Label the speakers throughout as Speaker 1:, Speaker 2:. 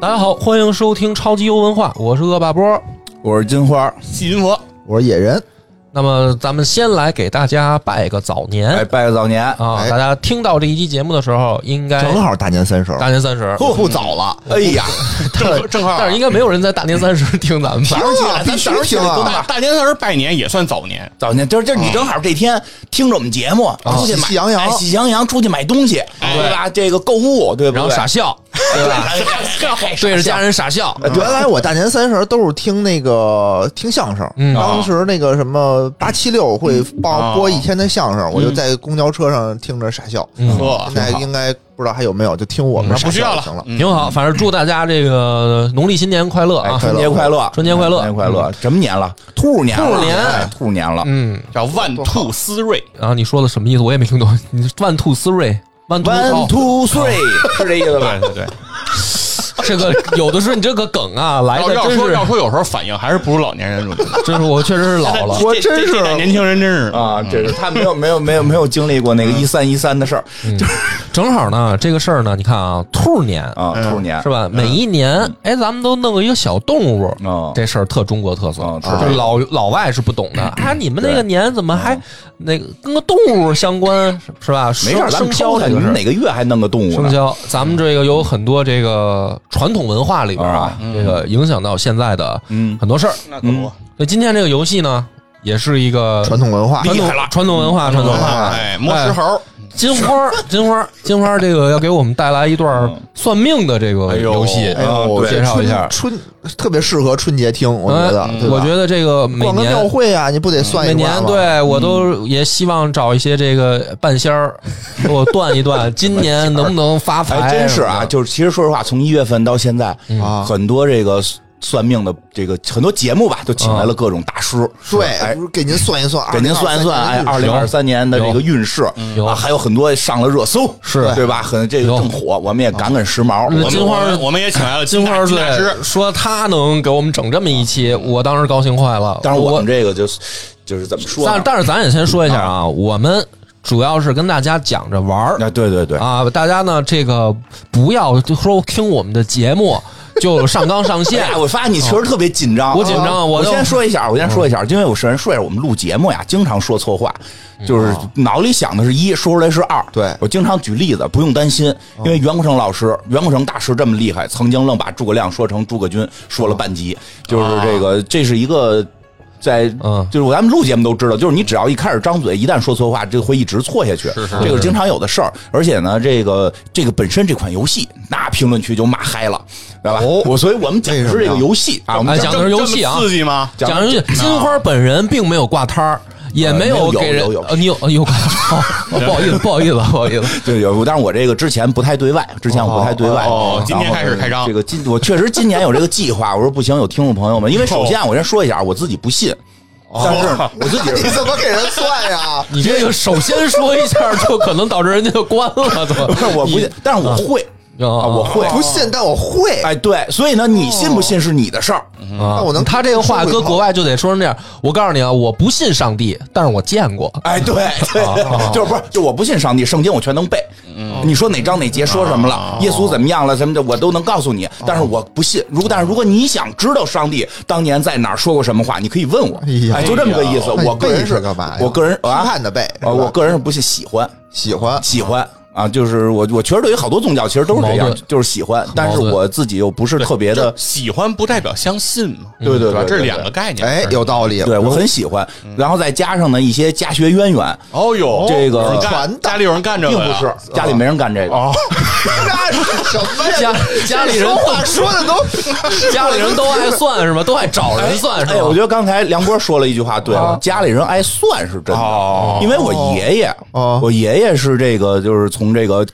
Speaker 1: 大家好，欢迎收听超级优文化，我是恶霸波。
Speaker 2: 我是金花，
Speaker 3: 细云佛，
Speaker 4: 我是野人，
Speaker 1: 那么咱们先来给大家拜个早年
Speaker 2: 哎，拜个早年，
Speaker 1: 啊！
Speaker 4: 哎
Speaker 1: 大家听到这一期节目的时候，应该
Speaker 4: 正好大年三十儿，
Speaker 1: 大年三十，
Speaker 4: 不早了，
Speaker 2: 哎呀，
Speaker 3: 正正好
Speaker 1: 但是应该没有人在大年三十听咱们 吧？
Speaker 4: 听
Speaker 3: 来
Speaker 4: 啊，必须
Speaker 3: 咱
Speaker 4: 听
Speaker 3: 大
Speaker 4: 啊，
Speaker 3: 大年三十拜年也算早年，嗯啊
Speaker 2: 早年就是就是你正好这天听着我们节目，出去买
Speaker 4: 喜洋洋
Speaker 2: 哎喜洋洋出去买东西，
Speaker 3: 哎
Speaker 2: 对吧？这个购物，对不对？
Speaker 1: 然后 傻笑，对吧？
Speaker 2: 哎 哎
Speaker 1: 对着家人傻笑，
Speaker 4: 呃原来我大年三十儿都是听那个听相声，
Speaker 1: 嗯
Speaker 4: 当时那个什么八七六会
Speaker 3: 啊
Speaker 4: 报播一天的相
Speaker 1: 嗯
Speaker 4: 声，我就在公交车上听着傻笑。
Speaker 3: 呵
Speaker 4: 现在应该不知道还有没有，就听我们
Speaker 3: 那
Speaker 4: 傻
Speaker 3: 不需
Speaker 4: 笑
Speaker 3: 要
Speaker 4: 就
Speaker 3: 了
Speaker 4: 行了。
Speaker 3: 嗯
Speaker 1: 挺好。反正祝大家这个农历新年快乐
Speaker 2: 哎
Speaker 1: 啊！
Speaker 2: 春节快乐，
Speaker 1: 春节快乐嗯
Speaker 2: 春节快乐，什么年了？兔年了，
Speaker 1: 兔年
Speaker 2: 哎兔年了，
Speaker 1: 嗯，
Speaker 3: 叫万兔思 瑞，
Speaker 1: 然后你说的什么意思？我也没听懂。你万兔思瑞，万兔
Speaker 2: one
Speaker 1: 哦
Speaker 2: two three 是这意思吧？
Speaker 3: 对对对。
Speaker 1: 这个有的时候你这个梗啊，来
Speaker 3: 要
Speaker 1: 的
Speaker 3: 要
Speaker 1: 真
Speaker 3: 说
Speaker 1: 是
Speaker 3: 要，说，有时候反应还是不如老年人 准。
Speaker 1: 真是我确实是老 了。
Speaker 2: 我真是
Speaker 3: 这这代年轻人，真是
Speaker 2: 啊，
Speaker 1: 嗯
Speaker 2: 这是他没有没有没有没有经历过那个一三一三的事儿
Speaker 1: 正好呢，这个事儿呢，你看啊，兔年
Speaker 2: 啊，兔年嗯
Speaker 1: 是吧？每一年，哎，咱们都弄一个小动物，
Speaker 2: 哦
Speaker 1: 这事儿特中国特色，
Speaker 2: 哦是嗯哦
Speaker 1: 就是老老外是不懂的啊。你们那个年怎么还那个跟个动物相关是吧？
Speaker 2: 没事儿，
Speaker 1: 生
Speaker 2: 咱
Speaker 1: 生
Speaker 2: 们
Speaker 1: 肖
Speaker 2: 抽他，
Speaker 1: 这
Speaker 2: 你
Speaker 1: 个事
Speaker 2: 们
Speaker 1: 儿。
Speaker 2: 哪个月还弄个动物
Speaker 1: 生
Speaker 2: 呢？
Speaker 1: 肖，咱们这个有很多这个传统文化里边啊，这个影响到现在的
Speaker 2: 哦嗯
Speaker 1: 很多事儿。
Speaker 3: 那可不
Speaker 1: 那今天这个游戏呢，也是一个
Speaker 4: 传统文化，
Speaker 1: 传统
Speaker 3: 厉害了
Speaker 1: 传统文
Speaker 2: 嗯
Speaker 1: 化，传统文化。
Speaker 3: 哎，摸石猴，
Speaker 1: 金花，金花，金花，这个要给我们带来一段算命的这个
Speaker 3: 嗯哎呦
Speaker 1: 游戏
Speaker 2: 哎。
Speaker 4: 哎呦，
Speaker 2: 对
Speaker 1: 哦介绍一下
Speaker 4: 春春特别适合春节听，我
Speaker 3: 嗯
Speaker 4: 觉得
Speaker 1: 哎，
Speaker 4: 对吧
Speaker 1: 我觉得这个每
Speaker 4: 逛个
Speaker 1: 年
Speaker 4: 庙会啊，你不得算一
Speaker 1: 每
Speaker 4: 卦
Speaker 1: 年
Speaker 4: 吗，
Speaker 1: 对我都也希望找一些这个半仙儿给我断一断，今年能不能发财？
Speaker 2: 还真是
Speaker 1: 嗯
Speaker 2: 啊，，就是其实说实话，从一月份到现在，
Speaker 4: 啊
Speaker 2: 很多这个算命的这个很多节目吧，都请
Speaker 1: 嗯
Speaker 2: 来了各种大师，
Speaker 4: 对，
Speaker 2: 哎
Speaker 4: 不是给您算一算，
Speaker 2: 给您算一算，哎，
Speaker 4: 2023
Speaker 2: 二零二三年的这个运势
Speaker 1: 有
Speaker 2: 啊，还有很多上了热搜，
Speaker 1: 是
Speaker 2: 对吧？很这个
Speaker 1: 有
Speaker 2: 正火，我们也赶赶时髦，
Speaker 1: 嗯
Speaker 2: 我们
Speaker 1: 金花
Speaker 3: 我们我们也请来了
Speaker 1: 金花
Speaker 3: 大
Speaker 1: 儿
Speaker 3: 金大师
Speaker 1: 对，说他能给我们整这么一期，我当时高兴坏了。
Speaker 2: 当然
Speaker 1: 我
Speaker 2: 我们这个就是就是怎么说
Speaker 1: 但
Speaker 2: 呢？
Speaker 1: 但是咱也先说一下啊，我们主要是跟大家讲着玩儿
Speaker 2: 啊，对对对，
Speaker 1: 啊，大家呢这个不要就说听我们的节目就上纲上线哦
Speaker 2: 哎呀，我发现你确实特别紧张，
Speaker 1: 我紧张
Speaker 2: 啊
Speaker 1: 我嗯
Speaker 2: 我
Speaker 1: 就
Speaker 2: 先说一下，我先说一下，因为我是人说一下，我们录节目呀，经常说错话，
Speaker 1: 嗯
Speaker 2: 就是
Speaker 1: 哦
Speaker 2: 脑里想的是一，说出来是二。
Speaker 4: 对
Speaker 2: 我经常举例子，不用担心，
Speaker 1: 哦
Speaker 2: 因为袁国成老师、袁国成大师这么厉害，曾经愣把诸葛亮说成诸葛
Speaker 1: 哦
Speaker 2: 军，说了半集，就是这个，这是一个。在
Speaker 1: 啊嗯
Speaker 2: 就是咱们录节目都知道，就是你只要一开始张嘴，一旦说错话，这会一直错下去。
Speaker 3: 是是
Speaker 2: 这个是经常有的事儿。而且呢，这个这个本身这款游戏，那评论区就骂嗨了，知道吧？
Speaker 1: 哦
Speaker 2: 我所以我们讲的是这个游戏啊，我
Speaker 1: 哎
Speaker 2: 们
Speaker 1: 讲的是游戏啊
Speaker 3: 这么刺激吗？
Speaker 1: 讲出去，金花本人并没有挂摊儿，也没
Speaker 2: 呃没有有
Speaker 1: 给人
Speaker 2: 有有，
Speaker 1: 呃你有呃有挂摊儿，哦不好意思，不好意思，不好意思，
Speaker 2: 对，有，但是我这个之前不太对外，之前我不太对外。
Speaker 3: 哦哦今天
Speaker 2: 然后
Speaker 3: 开始开张
Speaker 2: 这个今我确实今年有这个计划，我说不行，有听众朋友们，因为首
Speaker 3: 哦
Speaker 2: 先我先说一下，我自己不信，但是 我自己
Speaker 4: 你怎么给人算呀？
Speaker 1: 你这个首先说一下，就可能导致人家就关了，怎么？
Speaker 2: 我不信，但是我会
Speaker 1: 你啊
Speaker 2: 啊，我会。
Speaker 4: 不信，但我会。
Speaker 2: 哎，对，所以呢，你信不信是你的事儿。
Speaker 1: 啊
Speaker 4: 那我能
Speaker 1: 他这个话搁国外就得说成这样。我告诉你啊，我不信上帝，但是我见过。
Speaker 2: 哎，对对，
Speaker 4: 哦
Speaker 2: 就是不是就我不信上帝，圣经我全能背。
Speaker 4: 嗯
Speaker 2: 嗯你说哪章哪节说什
Speaker 4: 哦
Speaker 2: 么了，耶稣怎么样了什么的，我都能告诉你。但是我不信。如果但是如果你想知道上帝当年在哪儿说过什么话，你可以问我
Speaker 4: 哎。呀
Speaker 2: 哎，就这么个意思。
Speaker 4: 那你
Speaker 2: 我个人
Speaker 4: 背
Speaker 2: 是
Speaker 4: 是干嘛呀
Speaker 2: 我个人
Speaker 4: 批
Speaker 2: 啊
Speaker 4: 判，的背，是吧
Speaker 2: 啊我个人是不信，喜欢
Speaker 4: 喜欢
Speaker 2: 喜欢。啊，就是我，我确实对于好多宗教其实都是这
Speaker 1: 矛
Speaker 2: 样
Speaker 1: 盾，
Speaker 2: 就是喜欢，但是
Speaker 1: 矛盾
Speaker 2: 我自己又不是特别的
Speaker 3: 就，喜欢不代表相信嘛，
Speaker 2: 嗯对对
Speaker 3: 吧？
Speaker 2: 对，
Speaker 3: 这是
Speaker 2: 对
Speaker 3: 两个概念。
Speaker 4: 哎，有道理。
Speaker 2: 对我很喜欢，
Speaker 4: 嗯
Speaker 2: 然后再加上呢一些家学渊源，
Speaker 3: 哦呦，
Speaker 2: 这个
Speaker 3: 有人干
Speaker 4: 传的
Speaker 3: 家里有人干这
Speaker 2: 并
Speaker 3: 个
Speaker 2: 不
Speaker 3: 呀，
Speaker 2: 是家里没人干这
Speaker 4: 哦
Speaker 2: 个，
Speaker 4: 那是 什么呀？
Speaker 1: 家家里人
Speaker 4: 这话说的都，
Speaker 1: 家里人都爱算是吧？都爱找人算是
Speaker 2: 哎，我
Speaker 1: 吧？
Speaker 2: 觉得刚才梁波说了一句话对了，家里人爱算是真
Speaker 3: 哦
Speaker 2: 的，因为我爷爷，
Speaker 4: 哦
Speaker 2: 我爷爷是这个就是从这个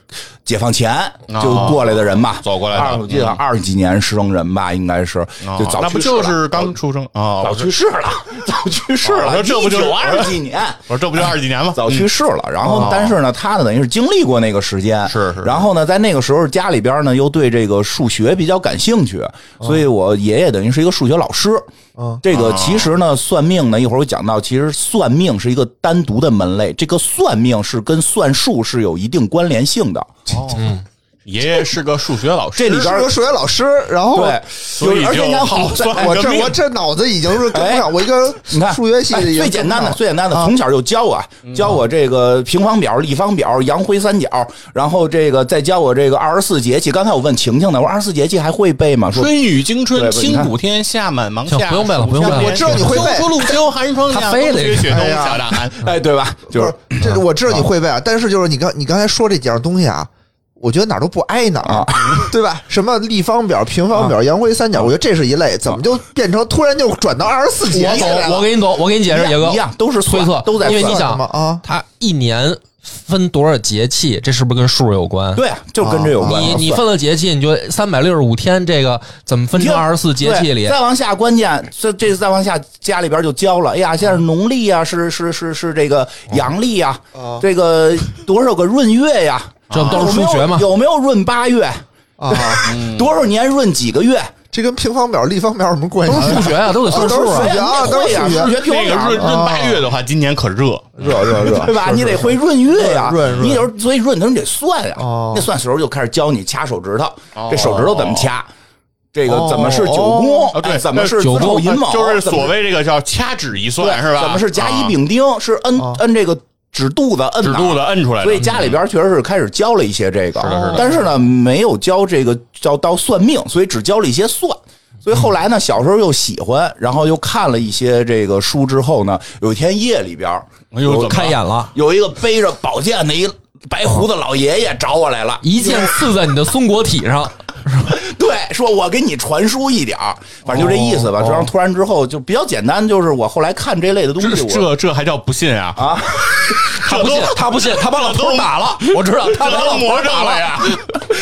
Speaker 2: 解放前就过来的人嘛，
Speaker 3: 哦走过来的
Speaker 2: 二我记得二几年生人吧，应该是
Speaker 3: 哦
Speaker 2: 就早
Speaker 3: 那不
Speaker 2: 去世
Speaker 3: 就
Speaker 2: 了
Speaker 3: 是刚出生啊？
Speaker 2: 早
Speaker 3: 我说
Speaker 2: 去世了，早去世
Speaker 3: 哦我
Speaker 2: 了，
Speaker 3: 说这不就是
Speaker 2: 19二几年？
Speaker 3: 我说这不就二十几年吗？
Speaker 2: 早去世了，然后
Speaker 3: 哦
Speaker 2: 但是呢，他呢等于是经历过那个时间，
Speaker 3: 是是
Speaker 2: 然后呢，在那个时候家里边呢又对这个数学比较感兴趣，
Speaker 3: 哦
Speaker 2: 所以我爷爷等于是一个数学老师。
Speaker 4: 嗯
Speaker 2: 这个其实呢，算命呢，一会儿我讲到，其实算命是一个单独的门类，这个算命是跟算术是有一定关联性的。
Speaker 3: 爷爷是个数学老师，
Speaker 2: 这里
Speaker 4: 是
Speaker 2: 边
Speaker 4: 个数学老师，然后
Speaker 2: 对
Speaker 3: 哦所以
Speaker 2: 有而且
Speaker 3: 就
Speaker 2: 你看好
Speaker 3: 算
Speaker 4: 我
Speaker 3: 个
Speaker 4: 这
Speaker 3: 命
Speaker 4: 我这脑子已经是跟不
Speaker 2: 哎
Speaker 4: 上，我一个
Speaker 2: 你看
Speaker 4: 数学系
Speaker 2: 哎
Speaker 4: 的已经
Speaker 2: 最简单的
Speaker 4: 跟不上
Speaker 2: 最简单的，从小就教啊，
Speaker 1: 嗯
Speaker 2: 教我这个平方表、立方表、洋灰三角，然后这个再教我这个二十四节气。刚才我问晴晴呢，我说二十四节气还会背吗？说
Speaker 3: 春雨惊
Speaker 2: 对
Speaker 3: 春，
Speaker 2: 不
Speaker 3: 清
Speaker 2: 你看
Speaker 3: 补天，夏满芒
Speaker 1: 行
Speaker 3: 夏。
Speaker 1: 不用背了
Speaker 3: 暑
Speaker 1: 不用
Speaker 3: 夏
Speaker 1: 背了
Speaker 3: 连
Speaker 1: 我知道
Speaker 4: 你会背
Speaker 3: 秋收露秋，寒霜
Speaker 1: 他
Speaker 3: 降，
Speaker 1: 非
Speaker 3: 冬
Speaker 1: 得
Speaker 3: 雪雪冬
Speaker 4: 哎呀
Speaker 3: 小大 寒。
Speaker 2: 哎，对吧？就
Speaker 4: 不
Speaker 2: 是嗯
Speaker 4: 是，这我知道你会背啊，但是就是你刚你刚才说这几样东西啊，我觉得哪儿都不挨哪儿，
Speaker 2: 嗯
Speaker 4: 对吧？什么立方表、平方
Speaker 2: 啊
Speaker 4: 表、洋灰三角，我觉得这是一类，怎么就变成突然就转到二十四节
Speaker 1: 我
Speaker 4: 气来
Speaker 1: 懂，我
Speaker 4: 了？
Speaker 1: 给你懂，我给你解释，
Speaker 2: 一样
Speaker 1: 野哥
Speaker 2: 一样都是
Speaker 1: 推
Speaker 2: 算
Speaker 1: 测，
Speaker 2: 都在
Speaker 1: 因为
Speaker 2: 算
Speaker 1: 你想
Speaker 4: 什么啊
Speaker 1: 它一年分多少节气，这是不是跟数有关？
Speaker 2: 对啊，就跟这有关。
Speaker 1: 你你
Speaker 2: 算
Speaker 1: 分了节气，你觉得三百六十五天这个怎么分成
Speaker 2: 听
Speaker 1: 二十四节气
Speaker 2: 对
Speaker 1: 里？
Speaker 2: 再往下，关键这这再往下，家里边就教了。哎呀，现在是农历啊，是是是是这个阳历呀、
Speaker 4: 哦
Speaker 2: 这个多少个闰月呀、
Speaker 1: 这不都是数学吗？
Speaker 2: 啊有没有有没有闰八月？
Speaker 4: 啊，
Speaker 2: 多少年闰几个月？
Speaker 4: 这跟平方表、立方表有什么关系
Speaker 1: 都是
Speaker 4: 啊？
Speaker 1: 数学啊，都得算数
Speaker 4: 都是
Speaker 1: 啊
Speaker 4: 数。学啊
Speaker 2: 对呀，
Speaker 4: 都是数学
Speaker 2: 数学平
Speaker 3: 那个
Speaker 2: 常
Speaker 3: 闰闰八月的话，今年可热。
Speaker 2: 哦
Speaker 4: 热热热，
Speaker 2: 对吧？
Speaker 4: 是
Speaker 2: 你得会闰月呀，
Speaker 4: 润润
Speaker 2: 你有时候所以闰他们得算呀。
Speaker 4: 哦
Speaker 2: 那算时候就开始教你掐手指头，
Speaker 3: 哦
Speaker 2: 这手指头怎么掐，这个
Speaker 4: 哦
Speaker 2: 怎么是九
Speaker 3: 啊
Speaker 2: 宫，
Speaker 3: 对
Speaker 2: 哎怎么是
Speaker 1: 九
Speaker 2: 子
Speaker 1: 宫
Speaker 2: 丑寅卯，
Speaker 3: 就是
Speaker 2: 怎么
Speaker 3: 所谓这个叫掐指一
Speaker 2: 对
Speaker 3: 算，是吧？
Speaker 2: 怎么是甲乙丙丁？是摁
Speaker 4: 哦
Speaker 2: 摁这个指肚子，摁
Speaker 3: 啊指
Speaker 2: 哪儿
Speaker 3: 肚子摁出来的？
Speaker 2: 所以家里边确实是开始教了一些这个，啊
Speaker 3: 是的是的
Speaker 2: 但是呢，没有教这个叫到算命，所以只教了一些算。所以后来呢，小时候又喜欢，然后又看了一些这个书之后呢，有一天夜里边，
Speaker 3: 哎呦，怎么
Speaker 1: 我看眼了，
Speaker 2: 有一个背着宝剑的一白胡子老爷爷找我来了，
Speaker 1: 一剑刺在你的松果体上，
Speaker 2: 对，说我给你传输一点儿，反正就这意思吧。
Speaker 3: 哦
Speaker 2: 这样突然之后就比较简单，就是我后来看这类的东
Speaker 3: 这
Speaker 2: 西，我
Speaker 3: 这这还叫不信啊？啊，
Speaker 1: 他不信，他不信，他把老头打了，我知道，他把老
Speaker 3: 都
Speaker 1: 头
Speaker 3: 魔
Speaker 1: 打
Speaker 3: 怔
Speaker 1: 了
Speaker 3: 了。呀！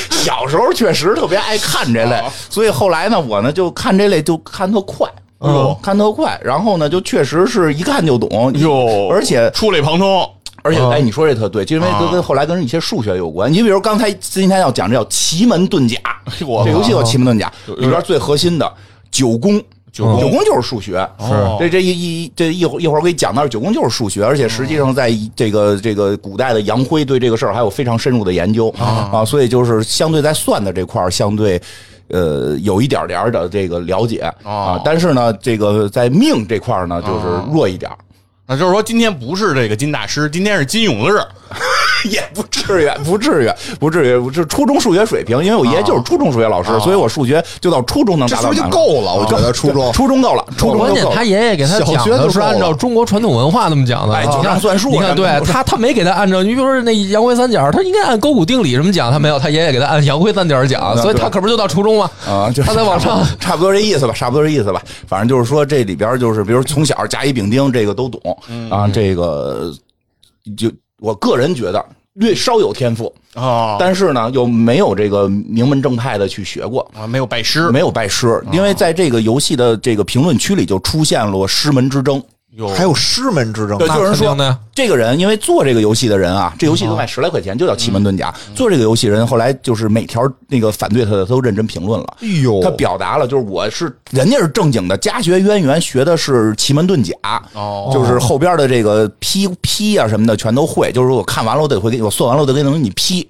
Speaker 2: 小时候确实特别爱看这类
Speaker 3: 啊，
Speaker 2: 所以后来呢，我呢就看这类就看特快。
Speaker 3: 嗯
Speaker 2: 看特快，然后呢，就确实是一看就懂
Speaker 3: 哟，
Speaker 2: 而且
Speaker 3: 触类旁通，
Speaker 2: 而
Speaker 3: 啊
Speaker 2: 且，哎，你说这特对，就因为这跟后来跟一些数学有关。你比如刚才今天要讲这叫奇门遁甲，
Speaker 3: 哎呦我
Speaker 2: 这游戏叫奇门遁甲，里边最核心的九宫，九
Speaker 3: 宫
Speaker 2: 宫就是数学。
Speaker 3: 哦
Speaker 2: 这这一一这一会儿一会儿我给你讲到，九宫就是数学，而且实际上在
Speaker 3: 哦
Speaker 2: 这个这个古代的杨辉对这个事儿还有非常深入的研究啊，所以就是相对在算的这块儿相对。呃，有一点点儿的这个了解啊
Speaker 3: 哦，
Speaker 2: 但是呢，这个在命这块儿呢，就是弱一点儿，
Speaker 3: 那啊就是说今天不是这个金大师，今天是金永日。
Speaker 2: 也不至于，不至于，不至于，这初中数学水平，因为我爷
Speaker 1: 啊
Speaker 2: 就是初中数学老师，所以我数学就到初中能
Speaker 4: 这
Speaker 2: 达
Speaker 4: 是
Speaker 2: 到
Speaker 4: 不是就
Speaker 2: 满分
Speaker 4: 够了？我觉得初中
Speaker 2: 初中够了，初中
Speaker 1: 关
Speaker 2: 就
Speaker 1: 键
Speaker 2: 够
Speaker 1: 他
Speaker 2: 了。
Speaker 1: 爷爷给他
Speaker 4: 小
Speaker 1: 讲
Speaker 4: 学
Speaker 1: 的
Speaker 4: 就是够了
Speaker 1: 按照中国传统文化那么讲的，
Speaker 2: 哎
Speaker 1: 啊
Speaker 2: 锦上算数
Speaker 1: 你看，
Speaker 2: 咱们
Speaker 1: 对
Speaker 2: 不是
Speaker 1: 他他没给他按照，你比如说那洋灰三角，他应该按勾股定理什么讲，他没有，他爷爷给他按洋灰三角讲，
Speaker 2: 对
Speaker 1: 所以他可不是就到初中吗？
Speaker 2: 啊，就是
Speaker 1: 他在网上
Speaker 2: 差不多这意思吧，差不多这意思吧。反正就是说，这里边就是，比如从小甲乙丙丁这个都懂
Speaker 1: 嗯
Speaker 2: 啊，这个就我个人觉得略稍有天赋，
Speaker 3: 哦，
Speaker 2: 但是呢又没有这个名门正派的去学过，
Speaker 3: 啊，没有拜师，
Speaker 2: 没有拜
Speaker 1: 啊
Speaker 2: 师，因为在这个游戏的这个评论区里就出现了师门之争。
Speaker 3: 有
Speaker 4: 还有师门之争
Speaker 2: 对，，就有
Speaker 1: 啊那肯定
Speaker 2: 人
Speaker 1: 的
Speaker 2: 说
Speaker 1: 呀
Speaker 2: 这个人，因为做这个游戏的人啊，这游戏都卖十来块钱，就叫奇门遁甲。做这个游戏人后来就是每条那个反对他的都认真评论了。
Speaker 4: 哎呦
Speaker 2: 他表达了就是我是人家是正经的家学渊源，学的是奇门遁甲，
Speaker 3: 哦
Speaker 2: 就是后边的这个劈劈啊什么的全都会。就是我看完了，我得会给你，我算完了，我得给你劈。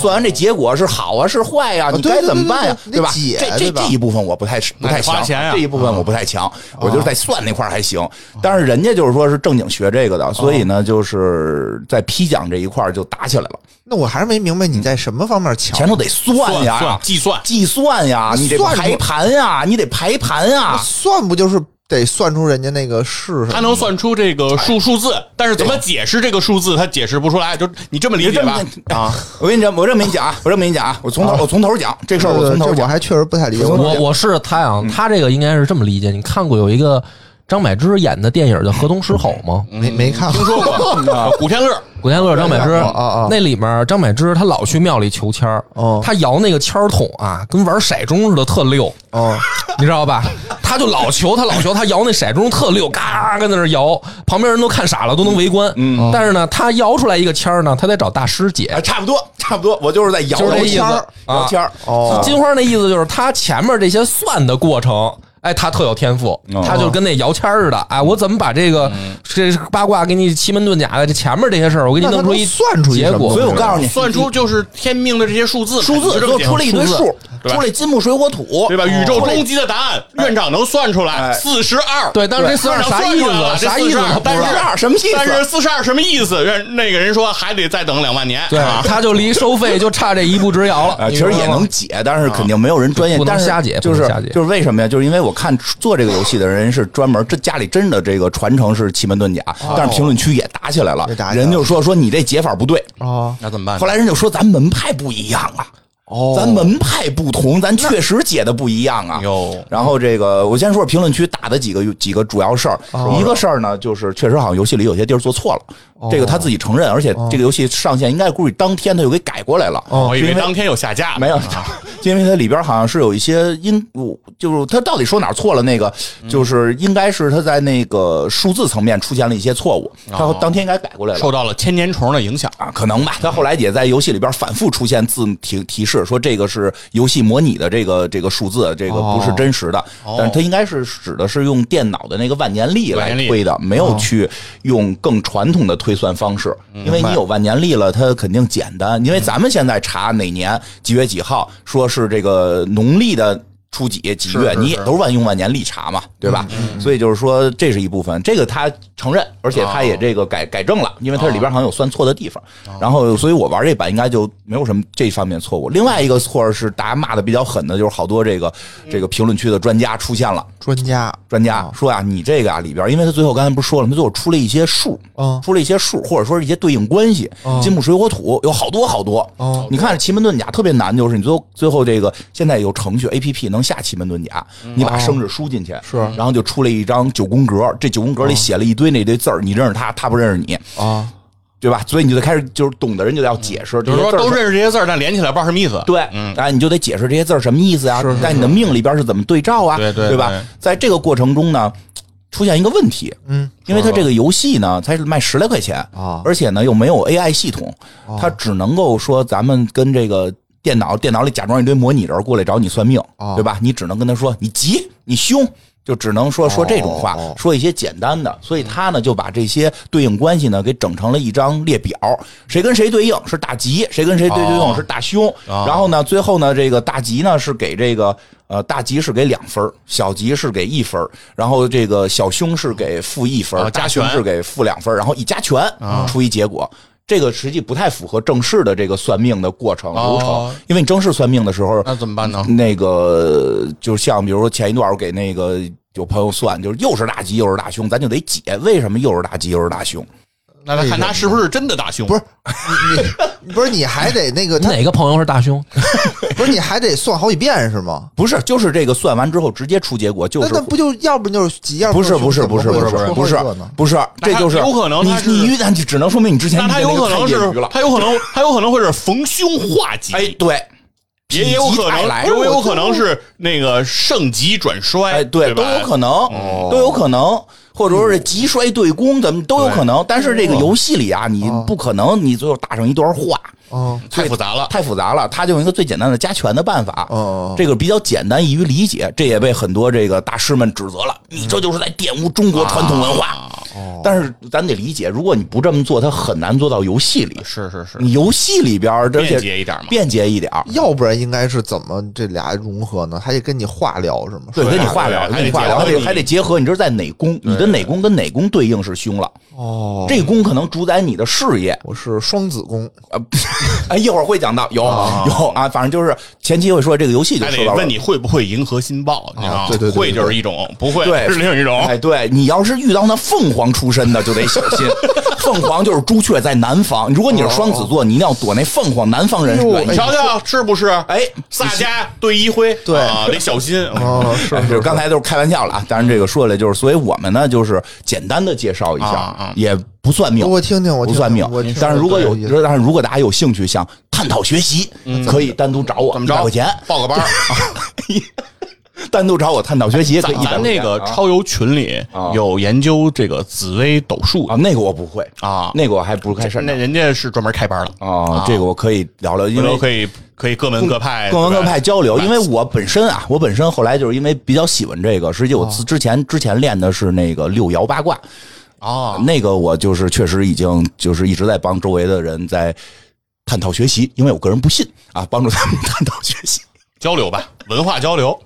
Speaker 2: 算完这结果是好啊，是坏呀、你
Speaker 4: 哦对
Speaker 2: 该
Speaker 4: 对
Speaker 2: 怎么
Speaker 4: 对
Speaker 2: 办呀、
Speaker 4: 对
Speaker 2: 对吧？
Speaker 4: 得解
Speaker 2: 这
Speaker 4: 对
Speaker 2: 这
Speaker 4: 吧
Speaker 2: 这一部分我不太不
Speaker 3: 那
Speaker 2: 太
Speaker 3: 得花
Speaker 2: 强，
Speaker 4: 啊
Speaker 3: 钱呀
Speaker 2: 这一部分我不太
Speaker 4: 哦
Speaker 2: 强，我就是在算那块儿还行，但是人家就是说是正经学这个
Speaker 4: 哦
Speaker 2: 的，所以呢，就是在批讲这一块儿就打起来了，
Speaker 4: 那我还是没明白你在什么方面强。
Speaker 2: 嗯前头得算
Speaker 3: 算
Speaker 2: 呀
Speaker 3: 算。计算，
Speaker 2: 计算呀，你得
Speaker 4: 算出
Speaker 2: 排盘呀，你得排盘呀，
Speaker 4: 算不就是得算出人家那个是什
Speaker 3: 他
Speaker 4: 么？
Speaker 3: 能算出这个数数
Speaker 1: 哎
Speaker 3: 字，但是怎么解释这个数字，他解释不出来。就你这么理解吧？
Speaker 2: 啊！我跟你讲，我这么跟你讲啊，我这么跟你讲啊，我从头我从头讲这事儿，我从头
Speaker 4: 这我
Speaker 2: 讲。
Speaker 4: 还确实不太理解。
Speaker 1: 我我是他想，他这个应该是这么理解。你看过有一个张柏芝演的电影叫《河东狮吼》吗？
Speaker 4: 没没看过
Speaker 3: 听说过 古天乐，
Speaker 1: 古天乐、张柏芝
Speaker 4: 啊啊啊，
Speaker 1: 那里面张柏芝他老去庙里求签儿
Speaker 4: 哦，
Speaker 1: 他摇那个签儿筒啊，跟玩骰盅似的，特溜。
Speaker 4: 哦，
Speaker 1: 你知道吧？他就老求，他老求，他摇那骰盅特溜，嘎跟在那儿摇，旁边人都看傻了，都能围观。嗯，但是呢，他摇出来一个签儿呢，他得找大师姐
Speaker 2: 哎，。差不多，差不多，我就是在摇
Speaker 1: 就是这
Speaker 2: 摇
Speaker 1: 意思
Speaker 2: 签儿，
Speaker 1: 啊
Speaker 2: 摇签儿。
Speaker 4: 哦
Speaker 1: 金花那意思就是，他前面这些算的过程，哎，他特有天赋
Speaker 2: 哦，嗯
Speaker 1: 他就跟那姚谦儿似的，哎，我怎么把这个这八卦给你奇门遁甲的这前面这些事儿，我给你
Speaker 4: 那他
Speaker 1: 弄出一
Speaker 4: 能算出一
Speaker 1: 结
Speaker 4: 什么
Speaker 1: 果
Speaker 2: 所以我告诉你，
Speaker 3: 算出就是天命的这些数字，
Speaker 2: 数
Speaker 3: 就
Speaker 2: 字
Speaker 3: 这
Speaker 2: 就
Speaker 3: 么简单
Speaker 2: 出了一堆数，
Speaker 3: 对吧
Speaker 2: 出来金木水火土，
Speaker 3: 对吧？宇宙
Speaker 2: 出来
Speaker 3: 终极的答案，院长能算出来
Speaker 2: 哦哎
Speaker 3: 四十二。
Speaker 1: 对，但是这四二
Speaker 3: 院长
Speaker 1: 啥
Speaker 3: 算
Speaker 1: 意
Speaker 3: 出来了
Speaker 1: 思？
Speaker 3: 这
Speaker 2: 啊
Speaker 1: 啥意思
Speaker 3: 42
Speaker 1: 他不知道？
Speaker 3: 但是
Speaker 2: 四十二什么意思啊
Speaker 3: 但是四十二什么意思？人那个人说还得再等两万年。
Speaker 1: 对
Speaker 3: 啊，
Speaker 1: 他就离收费就差这一步之遥了。
Speaker 2: 啊，其实也能解，但是肯定没有人专业，
Speaker 1: 不能
Speaker 2: 但是
Speaker 1: 瞎解
Speaker 2: 就
Speaker 1: 不
Speaker 2: 是
Speaker 1: 能瞎解
Speaker 2: 就是为什么呀？就是因为我看做这个游戏的人是专门，这家里真的这个传承是奇门遁甲，但是评论区也打起来了
Speaker 4: 也打，起来了
Speaker 2: 人就说说你这解法不对，
Speaker 4: 啊，
Speaker 3: 那怎么办
Speaker 2: 后来人就说咱门派不一样啊。哦，咱门派不同，咱确实解的不一样啊。
Speaker 3: 哟
Speaker 2: 然后这个我先说说评论区打的几个几个主要事儿。一个事儿呢，就是确实好像游戏里有些地儿做错了，这个他自己承认，而且这个游戏上线应该估计当天他就给改过来了。
Speaker 3: 我哦以
Speaker 2: 哦因
Speaker 3: 为
Speaker 2: 为
Speaker 3: 当天有下架，
Speaker 2: 没有， 因为它里边好像是有一些因，我就是它到底说哪儿错了？那个就是应该是它在那个数字层面出现了一些错误，它
Speaker 3: 哦
Speaker 2: 当天应该改过来了
Speaker 3: 受。到了千年虫的影响。
Speaker 2: 啊，可能吧。它后来也在游戏里边反复出现字提提示，说这个是游戏模拟的这个这个数字，这个不是真实的。但是它应该是指的是用电脑的那个万年历
Speaker 3: 万
Speaker 2: 来
Speaker 3: 年历
Speaker 2: 推的，没有去用更传统的推算方式，因为你有万年历了，它肯定简单。因为咱们现在查哪年几月几号，说是这个农历的。初几几月，你也都是万用万年历查嘛，对吧？所以就是说，这是一部分，这个他承认，而且他也这个改改正了，因为它里边好像有算错的地方。然后，所以我玩这版应该就没有什么这方面错误。另外一个错儿是大家骂的比较狠的，就是好多这个这个评论区的专家出现了。
Speaker 4: 专家
Speaker 2: 专家说啊，你这个啊里边，因为他最后刚才不是说了吗？他最后出了一些数，
Speaker 4: 嗯
Speaker 2: 出了一些数，或者说是一些对应关系，金木水火土有好多好多。
Speaker 4: 哦
Speaker 2: 你看奇门遁甲特别难，就是你最后最后这个现在有程序 A P P 能下奇门遁甲，你把生日输进去，
Speaker 4: 是
Speaker 2: 然后就出来一张九宫格，这九宫格里写了一堆那堆字儿，你认识他，他不认识你，
Speaker 4: 啊，
Speaker 2: 对吧？所以你就得开始就是懂的人就要解释，
Speaker 3: 就是说
Speaker 2: 这些字儿
Speaker 3: 都
Speaker 2: 是
Speaker 3: 认识这些字儿，但连起来不知道什么意思。
Speaker 2: 对，哎，你就得解释这些字儿什么意思啊？在你的命里边是怎么对照啊？
Speaker 3: 对对
Speaker 2: 对吧
Speaker 3: 对？
Speaker 2: 在这个过程中呢，出现一个问题，
Speaker 4: 嗯，
Speaker 2: 因为它这个游戏呢才是卖十来块钱
Speaker 4: 啊
Speaker 2: 而且呢又没有 AI 系统，它只能够说咱们跟这个。电脑电脑里假装一堆模拟人过来找你算命，
Speaker 4: 哦
Speaker 2: 对吧？你只能跟他说你急你凶，就只能说说这种话，
Speaker 4: 哦哦
Speaker 2: 说一些简单的。所以他呢就把这些对应关系呢给整成了一张列表，谁跟谁对应是大吉，谁跟谁对对应
Speaker 3: 哦
Speaker 2: 是大凶。
Speaker 3: 哦
Speaker 2: 然后呢，最后呢，这个大吉呢是给这个呃大吉是给两分儿小吉是给一分儿然后这个小凶是给负一分儿
Speaker 3: 哦加
Speaker 2: 大凶
Speaker 3: 权
Speaker 2: 是给负两分儿然后一加权出一结果。这个实际不太符合正式的这个算命的过程流
Speaker 3: 哦
Speaker 2: 程，因为你正式算命的时候，
Speaker 3: 那怎么办呢？
Speaker 2: 那个就像比如说前一段我给那个有朋友算，就是又是大吉又是大凶，咱就得解为什么又是大吉又是大凶。
Speaker 3: 那他看他是不是真的大凶？
Speaker 4: 不是你你不是你还得那个他
Speaker 1: 哪个朋友是大胸？
Speaker 4: 不是你还得算好几遍是吗？
Speaker 2: 不是，就是这个算完之后直接出结果，就
Speaker 4: 那
Speaker 2: 是
Speaker 4: 那不就要不就是几样？
Speaker 2: 不是不是
Speaker 4: 怎么
Speaker 2: 不是
Speaker 4: 会
Speaker 2: 不
Speaker 4: 有
Speaker 2: 是不是
Speaker 4: 说
Speaker 2: 不是
Speaker 4: 好几个呢
Speaker 2: 不是，这就是
Speaker 3: 那他有可能
Speaker 2: 你
Speaker 3: 他是
Speaker 2: 你遇到你只能说明你之前
Speaker 3: 那他
Speaker 2: 遇见
Speaker 3: 有可
Speaker 2: 那
Speaker 3: 能
Speaker 2: 个太业余
Speaker 3: 是
Speaker 2: 了，
Speaker 3: 他有可能他有可能会是逢凶化吉，
Speaker 2: 哎对，
Speaker 3: 也也有
Speaker 2: 否极
Speaker 3: 可
Speaker 2: 泰
Speaker 3: 能，
Speaker 2: 来
Speaker 3: 也有可能是那个盛极转衰，
Speaker 2: 哎对都
Speaker 3: 吧
Speaker 2: 有可能都有可能，或者说是急衰对攻，咱们都有可能。但是这个游戏里啊，你不可能你最后打上一段话，
Speaker 4: 哦
Speaker 3: 太复杂了。
Speaker 2: 太复杂了，他就用一个最简单的加权的办法。
Speaker 4: 哦
Speaker 2: 这个比较简单，易于理解，这也被很多这个大师们指责了。你这就是在玷污中国传统文化。但是咱得理解，如果你不这么做，他很难做到游戏里。
Speaker 3: 是是是，
Speaker 2: 你游戏里边儿，而
Speaker 3: 便
Speaker 2: 且
Speaker 3: 捷一点嘛
Speaker 2: 便捷一点儿
Speaker 4: 要不然应该是怎么这俩融合呢？还得跟你化疗是吗？
Speaker 2: 对，
Speaker 3: 对
Speaker 2: 跟你化疗，
Speaker 3: 对
Speaker 2: 跟你
Speaker 3: 还
Speaker 2: 化
Speaker 3: 得结合
Speaker 2: 疗，还得
Speaker 3: 你
Speaker 2: 还得结合你这是在哪宫，你的哪宫跟哪宫对应是凶了，
Speaker 4: 哦，
Speaker 2: 这宫可能主宰你的事业，
Speaker 4: 我是双子宫，
Speaker 2: 哎，一会儿会讲到，有有啊，反正就是前期会说这个游戏就
Speaker 3: 还
Speaker 2: 说
Speaker 3: 得
Speaker 2: 到了
Speaker 3: 哎
Speaker 2: 啊
Speaker 3: 问哦你会不会迎合新报，你知道吗？
Speaker 4: 对对对对
Speaker 3: 会就是一种，不会
Speaker 2: 对
Speaker 3: 是另一种。
Speaker 2: 哎，对你要是遇到那凤凰出身的，就得小 心。凤凰就是朱雀在南方，如果你是双子座，你一定要躲那凤凰南方人是吧
Speaker 4: 哎呦
Speaker 3: 你瞧瞧是不是？
Speaker 2: 哎，
Speaker 3: 萨迦对一辉，
Speaker 4: 对
Speaker 3: 啊，得小心。
Speaker 4: 哦，是
Speaker 2: 哎就是刚才都是开玩笑了啊。当然，这个说来就是，所以我们呢，就是简单的介绍一
Speaker 3: 啊
Speaker 2: 下
Speaker 3: 啊，
Speaker 2: 也不算命，
Speaker 4: 我听听我听
Speaker 2: 不
Speaker 4: 听
Speaker 2: 算命
Speaker 4: 我听。
Speaker 2: 但是如果有
Speaker 4: 对，
Speaker 2: 但是如果大家有兴趣想探讨学习，可以单独找我，
Speaker 3: 嗯怎么着？
Speaker 2: 100 块钱
Speaker 3: 报个班儿，
Speaker 2: 单独找我探讨学习也可
Speaker 3: 咱
Speaker 2: 以100
Speaker 3: 咱
Speaker 2: 块
Speaker 3: 那
Speaker 2: 钱
Speaker 3: 个
Speaker 2: 啊
Speaker 3: 超游群里
Speaker 2: 啊
Speaker 3: 有研究这个紫薇斗数
Speaker 2: 啊，那个我不会
Speaker 3: 啊
Speaker 2: 那个我还不是开擅
Speaker 3: 那
Speaker 2: 长
Speaker 3: 人家是专门开班了，
Speaker 2: 啊，这个我可以聊聊，因
Speaker 3: 回头
Speaker 2: 为
Speaker 3: 可以可以各门各派，
Speaker 2: 各门各
Speaker 3: 对吧
Speaker 2: 派交流，因为我本身啊，我本身后来就是因为比较喜欢这个，实际我
Speaker 4: 哦
Speaker 2: 之之前之前练的是那个六爻八卦，
Speaker 3: 啊，
Speaker 2: 那个我就是确实已经就是一直在帮周围的人在探讨学习，因为我个人不信啊，帮助他们 探讨学习。
Speaker 3: 交流吧，文化交流。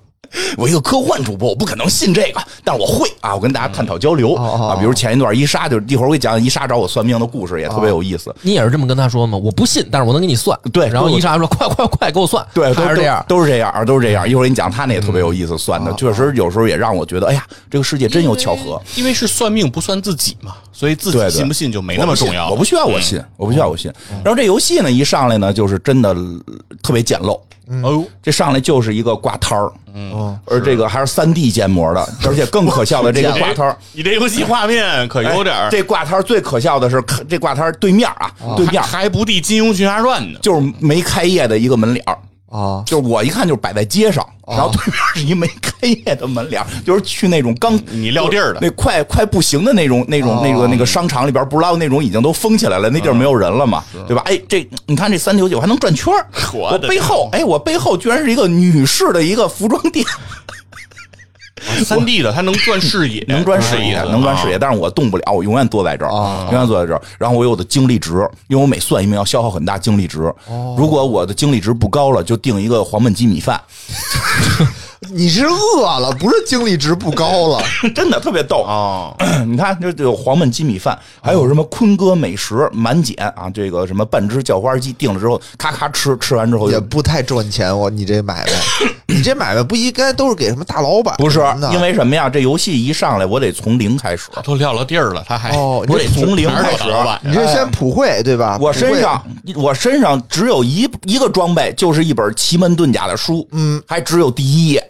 Speaker 2: 我一个科幻主播，我不可能信这个，但是我会啊，我跟大家探讨交流、
Speaker 4: 哦哦
Speaker 2: 啊，比如前一段伊莎，就是一会儿我给你讲伊莎找我算命的故事，也特别有意思。
Speaker 1: 你也是这么跟他说吗？我不信，但是我能给你算。
Speaker 2: 对
Speaker 1: 然后
Speaker 2: 对
Speaker 1: 伊莎说：“快快快，给我算。”
Speaker 2: 对，都
Speaker 1: 还是这样。
Speaker 2: 都，都是这样，都是这样。一会儿给你讲，他那也特
Speaker 3: 嗯
Speaker 2: 别有意思，算的、
Speaker 3: 哦
Speaker 2: 确实有时候也让我觉得，哎呀，这个世界真有巧合。
Speaker 3: 因为，因为是算命不算自己嘛，所以自
Speaker 2: 对
Speaker 3: 己
Speaker 2: 对
Speaker 3: 信不信就没那么重要。嗯
Speaker 2: 我不信我不需要我信，我不需要我信。然后这游戏呢，一上来呢，就是真的呃特别简陋。
Speaker 3: 哎呦，
Speaker 2: 这上来就是一个挂摊儿，嗯，而这个还是三 D 建模的，而且更可笑的这个挂摊儿，
Speaker 3: 你这游戏画面可有点儿哦
Speaker 2: 哎这挂摊儿最可笑的是，看这挂摊儿对面啊，对面
Speaker 3: 还不敌《金庸群侠传》呢。
Speaker 2: 就是没开业的一个门脸儿，
Speaker 4: 啊，
Speaker 2: 就是我一看就是摆在街上，
Speaker 3: 哦
Speaker 2: 然后对面是一没开业的门脸儿， 就是去那种刚
Speaker 3: 你撂地儿嗯的哦
Speaker 2: 那快快不行的那种那种那个那个商场里边，不知道那种已经都封起来了，那地儿没有人了嘛，对吧？哎，这你看这三九九还能转圈儿，
Speaker 3: 我
Speaker 2: 我
Speaker 3: 的
Speaker 2: 背后哎，我背后居然是一个女士的一个服装店，
Speaker 3: 三 D 的它能转视野，
Speaker 2: 能转视
Speaker 3: 哎是这哦意
Speaker 2: 野，
Speaker 3: 思
Speaker 2: 能转视野，
Speaker 3: 啊
Speaker 2: 但是我动不了，我永远坐在这儿，永远坐在这儿。然后我有我的精力值，因为我每算一命要消耗很大精力值，
Speaker 3: 哦
Speaker 2: 如果我的精力值不高了，就定一个黄焖鸡米饭。
Speaker 4: 你是饿了，不是精力值不高了
Speaker 2: 真的特别逗啊！
Speaker 3: 哦，
Speaker 2: 你看，这这有黄焖鸡米饭，还有什么坤哥美食满减啊，这个什么半只叫花鸡，定了之后咔咔吃，吃完之后
Speaker 4: 也
Speaker 2: 就
Speaker 4: 不太赚钱。我你这买卖，你这买卖不应该都是给什么大老板
Speaker 2: 不是
Speaker 4: 什么的？
Speaker 2: 因为什么呀？这游戏一上来我得从零开始，
Speaker 3: 都撂了地儿了，他还
Speaker 4: 哦
Speaker 2: 我得从零
Speaker 3: 哪儿
Speaker 2: 开
Speaker 3: 有
Speaker 2: 始。
Speaker 3: 大老板
Speaker 4: 你这先普惠对吧？
Speaker 2: 哎我
Speaker 4: 普惠
Speaker 2: 身上我身上只有一一个装备，就是一本奇门遁甲的书，嗯，还只有第一页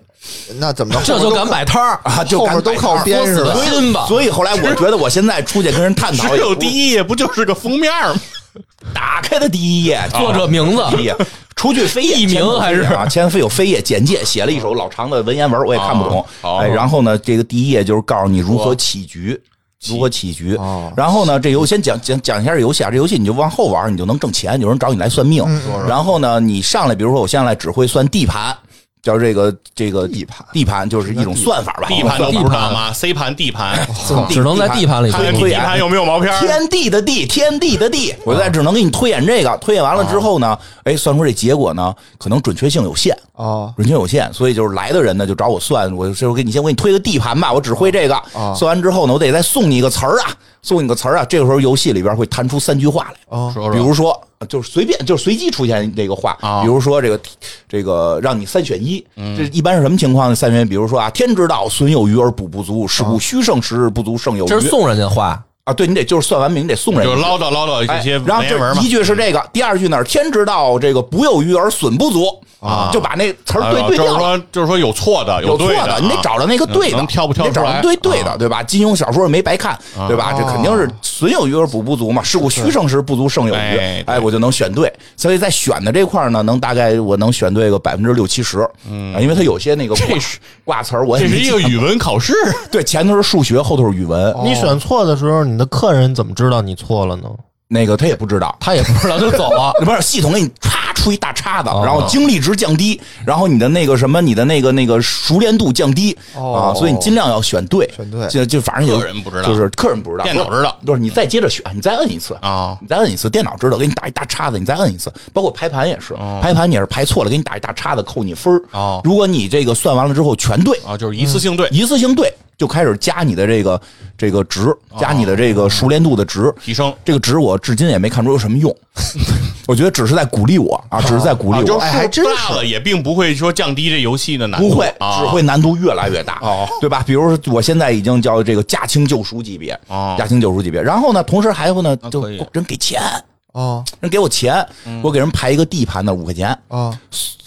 Speaker 4: 那怎么着？
Speaker 1: 这就敢摆摊儿
Speaker 2: 啊，就
Speaker 4: 后面
Speaker 2: 敢
Speaker 4: 都
Speaker 2: 摆摊
Speaker 4: 靠
Speaker 2: 儿
Speaker 4: 边是吧
Speaker 1: 作死？心吧
Speaker 2: 所以后来我觉得我现在出去跟人探讨
Speaker 3: 只
Speaker 2: 也
Speaker 3: 有
Speaker 2: 不
Speaker 3: 第一页不就是个封面吗？
Speaker 2: 打开的第一页，
Speaker 1: 作者名字
Speaker 2: 第一页，除去扉页
Speaker 1: 艺名
Speaker 2: 前头
Speaker 1: 还是
Speaker 2: 扉页啊？前非有扉页简介，写了一首老长的文言文，我也看不懂。
Speaker 3: 哦
Speaker 2: 哎，然后呢，这个第一页就是告诉你如何起局。如何起局？然后呢？这游先讲讲讲一下这游戏啊，这游戏你就往后玩，你就能挣钱，有人找你来算命。然后呢，你上来，比如说我现在只会算地盘，叫这个这个
Speaker 4: 地盘
Speaker 2: 地盘就是一种算法吧，
Speaker 3: 地盘都不知道吗？C 盘、D 盘，
Speaker 1: 只能在地盘里
Speaker 3: 看
Speaker 1: 推
Speaker 3: 看你
Speaker 2: 推
Speaker 3: 地
Speaker 2: 演
Speaker 3: 盘有没有毛片儿？
Speaker 2: 哦 天地的地，天地的地，我在只能给你推演这个，推演完了之后呢，哎，算出这结果呢，可能准确性有限，
Speaker 4: 哦
Speaker 2: 准确有限，所以就是来的人呢就找我算，我这我给你先给你推个地盘吧，我只会这个，算完之后呢，我得再送你一个词儿啊，送你个词儿啊，这个时候游戏里边会弹出三句话来，
Speaker 4: 哦
Speaker 3: 说说
Speaker 2: 比如说，就是随便，就是随机出现这个话，
Speaker 3: 啊
Speaker 2: 比如说这个这个让你三选一，这一般是什么情况呢？三选一，比如说啊，天之道，损有余而补不足，是故虚盛时日不足，胜有余。
Speaker 1: 这是送人家花，
Speaker 2: 啊，对你得就是算完名，你得送人
Speaker 3: 就
Speaker 2: 家。
Speaker 3: 唠叨唠叨这
Speaker 2: 哎
Speaker 3: 些
Speaker 2: 然后
Speaker 3: 文言文
Speaker 2: 这
Speaker 3: 嘛嗯
Speaker 2: 一。句是这个，第二句呢是天之道，这个不有余而损不足
Speaker 3: 啊
Speaker 2: 就把那词
Speaker 3: 啊
Speaker 2: 儿对对
Speaker 3: 就是
Speaker 2: 掉了。
Speaker 3: 说，就是说有错的，
Speaker 2: 有错
Speaker 3: 对
Speaker 2: 的，你得
Speaker 3: 啊
Speaker 2: 找着那个对的
Speaker 3: 能，挑不挑
Speaker 2: 你
Speaker 3: 出
Speaker 2: 得找
Speaker 3: 来？
Speaker 2: 着对对的，
Speaker 3: 啊，哦
Speaker 2: 对吧？金庸小说没白看，对吧？这肯定是损有余而补不足嘛，是故虚盛时不足胜有余
Speaker 3: 哎，
Speaker 2: 哎，我就能选对。所以在选的这块儿呢，能大概我能选对个百分之六七十，嗯，因为它有些那个挂
Speaker 3: 这是
Speaker 2: 挂词儿，我也
Speaker 3: 这是
Speaker 2: 没
Speaker 3: 一个哦
Speaker 2: 记
Speaker 3: 语文考试，
Speaker 2: 对，前头是数学，后头是语文，
Speaker 5: 你选错的时候，你的客人怎么知道你错了呢？
Speaker 2: 那个他也不知道，
Speaker 1: 他也不知道就走
Speaker 2: 。
Speaker 1: 啊
Speaker 2: 不是系统给你啪出一大叉
Speaker 4: 哦
Speaker 2: 子，然后精力值降低，然后你的那个什么，你的那个那个熟练度降低啊
Speaker 4: 哦，
Speaker 2: 所以你尽量要选对，
Speaker 4: 选对
Speaker 2: 就就反正有
Speaker 3: 客人不知道
Speaker 2: 就是客人不知道，
Speaker 3: 电脑知道
Speaker 2: 就是你再接着选，你再摁一次
Speaker 3: 啊
Speaker 2: 你再摁一次，电脑知道，给你打一大叉子，你再摁一次，包括排盘也是，排盘你也是排错了，给你打一大叉子，扣你分儿
Speaker 3: 哦
Speaker 2: 如果你这个算完了之后全对，
Speaker 3: 啊，就是一次性对，
Speaker 2: 嗯一次性对，就开始加你的这个这个值，加你的这个熟练度的值，
Speaker 3: 提升
Speaker 2: 这个值我至今也没看出有什 么用，我觉得只是在鼓励我啊，只是在鼓
Speaker 3: 啊，
Speaker 2: 励
Speaker 3: 就
Speaker 2: 我，
Speaker 3: 是
Speaker 4: 哎还真
Speaker 3: 数大了也并不会说降低这游戏的难度，
Speaker 2: 不会，
Speaker 3: 啊哦
Speaker 2: 只会难度越来越大，对吧？比如说我现在已经叫这个驾轻就熟级别
Speaker 3: 哦，
Speaker 2: 驾轻就熟级别，然后呢，同时还会呢，就
Speaker 3: 可以嗯
Speaker 2: 人给钱，
Speaker 4: 哦
Speaker 2: 人给我钱，我给人排一个地盘的五块钱，
Speaker 3: 啊
Speaker 4: 哦，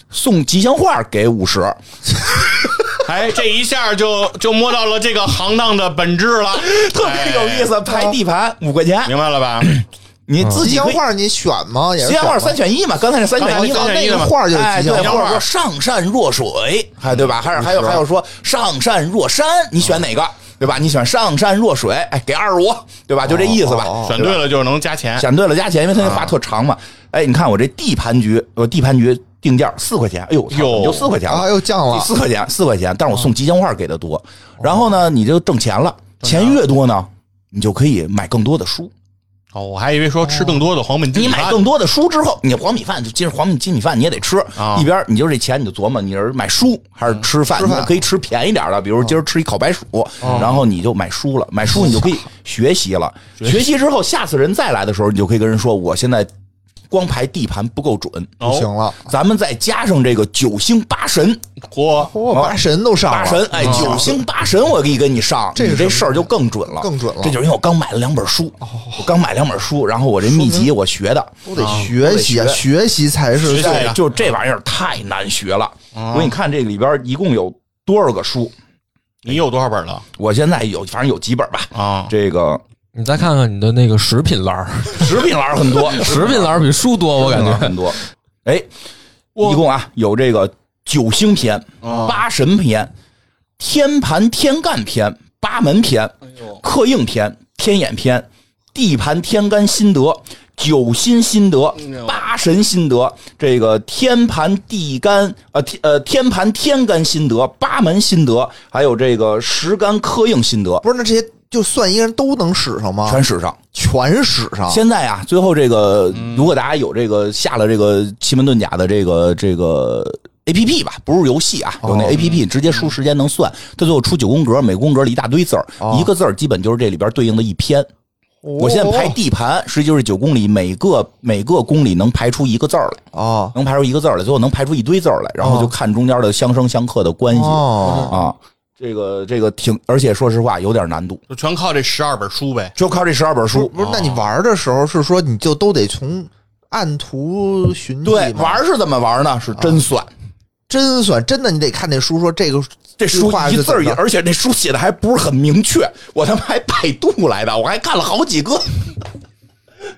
Speaker 2: 送吉祥话给五十，
Speaker 3: 哎，这一下就就摸到了这 个行当的本质了，
Speaker 2: 特别有意思，排地盘五块钱
Speaker 3: 哎，，明白了吧？
Speaker 2: 你自
Speaker 4: 吉
Speaker 2: 己
Speaker 4: 祥
Speaker 2: 可以。
Speaker 4: 画你选吗？也是
Speaker 2: 吉祥画三
Speaker 4: 选
Speaker 2: 选一嘛，刚才是三选一嘛
Speaker 3: 刚才，
Speaker 4: 那
Speaker 3: 一
Speaker 4: 个
Speaker 3: 嘛
Speaker 4: 画就是
Speaker 2: 哎，
Speaker 4: 吉
Speaker 2: 对，
Speaker 4: 祥
Speaker 2: 或者
Speaker 4: 画，
Speaker 2: 说上善若水，还对吧？还有还有还有说上善若山，你选哪个？对吧？你选上善若水，哎，给二十五，对吧？就这意思吧。哎
Speaker 4: 哦
Speaker 3: 选对了就是能加钱，
Speaker 2: 选对了加钱，因为他那话特长嘛。哎，你看我这地盘局，我地盘局定价四块钱，哎呦，我操
Speaker 3: 哟
Speaker 2: 怎么就四块钱了
Speaker 4: 啊，又降了
Speaker 2: 四块钱，四块钱，但是我送吉祥画给的多。然后呢，你就哦挣钱了，钱越多呢，你就可以买更多的书。
Speaker 3: 哦，我还以为说吃更多的黄焖鸡，
Speaker 2: 你买更多的书之后，你黄米饭就今儿黄米鸡米饭你也得吃，
Speaker 3: 啊
Speaker 2: 一边儿你就这钱你就琢磨你是买书还是吃饭，
Speaker 4: 嗯吃饭啊哦
Speaker 2: 你可以吃便宜点儿的，比如今儿吃一烤白薯，然后你就买书了，买书你就可以学习了，学习之后下次人再来的时候，你就可以跟人说我现在光排地盘不够准，
Speaker 4: 不行
Speaker 3: 哦，
Speaker 4: 了，
Speaker 2: 咱们再加上这个九星八
Speaker 4: 哦
Speaker 2: 神，
Speaker 3: 嚯，
Speaker 4: 我八神都上了，
Speaker 2: 八啊神，哎，九星八神，我给你跟你上，
Speaker 4: 哦这是
Speaker 2: 你这
Speaker 4: 什
Speaker 2: 事
Speaker 4: 么
Speaker 2: 儿就更准了，
Speaker 4: 更准了哦
Speaker 2: 这就是因为我刚买了两本书，我刚买两本书，然后我这秘籍我学的，
Speaker 4: 都得学习，啊，
Speaker 2: 都得
Speaker 4: 学习才是
Speaker 3: 学习
Speaker 4: 在
Speaker 3: 对呀
Speaker 2: 就这玩意儿太难学了。我给你看这里边一共有多少个书？
Speaker 3: 你有多少本了
Speaker 2: 我现在有，反正有几本吧。
Speaker 3: 啊？
Speaker 2: 这个
Speaker 1: 你再看看你的那个食品栏 儿，
Speaker 2: 食品栏很多，
Speaker 1: 食品栏儿比书多，我感觉。
Speaker 2: 很多。哎，
Speaker 3: 我
Speaker 2: 一共啊有这个九星篇、八神篇、天盘天干篇、八门篇、刻印篇、天眼篇、地盘天干心得、九心心得、八神心得、这个天盘地干呃天呃天盘天干心得、八门心得，还有这个十干刻印心得，
Speaker 4: 不是那这些就算一个人都能使上吗？
Speaker 2: 全使上。
Speaker 4: 全使上，
Speaker 2: 现在啊，最后这个，如果大家有这个下了这个奇门遁甲的这个这个 A P P 吧，不是游戏啊，有那 A P P 直接输时间能算，它最后出九宫格，每宫格里一大堆字儿，一个字儿基本就是这里边对应的一篇。我
Speaker 4: 哦
Speaker 2: 现在排地盘，实际就是九宫里每个每个宫里能排出一个字儿来，
Speaker 4: 哦
Speaker 2: 能排出一个字儿来，最后能排出一堆字儿来，然后就看中间的相生相克的关系
Speaker 4: 哦，
Speaker 2: 啊。这个这个挺，而且说实话有点难度，
Speaker 3: 就全靠这十二本书呗。
Speaker 2: 就靠这十二本
Speaker 4: 不是
Speaker 2: 书。
Speaker 4: 不是，那你玩的时候是说你就都得从按图寻迹吗
Speaker 2: 对，玩儿是怎么玩儿呢？是
Speaker 4: 啊
Speaker 2: 真算。
Speaker 4: 真算真的，你得看那书说这个
Speaker 2: 这书
Speaker 4: 话
Speaker 2: 一
Speaker 4: 是
Speaker 2: 字
Speaker 4: 怎么
Speaker 2: 儿也，
Speaker 4: 着
Speaker 2: 而且那书写的还不是很明确，我他妈还百度来的，我还看了好几个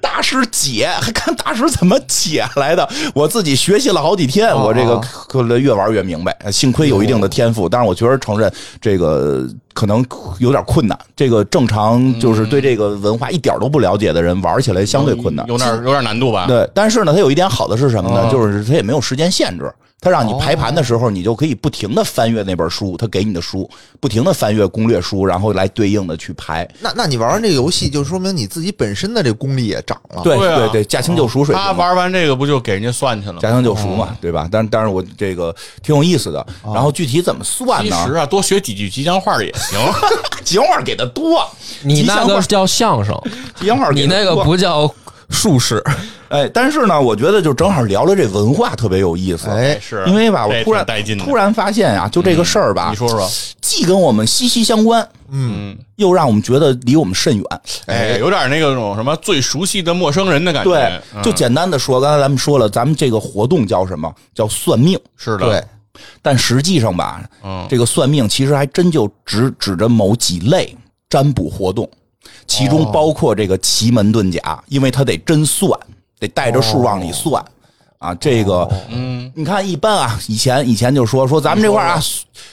Speaker 2: 大师解，还看大师怎么解来的，我自己学习了好几天，我
Speaker 4: 哦
Speaker 2: 这个可能越玩越明白，幸亏有一定的天赋，但是我确实承认这个可能有点困难，这个正常就是
Speaker 4: 嗯
Speaker 2: 对这个文化一点都不了解的人玩起来相对困难，
Speaker 3: 有点有点难度吧？
Speaker 2: 对，但是呢，它有一点好的是什么
Speaker 3: 哦
Speaker 2: 呢？就是它也没有时间限制，它让你排盘的时候，你就可以不停的翻阅那本书，它给你的书，不停的翻阅攻略书，然后来对应的去排。
Speaker 4: 那那你玩完这个游戏，就说明你自己本身的这功力也涨了。
Speaker 2: 对
Speaker 3: 对啊
Speaker 2: 对对，驾轻就熟水平嘛。
Speaker 3: 他玩哦完这个不就给人家算去了吗？
Speaker 2: 驾轻就熟嘛，对吧？但但是我这个挺有意思的。然后具体怎么算
Speaker 3: 哦其
Speaker 2: 呢？
Speaker 3: 实啊，多学几句吉祥话也 行。
Speaker 2: 吉祥话给的多，
Speaker 1: 你那
Speaker 2: 吉祥
Speaker 1: 个
Speaker 2: 话
Speaker 1: 叫相 声，
Speaker 2: 吉祥话给
Speaker 1: 你
Speaker 2: 得
Speaker 1: 那个
Speaker 2: 多
Speaker 1: 不叫术士。
Speaker 2: 哎，但是呢，我觉得就正好聊聊这文化特别有意思。
Speaker 4: 哎
Speaker 3: 是
Speaker 2: 因为吧，
Speaker 3: 这
Speaker 2: 我
Speaker 3: 也
Speaker 2: 突然
Speaker 3: 挺带劲的嗯
Speaker 2: 突然发现啊，就这个事儿吧，
Speaker 3: 你说说，
Speaker 2: 既跟我们息息相关，
Speaker 4: 嗯，
Speaker 2: 又让我们觉得离我们甚远。
Speaker 3: 哎，有点那个种什么最熟悉的陌生人的感觉。
Speaker 2: 对，
Speaker 3: 嗯
Speaker 2: 就简单的说，刚才咱们说了，咱们这个活动叫什么？叫算命。
Speaker 3: 是的，
Speaker 4: 对，
Speaker 2: 但实际上吧，
Speaker 3: 嗯
Speaker 2: 这个算命其实还真就只指着某几类占卜活动，其
Speaker 3: 哦
Speaker 2: 中包括这个奇门遁甲，因为它得真算，得带着数往里算。
Speaker 3: 哦
Speaker 2: 啊，这个，嗯，你看，一般啊，以前以前就说说咱们这块
Speaker 3: 嗯
Speaker 2: 儿啊，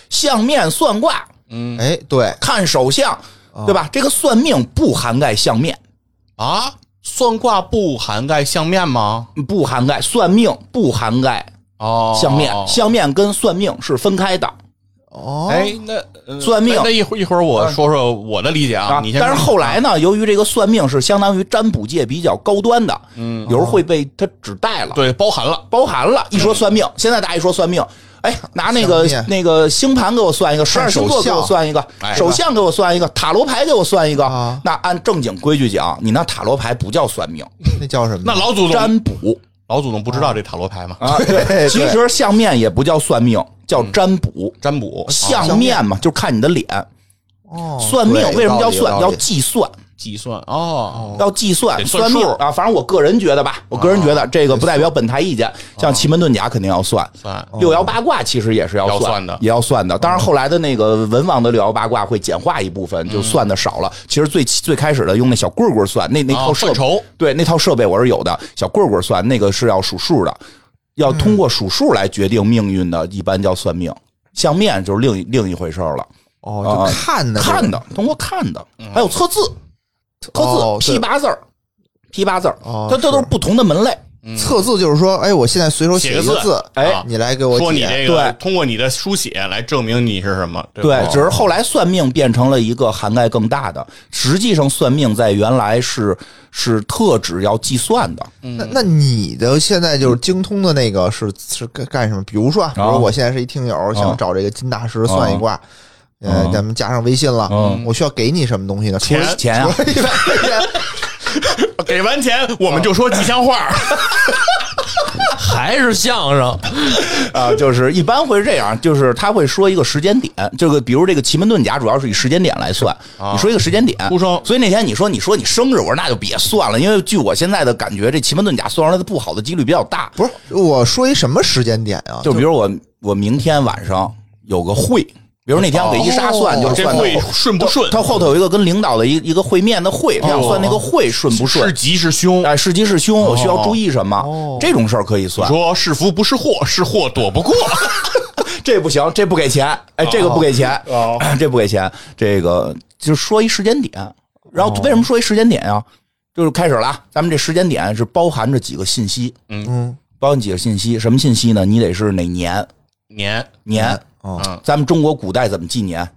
Speaker 2: 相面算卦，
Speaker 4: 哎，对，
Speaker 2: 看手相，
Speaker 3: 哦
Speaker 2: 对吧？这个算命不涵盖相面，
Speaker 3: 啊，算卦不涵盖相面吗？
Speaker 2: 不涵盖算命，不涵盖
Speaker 3: 哦，
Speaker 2: 相面，相面跟算命是分开的
Speaker 4: 哦，
Speaker 3: 哎，那呃
Speaker 2: 算命嗯
Speaker 3: 那那一会一会儿我说说我的理解啊，
Speaker 2: 啊
Speaker 3: 你。先说。
Speaker 2: 但是后来呢，由于这个算命是相当于占卜界比较高端的，嗯，有时候会被它指代了，，
Speaker 3: 哦对包含了，
Speaker 2: 包含了。一说算命，现在大家一说算命，哎，拿那个
Speaker 4: 相面
Speaker 2: 那个星盘给我算一个，十二星座
Speaker 4: 手
Speaker 2: 给
Speaker 4: 相
Speaker 2: 我算一个，
Speaker 3: 哎
Speaker 2: 手相给我算一个，塔罗牌给我算一个
Speaker 4: 啊。
Speaker 2: 那按正经规矩讲，你那塔罗牌不叫算命，
Speaker 4: 那叫什么？
Speaker 3: 那老祖宗
Speaker 2: 占卜
Speaker 3: 老祖宗不知道这塔罗牌吗？
Speaker 2: 啊。对，其实相面也不叫算命，叫
Speaker 4: 嗯
Speaker 2: 占卜。
Speaker 3: 占卜
Speaker 2: 哦
Speaker 3: 啊
Speaker 2: 相面嘛，就看你的脸。
Speaker 4: 哦，
Speaker 2: 算命
Speaker 4: 对
Speaker 2: 为什么
Speaker 4: 有道
Speaker 2: 叫算？
Speaker 4: 理有
Speaker 2: 叫
Speaker 4: 道理
Speaker 2: 计算。
Speaker 3: 计算哦，
Speaker 2: 要计算
Speaker 3: 得算
Speaker 2: 算命
Speaker 3: 数
Speaker 2: 啊，反正我个人觉得吧，我个人觉
Speaker 4: 啊
Speaker 2: 得这个不代表本台意
Speaker 4: 哦
Speaker 2: 见。像奇门遁甲肯定要算，
Speaker 3: 算
Speaker 2: 六爻八卦其实也是要
Speaker 3: 要
Speaker 2: 算
Speaker 3: 算的
Speaker 2: 也要算
Speaker 4: 哦
Speaker 2: 的。当然后来的那个文王的六爻八卦会简化一部
Speaker 4: 嗯
Speaker 2: 分，就算的少了。其实最最开始的用那小棍棍算，那那套
Speaker 3: 哦
Speaker 2: 设
Speaker 3: 算筹
Speaker 2: 对那套设备我是有的，小棍棍算那个是要数数的，要通过数数来决定命运的，一般叫算命。相面就是另一另一回事儿了，
Speaker 4: 哦，
Speaker 2: 啊
Speaker 4: 就看的
Speaker 2: 看的通过看的，还有测字，测
Speaker 4: 哦
Speaker 2: 字
Speaker 4: 对
Speaker 2: 批八字儿，批八字儿，
Speaker 4: 哦
Speaker 2: 它这都是不同的门类。
Speaker 4: 测字就是说，哎，我现在随手
Speaker 3: 写
Speaker 4: 写
Speaker 3: 个
Speaker 4: 一个
Speaker 3: 字
Speaker 4: 字，
Speaker 3: 哎
Speaker 4: 你来给我
Speaker 3: 说你
Speaker 4: 解
Speaker 3: 这个
Speaker 2: 对
Speaker 3: 通过你的书写来证明你是什么，吧
Speaker 2: 对，
Speaker 4: 哦
Speaker 2: 只是后来算命变成了一个涵盖更大的。实际上，算命在原来是是特指要计算的，
Speaker 4: 那那你的现在就是精通的那个是是干干什么？比如说啊，比如我现在是一听友，想找这个金大师算一卦，呃，咱们加上微信了，我需要给你什么东西呢？除了
Speaker 3: 钱
Speaker 2: 钱啊，
Speaker 4: 除了一百块钱，
Speaker 3: 哦给完钱我们就说吉祥话，
Speaker 1: 还是相声，
Speaker 2: 啊，就是一般会是这样，就是他会说一个时间点，这个比如这个奇门遁甲主要是以时间点来算，
Speaker 3: 啊
Speaker 2: 你说一个时间点
Speaker 3: 出生
Speaker 2: 所以那天你说你说你生日，我说那就别算了，因为据我现在的感觉，这奇门遁甲算出来的不好的几率比较大。
Speaker 4: 不是我说一什么时间点啊？
Speaker 2: 就比如我我明天晚上有个会，比如那天我给伊莎 算，就是
Speaker 3: 哦这
Speaker 2: 算
Speaker 3: 会
Speaker 2: 到
Speaker 3: 顺不顺？哦
Speaker 2: 他后头有一个跟领导的一一个会面的会，他想算那个会顺不顺
Speaker 3: 是。吉是凶？
Speaker 2: 哎，是吉是凶，我需要注意什么？这种事儿可以算，
Speaker 3: 说是福不是祸，是祸躲不过。
Speaker 2: 这不行，这不给钱，哎，这个不给钱， 这不给钱，这个就说一时间点。然后为什么说一时间点呀、就是开始了啊，咱们这时间点是包含着几个信息，
Speaker 4: 嗯，
Speaker 2: 包含几个信息，什么信息呢？你得是哪年
Speaker 3: 年
Speaker 2: 年？
Speaker 4: 哦
Speaker 2: 咱们中国古代怎么纪年？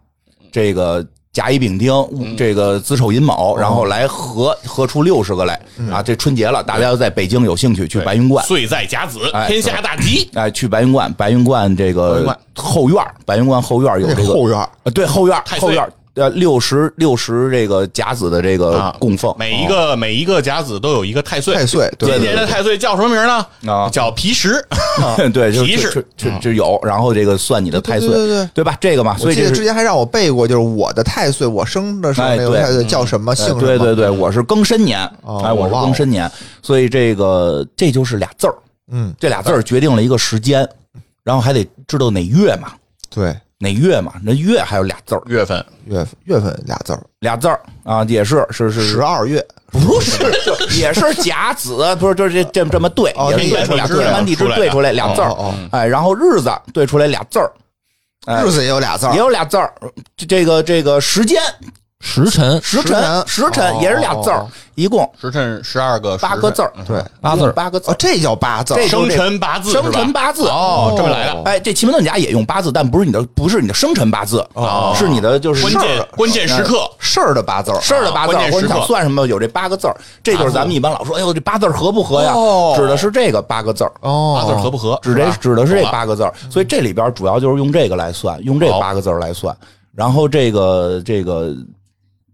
Speaker 2: 这个甲乙丙丁，戊这个子丑寅卯，然后来合合出六十个来啊！这春节了，大家要在北京有兴趣去白云观，
Speaker 3: 岁在甲子，
Speaker 2: 哎
Speaker 3: 天下大吉。
Speaker 2: 哎，去白云观，白云观这
Speaker 3: 云
Speaker 2: 个
Speaker 3: 观
Speaker 2: 后院儿，白云观后院儿有
Speaker 4: 那
Speaker 2: 这个
Speaker 4: 后院
Speaker 2: 呃，对后院儿
Speaker 3: 太岁
Speaker 2: 后院儿呃六十六十这个甲子的这个
Speaker 3: 啊
Speaker 2: 供奉，
Speaker 3: 每一个每一个甲子都有一个太岁，
Speaker 4: 太岁，对
Speaker 3: 今
Speaker 4: 对
Speaker 3: 年
Speaker 4: 对
Speaker 3: 的太岁叫什么名儿呢？
Speaker 2: 啊
Speaker 3: 叫皮 石。
Speaker 2: 对，就
Speaker 3: 提
Speaker 2: 就
Speaker 3: 示
Speaker 2: 就就就有，然后这个算你的太岁，
Speaker 4: 啊对对对对
Speaker 2: 吧？这个嘛，所
Speaker 4: 我
Speaker 2: 以
Speaker 4: 记
Speaker 2: 这
Speaker 4: 得
Speaker 2: 是
Speaker 4: 之前还让我背过，就是我的太岁，我生的时候
Speaker 2: 哎
Speaker 4: 那个
Speaker 2: 对
Speaker 4: 太岁叫什么姓
Speaker 2: 呃
Speaker 4: 什么？
Speaker 2: 对对对，我是庚申年，
Speaker 4: 哦
Speaker 2: 哎，
Speaker 4: 我
Speaker 2: 我是
Speaker 4: 忘
Speaker 2: 庚
Speaker 4: 了
Speaker 2: 申年，所以这个这就是俩字儿，
Speaker 4: 嗯，
Speaker 2: 这俩字儿决定了一个时间，然后还得知道哪月嘛，
Speaker 4: 对，
Speaker 2: 哪月嘛，那月还有俩字儿，
Speaker 3: 月份
Speaker 4: 月份月份俩字儿，
Speaker 2: 俩字儿啊，也是是是
Speaker 4: 十二月，
Speaker 2: 不是，就也是甲子，不是，就是这这这么对，
Speaker 4: 哦
Speaker 2: 也
Speaker 4: 这
Speaker 2: 是
Speaker 4: 个
Speaker 2: 对出俩
Speaker 3: 是
Speaker 2: 字儿，
Speaker 3: 这样
Speaker 2: 天地支
Speaker 3: 出来
Speaker 2: 对
Speaker 3: 的
Speaker 2: 出来俩字儿
Speaker 4: 哦哦，
Speaker 2: 哎，然后日子对出来俩字儿，哎
Speaker 4: 日子也有俩字
Speaker 3: 啊
Speaker 2: 也
Speaker 4: 儿，
Speaker 2: 有俩字儿，这这个这个时间
Speaker 1: 时辰
Speaker 2: 时
Speaker 4: 时辰
Speaker 2: 辰时
Speaker 4: 哦
Speaker 2: 辰也是俩字
Speaker 4: 哦
Speaker 2: 儿
Speaker 4: 哦，
Speaker 2: 一共
Speaker 3: 时辰十二个时辰
Speaker 2: 八个字儿，
Speaker 4: 对，
Speaker 1: 八字儿
Speaker 2: 八个字
Speaker 4: 哦
Speaker 2: 儿，，
Speaker 4: 这叫八字儿，
Speaker 2: 这
Speaker 3: 生辰八字
Speaker 2: 生辰
Speaker 3: 是吧
Speaker 2: 八字
Speaker 3: 哦，这么来的。
Speaker 2: 哎，这奇门遁甲也用八字，但不是你的，不是你的生辰八字，
Speaker 3: 哦
Speaker 2: 是你的就是
Speaker 3: 关
Speaker 2: 事儿
Speaker 3: 键关键时刻，
Speaker 4: 事儿的八字儿，
Speaker 2: 事儿啊的八字，
Speaker 3: 关键
Speaker 2: 或者
Speaker 3: 时
Speaker 2: 你想
Speaker 3: 刻
Speaker 2: 算什么，有这八个字儿，这就是咱们一般老说，哎呦，这八字儿合不合呀
Speaker 3: 哦？
Speaker 2: 指的是这个八个字儿。
Speaker 4: 哦，
Speaker 3: 八字合不合？
Speaker 2: 指
Speaker 3: 是
Speaker 2: 这
Speaker 3: 吧
Speaker 2: 指的是这
Speaker 3: 懂了
Speaker 2: 八个字儿，所以这里边主要就是用这个来算，用这八个字儿来算。然后这个这个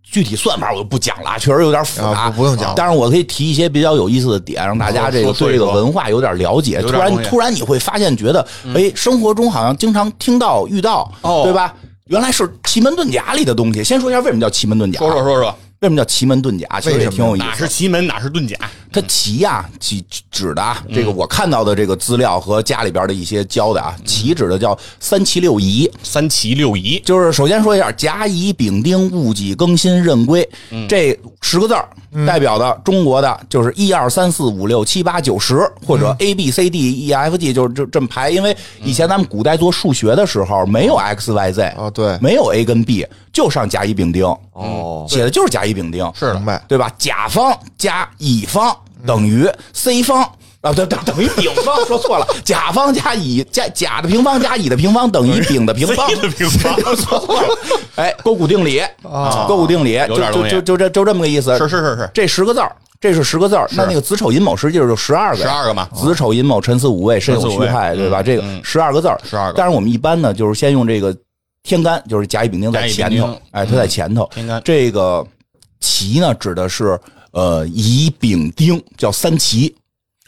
Speaker 2: 具体算法我就不讲了，确实有点复杂，
Speaker 4: 啊不不用讲了
Speaker 2: 但是我可以提一些比较有意思的点，让大家这
Speaker 3: 说
Speaker 2: 个
Speaker 3: 说
Speaker 2: 对这
Speaker 3: 一
Speaker 2: 个
Speaker 3: 说
Speaker 2: 文化有点了解。
Speaker 3: 有点
Speaker 2: 突然
Speaker 3: 东西
Speaker 2: 突然你会发现，觉得哎，生活中好像经常听到遇到，
Speaker 3: 哦
Speaker 2: 对吧？原来是奇门遁甲里的东西。先说一下为什么叫奇门遁甲，
Speaker 3: 说说说说，
Speaker 2: 为什么叫奇门遁甲，其实
Speaker 4: 为什
Speaker 2: 哦也
Speaker 4: 么
Speaker 2: 挺有意思的。
Speaker 3: 哪是奇门，哪是遁甲？
Speaker 2: 它旗呀、旗指的啊，这个我看到的这个资料和家里边的一些教的啊，旗指的叫三旗六仪，
Speaker 3: 三奇六 仪，
Speaker 2: 就是首先说一下甲乙丙丁戊己庚辛壬癸这十个字儿，代表的中国的就是一二三四五六七八九十，或者 A B C D E F G，就是就这么排。因为以前咱们古代做数学的时候没有 X Y Z，
Speaker 4: 哦对
Speaker 2: 没有 A 跟 B，就上甲乙丙丁，
Speaker 4: 哦，
Speaker 2: 写的就是甲乙丙丁，
Speaker 3: 是的，
Speaker 4: 明，白。
Speaker 2: 对吧？甲方加乙方等于 C 方啊，等等等于丙方，说错了，甲方加乙加甲的平方加乙的平方等于丙的平方
Speaker 3: 的啊平方
Speaker 2: 说错了。哎，勾股定理啊，勾股定理，
Speaker 3: 有
Speaker 2: 就
Speaker 3: 点
Speaker 2: 就
Speaker 3: 东西
Speaker 2: 就就这就这么个意思。
Speaker 3: 是是是是
Speaker 2: 这十个字儿。这是十个字儿，那那个子丑寅卯实际上就十二个呀，
Speaker 3: 12个嘛
Speaker 2: 子丑寅卯辰巳午未申酉
Speaker 3: 辰巳午
Speaker 2: 戌
Speaker 3: 未
Speaker 2: 亥，对吧？这个
Speaker 3: 嗯
Speaker 2: 十二个字儿，
Speaker 3: 12个
Speaker 2: 但是我们一般呢，就是先用这个天干，就是甲乙丙丁在
Speaker 3: 甲乙
Speaker 2: 前
Speaker 3: 丙
Speaker 2: 头
Speaker 3: 丁，嗯
Speaker 2: 哎，它在前头。
Speaker 3: 天干
Speaker 2: 这个奇呢，指的是呃乙丙丁，叫三奇。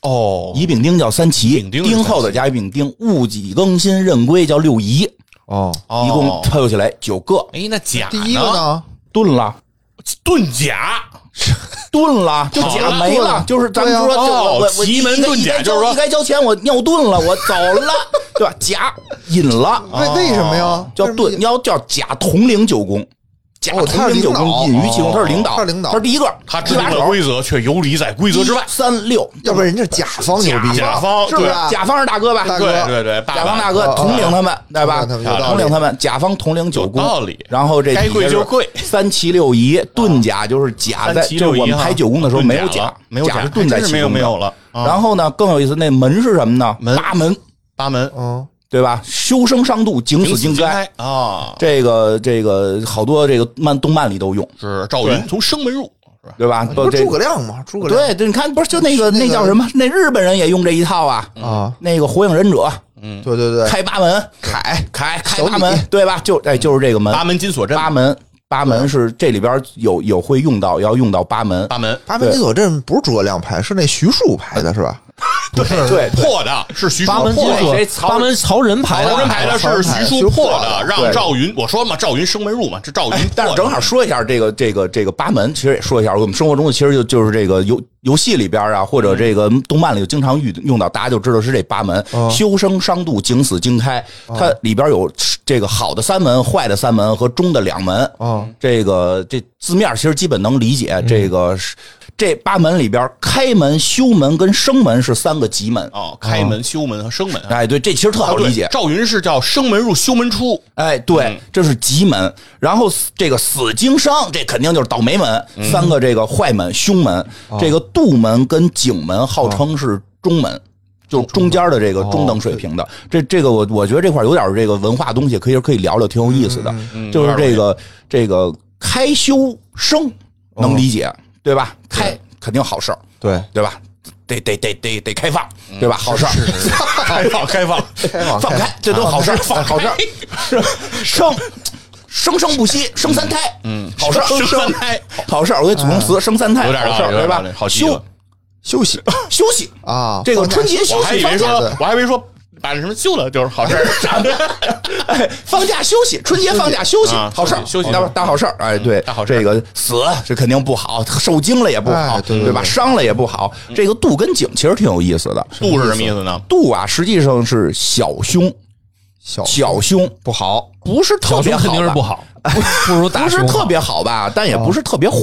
Speaker 3: 哦
Speaker 2: 乙丙丁叫三奇，
Speaker 3: 丙丁是
Speaker 2: 丁
Speaker 3: 三
Speaker 2: 后的甲乙丙丁，戊己庚辛壬癸叫六仪，
Speaker 4: 哦，
Speaker 2: 一共凑起来九个，
Speaker 3: 哎，那甲
Speaker 4: 第一个呢？
Speaker 2: 顿了。
Speaker 3: 遁甲，
Speaker 2: 炖了就
Speaker 3: 好
Speaker 2: 假
Speaker 3: 了
Speaker 2: 没了，就是咱们
Speaker 4: 对啊
Speaker 2: 说，就
Speaker 3: 哦
Speaker 2: 我我我
Speaker 3: 奇门
Speaker 2: 一该
Speaker 3: 遁甲
Speaker 2: 一该交
Speaker 3: 就是说
Speaker 2: 一该交钱，我尿遁了，我走 了，对吧？假引了，
Speaker 4: 为为什么呀？
Speaker 2: 啊哦叫
Speaker 4: 为什么
Speaker 2: 遁，要叫假统领九宫，假
Speaker 4: 哦他
Speaker 2: 统
Speaker 4: 是
Speaker 2: 领九
Speaker 4: 领导哦
Speaker 2: 宫，引于其宫，他是领导，
Speaker 4: 他是领导
Speaker 2: 他是第一个，
Speaker 3: 他制
Speaker 2: 一
Speaker 3: 定
Speaker 2: 把
Speaker 3: 了
Speaker 2: 手，
Speaker 3: 规则，却游离在规则之外
Speaker 2: 一。三六，
Speaker 4: 要不然人家甲方牛逼，
Speaker 3: 甲方
Speaker 4: 是不是
Speaker 3: 对
Speaker 4: 啊？
Speaker 2: 甲方是大哥吧？
Speaker 4: 大
Speaker 3: 对
Speaker 4: 哥
Speaker 3: 对对，
Speaker 2: 甲方大
Speaker 3: 大
Speaker 2: 哥
Speaker 4: 哦
Speaker 2: 统领他们，对吧？
Speaker 4: 统领他们有道理
Speaker 2: 统领他们，甲方统领九宫，
Speaker 3: 有道理
Speaker 2: 然后这
Speaker 3: 该跪就跪
Speaker 2: 三七六移，遁甲就是甲在，
Speaker 3: 三七六
Speaker 2: 就是
Speaker 3: 一
Speaker 2: 我们
Speaker 3: 哈
Speaker 2: 排九宫的时候
Speaker 3: 遁
Speaker 2: 没有
Speaker 3: 甲
Speaker 2: 甲
Speaker 3: 了，没有
Speaker 2: 甲
Speaker 3: 甲
Speaker 2: 是遁在
Speaker 3: 还真是
Speaker 2: 其
Speaker 3: 没有
Speaker 2: 中
Speaker 3: 没
Speaker 2: 的
Speaker 3: 有了啊
Speaker 2: 然后呢，更有意思，那门是什么呢？
Speaker 3: 门
Speaker 2: 八门，
Speaker 3: 八门，
Speaker 4: 嗯，
Speaker 2: 对吧？修生伤度，景死经
Speaker 3: 该
Speaker 2: 灾。
Speaker 3: 啊，
Speaker 2: 这个这个好多这个漫动漫里都用，
Speaker 3: 是赵云从生门入，是吧？
Speaker 2: 对吧？
Speaker 4: 啊不
Speaker 2: 都
Speaker 4: 是
Speaker 2: 这
Speaker 4: 诸葛亮吗？诸葛亮
Speaker 2: 对对，你看不是就那个
Speaker 4: 那个
Speaker 2: 那叫什么？那日本人也用这一套啊，
Speaker 4: 啊，
Speaker 2: 那个火影忍者
Speaker 4: 对对对，
Speaker 2: 嗯开八门，凯凯开
Speaker 4: 小
Speaker 2: 八
Speaker 4: 李
Speaker 2: 门，对吧？就哎就是这个门，
Speaker 3: 八门金锁阵，
Speaker 2: 八门，八门是这里边有有会用到，要用到八
Speaker 4: 啊
Speaker 2: 门。
Speaker 3: 八门
Speaker 4: 八门金锁阵不是诸葛亮排，是那徐庶排的，是吧？
Speaker 3: 对
Speaker 2: 哎
Speaker 3: 对破的是徐庶
Speaker 5: 八门金
Speaker 3: 破的。
Speaker 5: 锁
Speaker 2: 谁，曹
Speaker 5: 八门曹仁牌
Speaker 3: 曹
Speaker 5: 的，
Speaker 3: 仁牌的是徐庶破的，让
Speaker 2: 对哎
Speaker 3: 赵云我说嘛，赵云生门入嘛，这赵云
Speaker 2: 但
Speaker 3: 破
Speaker 2: 是
Speaker 3: 的
Speaker 2: 正好说一下这个这个这个八门，其实也说一下，我们生活中其实就就是这个游游戏里边啊，或者
Speaker 3: 嗯
Speaker 2: 这个动漫里就经常遇用到，大家就知道是这八门：
Speaker 3: 哦
Speaker 2: 修生、伤度、景死、经开。它里边有这个好的三门、坏的三门和中的两门。
Speaker 4: 哦，
Speaker 2: 这个这字面其实基本能理解。
Speaker 3: 嗯
Speaker 2: 这个是这八门里边，开门、修门跟生门是三个极门。
Speaker 3: 哦，开门、修门和生门啊，
Speaker 2: 嗯哎，对，这其实特好理解
Speaker 3: 对。赵云是叫生门入，修门出，
Speaker 2: 哎，对，这是吉门，然后死这个死经伤，这肯定就是倒霉门，三个这个坏门、凶门，这个杜门跟景门号称是中门。就是哦中间的这个中等水平的，这这个我我觉得这块有点这个文化东西，可以可以聊聊，挺有意思的。就是这个这个开修生能理解，哦对吧？开肯定好事儿，
Speaker 4: 对，
Speaker 2: 对吧？得得得得得开放，对吧？好事儿，开放开 放放开，这都好事儿，放好事儿， 生生生不息，生三胎，嗯，好事儿，
Speaker 3: 生三胎，
Speaker 2: 好事儿，我给祖宗词，生三胎，
Speaker 3: 有点道
Speaker 2: 好
Speaker 3: 理
Speaker 2: 事儿，
Speaker 3: 有点
Speaker 2: 对吧
Speaker 3: 道理？好极
Speaker 2: 休
Speaker 3: 了
Speaker 4: 休息
Speaker 2: 休息，
Speaker 4: 啊，
Speaker 2: 这个
Speaker 4: 放假
Speaker 2: 春节
Speaker 3: 我
Speaker 2: 休
Speaker 3: 还
Speaker 2: 息
Speaker 3: 以为
Speaker 2: 放
Speaker 3: 说
Speaker 2: 假，
Speaker 3: 我还以为说把什么救了就是好事儿，
Speaker 2: 哎，放假休息，春节放假休息
Speaker 3: 啊，
Speaker 2: 好事儿，
Speaker 3: 休息休息
Speaker 2: 大大好事儿，哎，对，
Speaker 3: 大好事儿
Speaker 2: 这个死这肯定不好，受惊了也不好，
Speaker 4: 哎对对
Speaker 2: 吧？伤了也不好，这个度跟景其实挺有意思的，
Speaker 3: 度是什么意思呢？
Speaker 2: 度啊，实际上是小凶，
Speaker 4: 小
Speaker 2: 小凶不好，不是特
Speaker 1: 小
Speaker 2: 别
Speaker 1: 熊
Speaker 2: 好，
Speaker 1: 肯定是不，好，不不如大
Speaker 2: 不是
Speaker 1: 熊好
Speaker 2: 特别好吧，但也不是特别坏，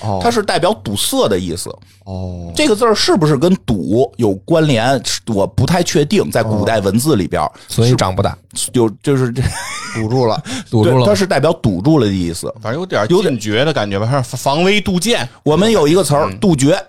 Speaker 4: 哦
Speaker 2: 它是代表堵塞的意思。
Speaker 4: 哦，
Speaker 2: 这个字儿是不是跟堵有关联？我不太确定，在
Speaker 4: 哦
Speaker 2: 古代文字里边，
Speaker 1: 所以长不大，
Speaker 2: 有就是这，
Speaker 4: 堵住了，
Speaker 1: 堵住
Speaker 2: 对，
Speaker 1: 了
Speaker 2: 它
Speaker 1: 吗。
Speaker 2: 是代表堵住了的意思。
Speaker 3: 反正有点禁绝的感觉吧，反正防微杜渐，
Speaker 2: 我们有一个词
Speaker 1: 嗯
Speaker 2: 儿“杜绝”，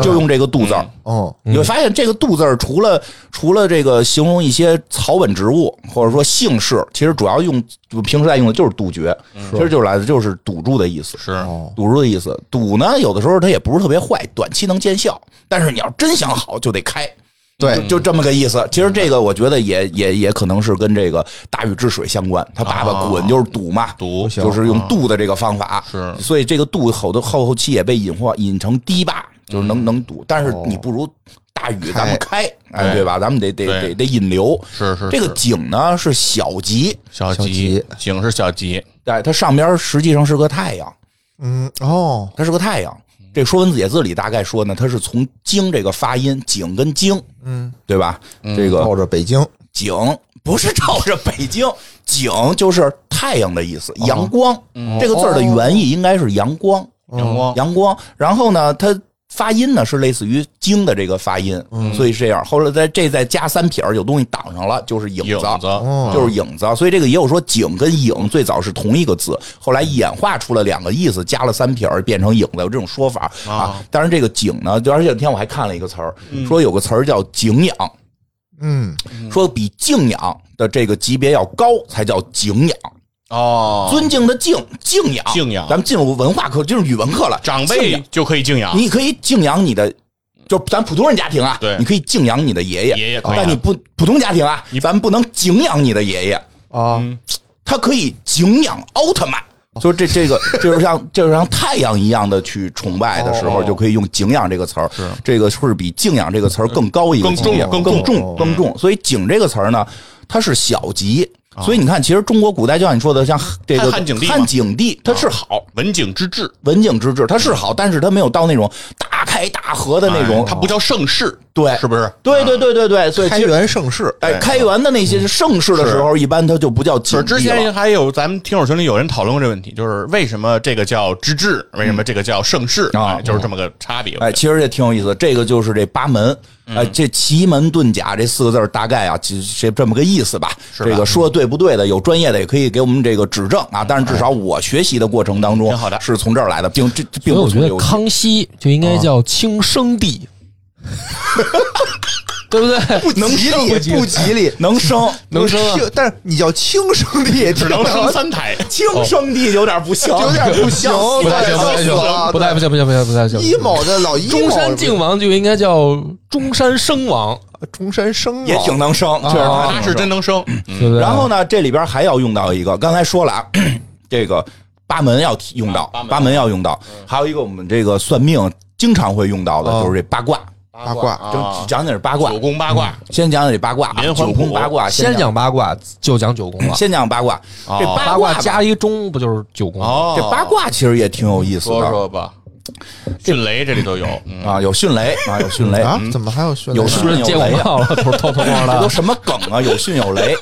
Speaker 2: 就用这个“杜”字儿。
Speaker 4: 嗯，
Speaker 2: 你会发现这个“杜”字儿，除了除了这个形容一些草本植物或者说姓氏，其实主要用我平时在用的就是“杜绝”，
Speaker 4: 嗯
Speaker 2: 其实就是来自就是堵住的意思。
Speaker 3: 是
Speaker 2: 堵住的意思，堵呢有的时候它也不是特别坏，短期能见效，但是你要真想好就得开。
Speaker 3: 嗯
Speaker 4: 对，
Speaker 2: 就这么个意思。其实这个我觉得也也也可能是跟这个大禹治水相关。他爸爸滚就是堵嘛，
Speaker 3: 啊堵啊
Speaker 2: 就是用渡的这个方法。
Speaker 3: 是
Speaker 2: 所以这个渡后头后后期也被引化引成堤坝，就是
Speaker 3: 嗯
Speaker 2: 能能堵，但是你不如大禹咱们开，哎，
Speaker 3: 哦对
Speaker 2: 对吧？咱们得得
Speaker 3: 对
Speaker 2: 得得引流。
Speaker 3: 是是
Speaker 2: 这个
Speaker 3: 是
Speaker 2: 井呢是小吉，
Speaker 3: 小
Speaker 4: 吉
Speaker 3: 吉，井是小吉，
Speaker 2: 哎，它上边实际上是个太阳。
Speaker 4: 嗯，哦，
Speaker 2: 它是个太阳。这《说文解字》里大概说呢，它是从“经”这个发音，“景”跟“经”，嗯，对吧？这个
Speaker 4: 绕着北京，
Speaker 2: “景”不是照着北京，“景”就是太阳的意思，阳光。这个字儿的原意应该是阳光，
Speaker 3: 阳光
Speaker 2: 阳光。然后呢，它发音呢是类似于“经”的这个发音，所以是这样。后来在这再加三撇儿，有东西挡上了，就是影
Speaker 3: 影子，
Speaker 4: 哦
Speaker 2: 就是影子，所以这个也有说井跟影最早是同一个字，后来演化出了两个意思，加了三撇儿变成影子，有这种说法啊。当然，这个井呢，就而且那天我还看了一个词儿，
Speaker 3: 嗯
Speaker 2: 说有个词儿叫井仰，
Speaker 4: 嗯，
Speaker 2: 说比敬仰的这个级别要高才叫敬仰，
Speaker 3: 哦，
Speaker 2: 尊敬的敬，敬仰，
Speaker 3: 敬仰
Speaker 2: 咱们进入文化课，就是语文课了，
Speaker 3: 长
Speaker 2: 敬
Speaker 3: 辈
Speaker 2: 仰
Speaker 3: 就可以敬仰，
Speaker 2: 你可以敬仰你的。就咱普通人家庭啊，
Speaker 3: 对
Speaker 2: 你可以敬仰你的爷爷，
Speaker 3: 爷爷可以啊
Speaker 2: 但你不普通家庭啊，咱们不能敬仰你的爷爷，
Speaker 4: 啊，
Speaker 2: 他可以敬仰奥特曼。
Speaker 3: 哦
Speaker 2: 就是 这这个，就是像就是像太阳一样的去崇拜的时
Speaker 3: 哦
Speaker 2: 候，就可以用“敬仰”这个词儿。这个是比“敬仰”这个词儿更高一个
Speaker 3: 更
Speaker 2: 级别，
Speaker 3: 重哦
Speaker 2: 更
Speaker 3: 更
Speaker 2: 重更重。所以“景”这个词儿呢，它是小吉，所以你看，其实中国古代就像你说的，像这个
Speaker 3: 汉汉景帝嘛哦
Speaker 2: 汉景帝它是好，
Speaker 3: 文景之治
Speaker 2: 文景之治它是好，但是它没有到那种大开大合的那种，
Speaker 3: 哎它不叫盛世，
Speaker 2: 对
Speaker 3: 是不是？嗯
Speaker 2: 对对对对对，所以
Speaker 4: 开
Speaker 2: 其实
Speaker 4: 元盛世，
Speaker 2: 哎，开元的那些盛世的时候，一般它就不叫景
Speaker 3: 是
Speaker 2: 帝
Speaker 3: 之
Speaker 2: 了
Speaker 3: 前还有咱们听友群里有人讨论过这问题，就是为什么这个叫之治，为什么这个叫盛世
Speaker 2: 啊
Speaker 3: 哎就是这么个差别。
Speaker 2: 嗯哎，其实这挺有意思，这个就是这八门，
Speaker 3: 嗯
Speaker 2: 哎，这奇门遁甲这四个字儿大概啊，这这这么个意思吧。
Speaker 3: 吧嗯
Speaker 2: 这个说对不对的，有专业的也可以给我们这个指正啊。但是至少我学习的过程当中，
Speaker 3: 哎挺好的
Speaker 2: 是从这儿来的，并这这
Speaker 1: 所以
Speaker 2: 并不
Speaker 1: 我
Speaker 2: 是
Speaker 1: 觉得
Speaker 2: 从游戏。
Speaker 1: 康熙就应该叫清生 帝，对不
Speaker 2: 啊
Speaker 1: 对？
Speaker 4: 不能吉利，不 吉利，
Speaker 2: 能生
Speaker 1: 能生啊
Speaker 4: 清但是你叫轻生帝也
Speaker 3: 只能生三胎，
Speaker 2: 轻生地有点不行，
Speaker 4: 有点不行，
Speaker 1: 不太哦行，不太行，不太不行，不行，不行，不太行。
Speaker 4: 一某的老一
Speaker 1: 中山靖王就应该叫中山生王，
Speaker 4: 中山生啊
Speaker 2: 也挺能生，确实
Speaker 1: 啊
Speaker 3: 他是真能生。嗯
Speaker 1: 对不对？
Speaker 2: 然后呢，这里边还要用到一个，刚才说了啊， 这个八门要提用到
Speaker 3: 啊八，门嗯
Speaker 2: 八门要用到，还有一个我们这个算命经常会用到的，
Speaker 4: 哦
Speaker 2: 就是这八卦。
Speaker 4: 八卦
Speaker 3: 啊
Speaker 2: 就讲讲这八卦，
Speaker 3: 九宫八卦，
Speaker 2: 先讲讲这八卦啊，
Speaker 3: 连环
Speaker 2: 九
Speaker 3: 谱
Speaker 2: 宫八卦，
Speaker 1: 先
Speaker 2: 讲
Speaker 1: 讲八卦，就讲九宫了。
Speaker 2: 先讲八卦。这
Speaker 3: 哦
Speaker 2: 八
Speaker 1: 八卦
Speaker 2: 吧
Speaker 1: 加一中不就是九宫？
Speaker 3: 哦
Speaker 2: 嗯这八卦其实也挺有意思
Speaker 3: 说
Speaker 2: 的
Speaker 3: 说吧，迅雷这里头有，嗯
Speaker 2: 啊，有迅雷啊，有迅雷，
Speaker 4: 啊？怎么还有宣
Speaker 2: 有
Speaker 1: 是
Speaker 2: 迅
Speaker 1: 不是
Speaker 2: 有
Speaker 1: 见广
Speaker 2: 雷啊，
Speaker 1: 告了？偷偷偷摸
Speaker 2: 这都
Speaker 1: 的。
Speaker 2: 什么梗啊？有迅有雷，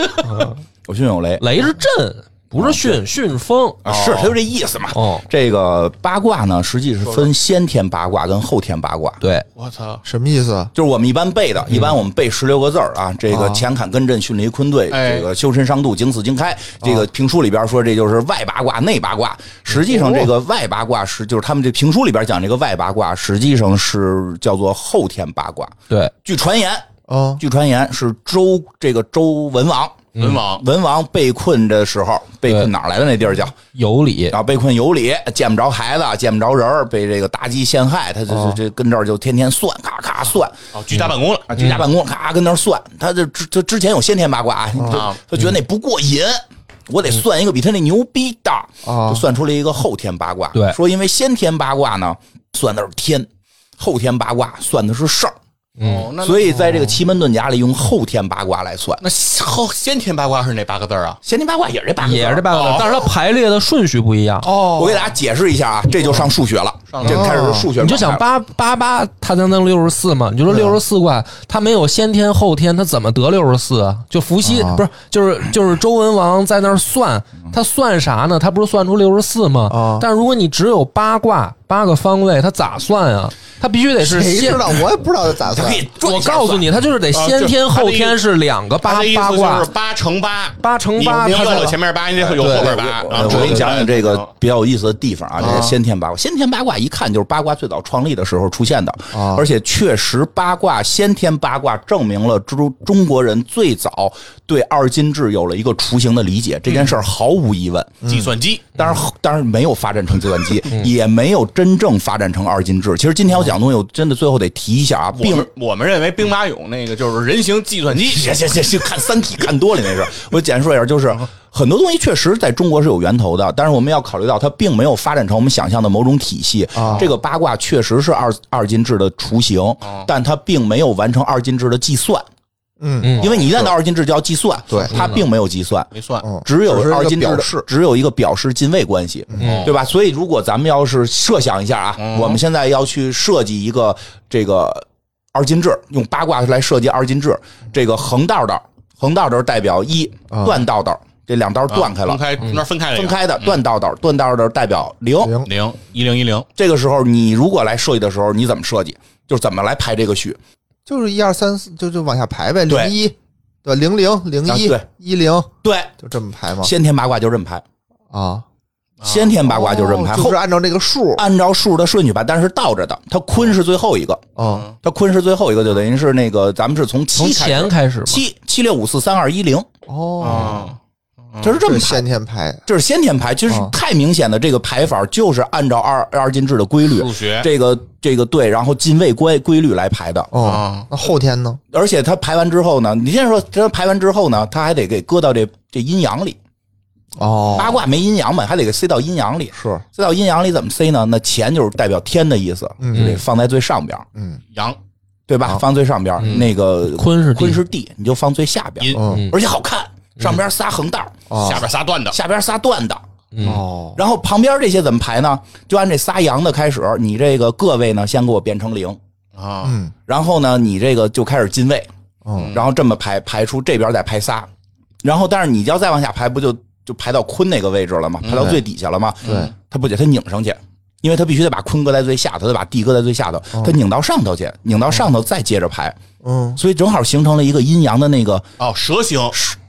Speaker 2: 有迅有雷
Speaker 1: 雷是震，不是巽，巽风
Speaker 2: 啊，是它就这意思嘛
Speaker 1: 哦。
Speaker 2: 这个八卦呢，实际是分先天八卦跟后天八卦。
Speaker 1: 对，
Speaker 3: 我操，
Speaker 4: 什么意思？
Speaker 2: 就是我们一般背的，一般我们背十六个字儿啊，这个
Speaker 4: 啊
Speaker 2: 乾坎艮震巽离坤兑，
Speaker 3: 哎
Speaker 2: 这个修身商度经死经开，这个评书里边说这就是外八卦内八卦，实际上这个外八卦是就是他们这评书里边讲这个外八卦，实际上是叫做后天八卦。
Speaker 1: 对，
Speaker 2: 据传言，
Speaker 4: 哦，
Speaker 2: 据传言是周这个周文王。
Speaker 3: 嗯文王
Speaker 2: 文王被困的时候，被
Speaker 1: 对
Speaker 2: 困哪儿来的那地儿叫
Speaker 1: 有理。
Speaker 2: 啊？被困有里，见不着孩子，见不着人儿，被这个妲己陷害，他这这这跟这儿就天天算，咔咔算，
Speaker 3: 哦，居家办公了，
Speaker 2: 啊，居家办公，咔跟那儿算，他这之他之前有先天八卦啊，他他觉得那不过瘾，我
Speaker 1: 嗯
Speaker 2: 得算一个比他那牛逼的，
Speaker 4: 啊
Speaker 2: 就算出了一个后天八卦。
Speaker 1: 对
Speaker 2: 说因为先天八卦呢算的是天，后天八卦算的是事儿，
Speaker 1: 嗯
Speaker 3: 哦，那
Speaker 2: 所以在这个奇门遁甲里用后天八卦来算，
Speaker 3: 那后先天八卦是哪八个字儿啊？
Speaker 2: 先天八卦也是这八个字儿，
Speaker 1: 也是这八个字
Speaker 3: 哦，
Speaker 1: 但是它排列的顺序不一样。
Speaker 3: 哦
Speaker 2: 我给大家解释一下啊，这就上数学了，这开始是数学
Speaker 1: 哦
Speaker 2: 状态了，
Speaker 1: 你就想八八八，它才能六十四嘛？你就说六十四卦，它没有先天后天，它怎么得六十四啊？就伏羲不是，就是就是周文王在那儿算，他算啥呢？他不是算出六十四吗
Speaker 4: 啊？
Speaker 1: 但如果你只有八卦八个方位，他咋算啊？他必须得是
Speaker 4: 谁
Speaker 1: 先
Speaker 4: 知。道？我也不知道咋
Speaker 2: 他
Speaker 4: 算
Speaker 2: 可。以转
Speaker 1: 我
Speaker 2: 一下
Speaker 1: 告诉你，他就是得
Speaker 3: 啊
Speaker 1: 先天
Speaker 3: 就他的
Speaker 1: 后
Speaker 3: 意
Speaker 1: 天是两个
Speaker 3: 他
Speaker 1: 八
Speaker 3: 的意
Speaker 1: 八
Speaker 3: 思
Speaker 1: 卦
Speaker 3: 就是，八乘八，
Speaker 1: 八乘八它
Speaker 3: 你你有
Speaker 1: 才
Speaker 3: 了前面八，你得有 后边八啊。
Speaker 2: 我给你讲讲这
Speaker 3: 啊
Speaker 2: 个比较有意思的地方啊，这个先天八卦。先天八卦一看就是八卦最早创立的时候出现的，
Speaker 4: 啊
Speaker 2: 而且确实八卦先天八卦证明了中中国人最早对二进制有了一个雏形的理解，这件事儿毫无疑问。
Speaker 3: 计算机，
Speaker 2: 当然，当然没有发展成计算机，也没有真正发展成二进制。其实今天我讲的东西，我真的最后得提一下啊，
Speaker 3: 我
Speaker 2: 并
Speaker 3: 们我们认为兵马俑那个就是人形计算机，
Speaker 2: 行行行行，看《三体》看多了那是。我简单说一下，就是很多东西确实在中国是有源头的，但是我们要考虑到它并没有发展成我们想象的某种体系。
Speaker 4: 啊
Speaker 2: 这个八卦确实是二二进制的雏形，
Speaker 4: 哦
Speaker 2: 但它并没有完成二进制的计算，
Speaker 4: 嗯，
Speaker 2: 因为你一旦到二进制就要计算，
Speaker 4: 对
Speaker 2: 它并没有计算。
Speaker 3: 没算
Speaker 4: 嗯
Speaker 2: 只有
Speaker 4: 只是一个
Speaker 2: 二进制的
Speaker 4: 表示嗯
Speaker 2: 只有一个表示近卫关系，
Speaker 3: 哦
Speaker 2: 对吧？所以如果咱们要是设想一下啊，
Speaker 3: 嗯
Speaker 2: 我们现在要去设计一个这个二进制，用八卦来设计二进制，这个横道道，横道道代表一，
Speaker 4: 啊
Speaker 2: 断道道这两道断开了
Speaker 3: 啊分，开那分开了一嗯
Speaker 2: 分
Speaker 3: 个，
Speaker 2: 开的断道道，断道道代表零。
Speaker 4: 行，
Speaker 3: 零一零一零，
Speaker 2: 这个时候你如果来设计的时候，你怎么设计？就是怎么来排这个序？
Speaker 4: 就是一二三四，就就往下排呗，
Speaker 2: 对
Speaker 4: 零一，对，零零零
Speaker 2: 啊
Speaker 4: 一
Speaker 2: 对，
Speaker 4: 一零，
Speaker 2: 对，
Speaker 4: 就这么排吗？
Speaker 2: 先天八卦就这么排，
Speaker 4: 啊，
Speaker 2: 先天八卦就这么排，
Speaker 4: 哦就
Speaker 2: 后
Speaker 4: 是按照这个数
Speaker 2: 按照数的顺序排，但是倒着的，它坤是最后一个。
Speaker 4: 啊，
Speaker 2: 它坤是最后一个，就等于是那个咱们是从
Speaker 1: 从
Speaker 2: 七开
Speaker 1: 前
Speaker 2: 始，
Speaker 1: 开始嘛。
Speaker 2: 七七六五四三二一零，
Speaker 3: 嗯
Speaker 4: 哦，
Speaker 2: 它是这么
Speaker 4: 是
Speaker 2: 排
Speaker 4: 先。天排，
Speaker 2: 这是先天排，就是
Speaker 4: 哦
Speaker 2: 太明显的这个排法，就是按照二二进制的规律，
Speaker 3: 数学
Speaker 2: 这个这个对，然后进位规规律来排的。
Speaker 4: 哦
Speaker 3: 啊，
Speaker 4: 那后天呢？
Speaker 2: 而且它排完之后呢，你先说它排完之后呢，它还得给搁到这这阴阳里，
Speaker 4: 哦，
Speaker 2: 八卦没阴阳嘛，还得给塞到阴阳里。
Speaker 4: 是，
Speaker 2: 塞到阴阳里怎么塞呢？那乾就是代表天的意思，
Speaker 4: 嗯
Speaker 2: 就得放在最上边儿，
Speaker 4: 嗯
Speaker 3: 阳
Speaker 2: 对吧？放最上边儿，那个
Speaker 1: 坤是地
Speaker 2: 坤是地，你就放最下边儿。
Speaker 3: 阴
Speaker 4: 嗯
Speaker 1: 嗯
Speaker 2: 而且好看。上边仨横道，
Speaker 4: 啊
Speaker 3: 下边仨段的，
Speaker 2: 下边仨段的。
Speaker 4: 哦，
Speaker 2: 然后旁边这些怎么排呢？就按这仨阳的开始，你这个个位呢先给我变成零，
Speaker 3: 啊，
Speaker 4: 嗯
Speaker 2: 然后呢你这个就开始进位，
Speaker 4: 嗯，
Speaker 2: 然后这么排排出这边再排仨，然后但是你要再往下排，不就就排到坤那个位置了吗？排到最底下了吗？
Speaker 4: 嗯对，嗯
Speaker 2: 他不得他拧上去，因为他必须得把坤搁在最下头，得把地搁在最下头，
Speaker 4: 哦
Speaker 2: 他拧到上头去，拧到上头再接着排，
Speaker 4: 嗯，
Speaker 2: 所以正好形成了一个阴阳的那个
Speaker 3: 哦，蛇形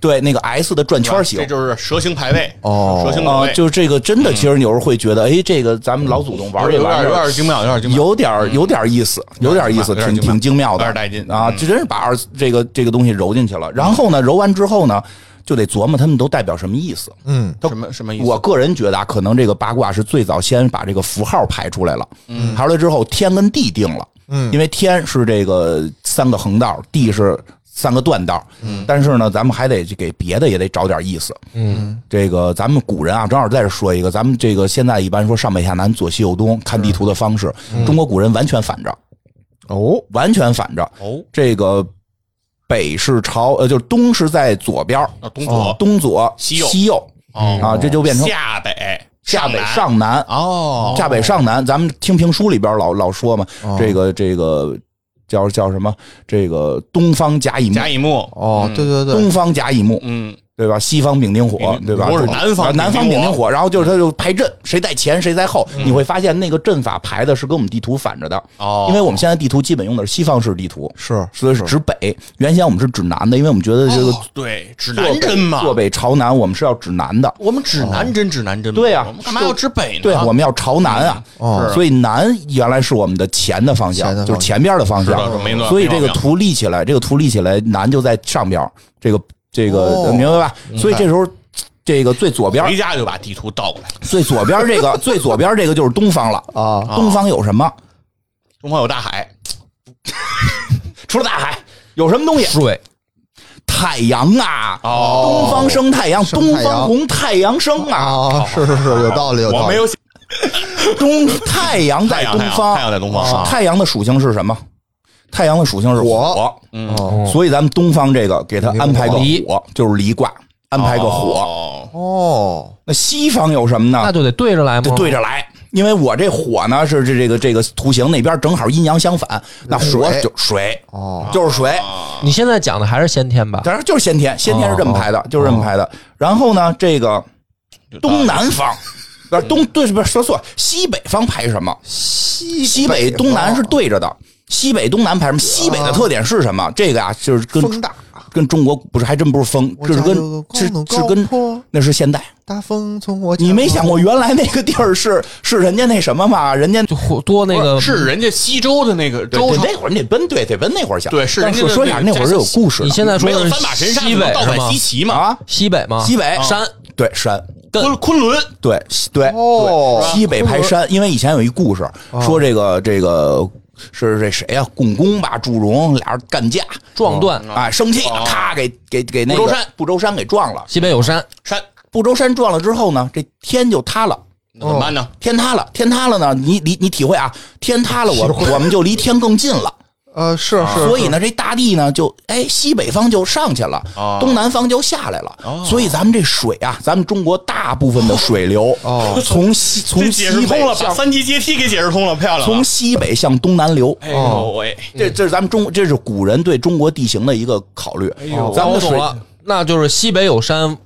Speaker 2: 对那个 S 的转圈形
Speaker 3: 这。就是蛇形排位，
Speaker 4: 哦
Speaker 3: 蛇形排
Speaker 2: 啊、
Speaker 3: 位，
Speaker 2: 就是这个真的，其实有时候会觉得，哎，这个咱们老祖宗玩
Speaker 3: 有
Speaker 2: 这
Speaker 3: 有
Speaker 2: 玩
Speaker 3: 点
Speaker 2: 意
Speaker 3: 有
Speaker 2: 儿
Speaker 3: 点精妙，有点精妙，
Speaker 2: 有点儿有点儿意思，有点儿意思，
Speaker 3: 有点儿
Speaker 2: 挺
Speaker 3: 精妙
Speaker 2: 挺精妙的，
Speaker 3: 有点儿带劲
Speaker 2: 啊！
Speaker 3: 嗯
Speaker 2: 这真是把二这个这个东西揉进去了。然后呢，揉完之后呢，就得琢磨他们都代表什么意思。
Speaker 4: 嗯，
Speaker 3: 什么什么意思？
Speaker 2: 我个人觉得啊，可能这个八卦是最早先把这个符号排出来了，
Speaker 3: 嗯
Speaker 2: 排出来之后天跟地定了，
Speaker 4: 嗯
Speaker 2: 因为天是这个三个横道，地是三个断道，
Speaker 3: 嗯
Speaker 2: 但是呢，咱们还得去给别的也得找点意思，
Speaker 1: 嗯，
Speaker 2: 这个咱们古人啊，正好在这说一个，咱们这个现在一般说上北下南左西右东看地图的方式，
Speaker 3: 嗯
Speaker 2: 中国古人完全反着，
Speaker 4: 哦，
Speaker 2: 完全反着。
Speaker 3: 哦，
Speaker 2: 这个北是朝呃，就是东是在左边儿，
Speaker 3: 啊东左
Speaker 2: 东左
Speaker 3: 西右
Speaker 2: 西右
Speaker 3: 哦
Speaker 2: 啊，这哦就变成
Speaker 3: 下北
Speaker 2: 下北
Speaker 3: 南
Speaker 2: 上南，
Speaker 3: 哦，
Speaker 2: 下北上南。咱们听评书里边老老说嘛，这个这个叫叫什么？这个东方甲乙木，
Speaker 3: 甲乙木
Speaker 4: 哦，对对对，
Speaker 2: 嗯东方甲乙木，
Speaker 3: 嗯，
Speaker 2: 对吧？西方丙丁火
Speaker 3: 丙，丁
Speaker 2: 对吧？
Speaker 3: 嗯不是
Speaker 2: 对
Speaker 3: 南方
Speaker 2: 啊南方
Speaker 3: 丙
Speaker 2: 丙
Speaker 3: 丁火嗯
Speaker 2: 丁火，然后就是他就排阵，谁在前谁在后，你会发现那个阵法排的是跟我们地图反着的，
Speaker 3: 哦，
Speaker 2: 因为我们现在地图基本用的是西方式地图，
Speaker 4: 是
Speaker 2: 所以是指北。原先我们是指南的，因为我们觉得这个
Speaker 3: 哦对指
Speaker 2: 坐
Speaker 3: 南针
Speaker 2: 北
Speaker 3: 嘛，
Speaker 2: 坐北朝南，我们是要指南的，
Speaker 3: 我们指南针指南针嘛，
Speaker 2: 对啊
Speaker 3: 我们干嘛要指北呢？
Speaker 2: 对，我们要朝南啊。
Speaker 4: 哦
Speaker 2: 所以南原来是我们的前的方向
Speaker 4: 前的，方
Speaker 2: 就是前边的方
Speaker 3: 知道是
Speaker 2: 向。
Speaker 3: 没乱
Speaker 2: 所以
Speaker 3: 没
Speaker 2: 这
Speaker 3: 毛
Speaker 2: 个
Speaker 3: 病
Speaker 2: 图立起来，这个图立起来，南就在上边儿，这个这个
Speaker 4: 哦
Speaker 2: 明白吧？所以这时候。这个最左边
Speaker 3: 回家就把地图倒过来。
Speaker 2: 最左边这个，最左边这个就是东方了。
Speaker 4: 啊，
Speaker 2: 东方有什么？
Speaker 3: 东方有大海，
Speaker 2: 除了大海，有什么东西？
Speaker 1: 水
Speaker 2: 太阳啊！
Speaker 3: 哦
Speaker 2: 东方生太阳，
Speaker 4: 生
Speaker 2: 东
Speaker 4: 太阳
Speaker 2: 方红，太阳升啊！
Speaker 4: 啊，是是是，有道理，有道
Speaker 3: 我
Speaker 4: 理，
Speaker 3: 没有
Speaker 2: 东太阳在哦东
Speaker 3: 太阳太
Speaker 2: 方，哦
Speaker 3: 阳太阳在东方啊
Speaker 2: 太阳的属性是什么？太阳的属性是火
Speaker 4: 火，
Speaker 2: 嗯，所以咱们东方这个给它安排个
Speaker 1: 离
Speaker 2: 火，就是离卦，安排个火。
Speaker 3: 火，
Speaker 4: 哦，
Speaker 2: 那西方有什么
Speaker 1: 那
Speaker 2: 呢？
Speaker 1: 就得对着来
Speaker 2: 就
Speaker 1: 吗？
Speaker 2: 对着来。因为我这火呢是这这个这个图形那边正好阴阳相反，那火
Speaker 4: 水
Speaker 2: 就水，
Speaker 4: 哦，
Speaker 2: 就是水，
Speaker 1: 你现在讲的还是先天吧？
Speaker 2: 当然就是先天，先天是这么排的，就是这么排的。然后呢，这个东南方，不是东对，不是说错，了，西北方排什么？
Speaker 4: 西
Speaker 2: 西北东南是对着的，西北东南排什么？西北的特点是什么？这个啊，就是跟
Speaker 4: 风大，
Speaker 2: 跟中国不是，还真不是风，
Speaker 4: 我
Speaker 2: 这是
Speaker 4: 家
Speaker 2: 跟
Speaker 4: 有个
Speaker 2: 是
Speaker 4: 功能
Speaker 2: 是
Speaker 4: 高
Speaker 2: 跟
Speaker 4: 坡
Speaker 2: 那是现代。
Speaker 4: 大风从我
Speaker 2: 你没想
Speaker 4: 过
Speaker 2: 过原来那个地儿是是人家那什么吗？人家
Speaker 1: 就火多那个
Speaker 3: 是人家西周的那个
Speaker 2: 对
Speaker 3: 周朝
Speaker 2: 那会儿你得奔对得奔那会儿想
Speaker 3: 对是
Speaker 2: 但
Speaker 3: 人家
Speaker 2: 说
Speaker 3: 那
Speaker 2: 啥
Speaker 3: 个
Speaker 2: 那会儿是有故事的
Speaker 1: 你现在说
Speaker 3: 没
Speaker 1: 的
Speaker 3: 有
Speaker 1: 是
Speaker 3: 三把神杀，
Speaker 1: 西
Speaker 3: 就能
Speaker 1: 北
Speaker 3: 倒
Speaker 1: 是
Speaker 3: 摆
Speaker 1: 吗？
Speaker 3: 西岐嘛，
Speaker 2: 啊，
Speaker 1: 西北吗？
Speaker 2: 西北
Speaker 1: 山
Speaker 2: 对山
Speaker 3: 昆昆仑
Speaker 2: 对对
Speaker 4: 哦
Speaker 2: 对西北排山，因为以前有一故事说这个这个是这谁呀、共工吧，祝融俩人干架，
Speaker 1: 撞断
Speaker 2: 哎，生气了，咔给给给那个
Speaker 3: 哦不周山
Speaker 2: 不周山给撞了。
Speaker 1: 西北有山，
Speaker 3: 山，
Speaker 2: 不周山撞了之后呢，这天就塌了。
Speaker 3: 那怎么办呢？
Speaker 2: 天塌了，天塌了呢？你你你体会啊，天塌了我，我们就离天更近 了。
Speaker 4: 呃，是是，
Speaker 2: 所以
Speaker 4: 是
Speaker 2: 呢，这大地呢就哎，西北方就上去了，
Speaker 3: 哦
Speaker 2: 东南方就下来了。所以咱们这水啊，咱们中国大部分的水流，
Speaker 4: 哦
Speaker 2: 从 西
Speaker 3: 这
Speaker 2: 从
Speaker 3: 解
Speaker 2: 西
Speaker 3: 释通
Speaker 2: 北
Speaker 3: 了，把
Speaker 2: 向
Speaker 3: 三级阶梯给解释通了，漂亮了。
Speaker 2: 从哦西北向东南流。
Speaker 3: 哎呦喂，
Speaker 2: 这这是咱们中这是古人对中国地形的一个考虑。
Speaker 3: 哎呦
Speaker 2: 咱们
Speaker 1: 我
Speaker 2: 的
Speaker 1: 懂
Speaker 2: 哦水
Speaker 1: 了，那就是西北有山，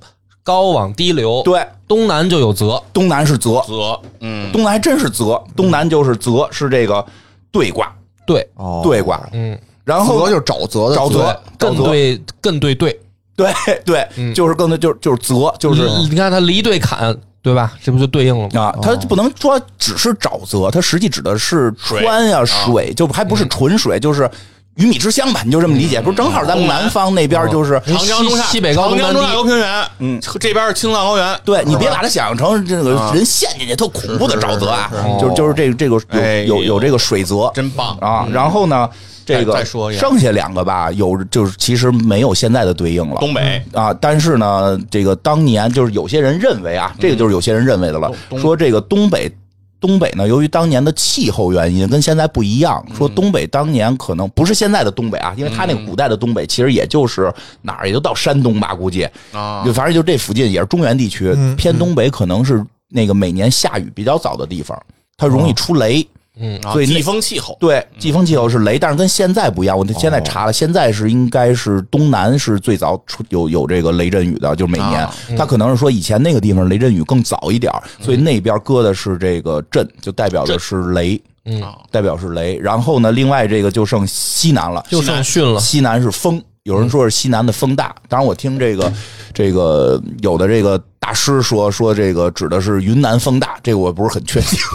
Speaker 1: 高往低流，
Speaker 2: 对，
Speaker 1: 东南就有泽，
Speaker 2: 东南是泽，
Speaker 3: 泽，嗯，
Speaker 2: 东南还真是泽，东南就是泽，是这个对卦，
Speaker 1: 对，
Speaker 4: 哦，
Speaker 2: 对卦。
Speaker 1: 嗯，
Speaker 2: 然后
Speaker 4: 泽就是沼泽的
Speaker 2: 沼
Speaker 4: 泽
Speaker 2: 泽
Speaker 1: 更
Speaker 2: 沼泽
Speaker 1: 对更对对，
Speaker 2: 对
Speaker 3: 嗯
Speaker 2: 对，就是更多就是就是泽，就是
Speaker 1: 你你看他离对坎，对吧？这不就对应了吗？
Speaker 3: 哦
Speaker 2: 啊，它不能说只是沼泽，它实际指的是川呀、
Speaker 3: 啊
Speaker 2: 水，就还不是纯
Speaker 3: 嗯
Speaker 2: 水，就是鱼米之乡吧，你就这么理解。不是正好咱
Speaker 3: 哦
Speaker 2: 们南方那边就是。
Speaker 1: 嗯
Speaker 3: 长江中下
Speaker 1: 西西北高
Speaker 3: 长
Speaker 1: 东
Speaker 3: 江
Speaker 1: 南
Speaker 3: 中
Speaker 1: 低
Speaker 3: 下游平原，
Speaker 2: 嗯，
Speaker 3: 这边是青藏高原，
Speaker 2: 对你别把它想象成这个人陷进去特恐怖的沼泽啊
Speaker 3: 是是，
Speaker 2: 就是就是这这
Speaker 3: 哎
Speaker 2: 个有有有这个水泽
Speaker 3: 真棒！
Speaker 2: 啊。然后呢，这
Speaker 3: 再
Speaker 2: 个
Speaker 3: 再说一下
Speaker 2: 剩下两个吧，有就是其实没有现在的对应了。
Speaker 3: 东北
Speaker 2: 啊，但是呢，这个当年就是有些人认为啊，这个就是有些人认为的了，
Speaker 3: 嗯东
Speaker 2: 说这个东北东北呢，由于当年的气候原因跟现在不一样，说
Speaker 3: 嗯
Speaker 2: 东北当年可能不是现在的东北啊，因为他那个古代的东北其实也就是哪儿，也就到山东吧，估计
Speaker 3: 啊
Speaker 2: 嗯就反正就这附近也是中原地区，偏东北可能是那个每年下雨比较早的地方，它容易
Speaker 3: 哦
Speaker 2: 出雷。
Speaker 1: 嗯
Speaker 3: 啊
Speaker 2: 所以那
Speaker 3: 季风气候，
Speaker 2: 对，季风气候是雷，但是跟现在不一样。我现在查了，现在是应该是东南是最早出有有这个雷阵雨的，就是每年
Speaker 3: 啊。
Speaker 2: 它可能是说以前那个地方雷阵雨更早一点儿，所以那边搁的是这个阵，就代表的是雷，
Speaker 1: 嗯
Speaker 3: 啊
Speaker 2: 代表是雷。然后呢，另外这个就剩西南了，
Speaker 1: 就剩训了，
Speaker 2: 西南是风，有人说是西南的风大，当然我听这个这个有的这个大师说说这个指的是云南风大，这个我不是很确定。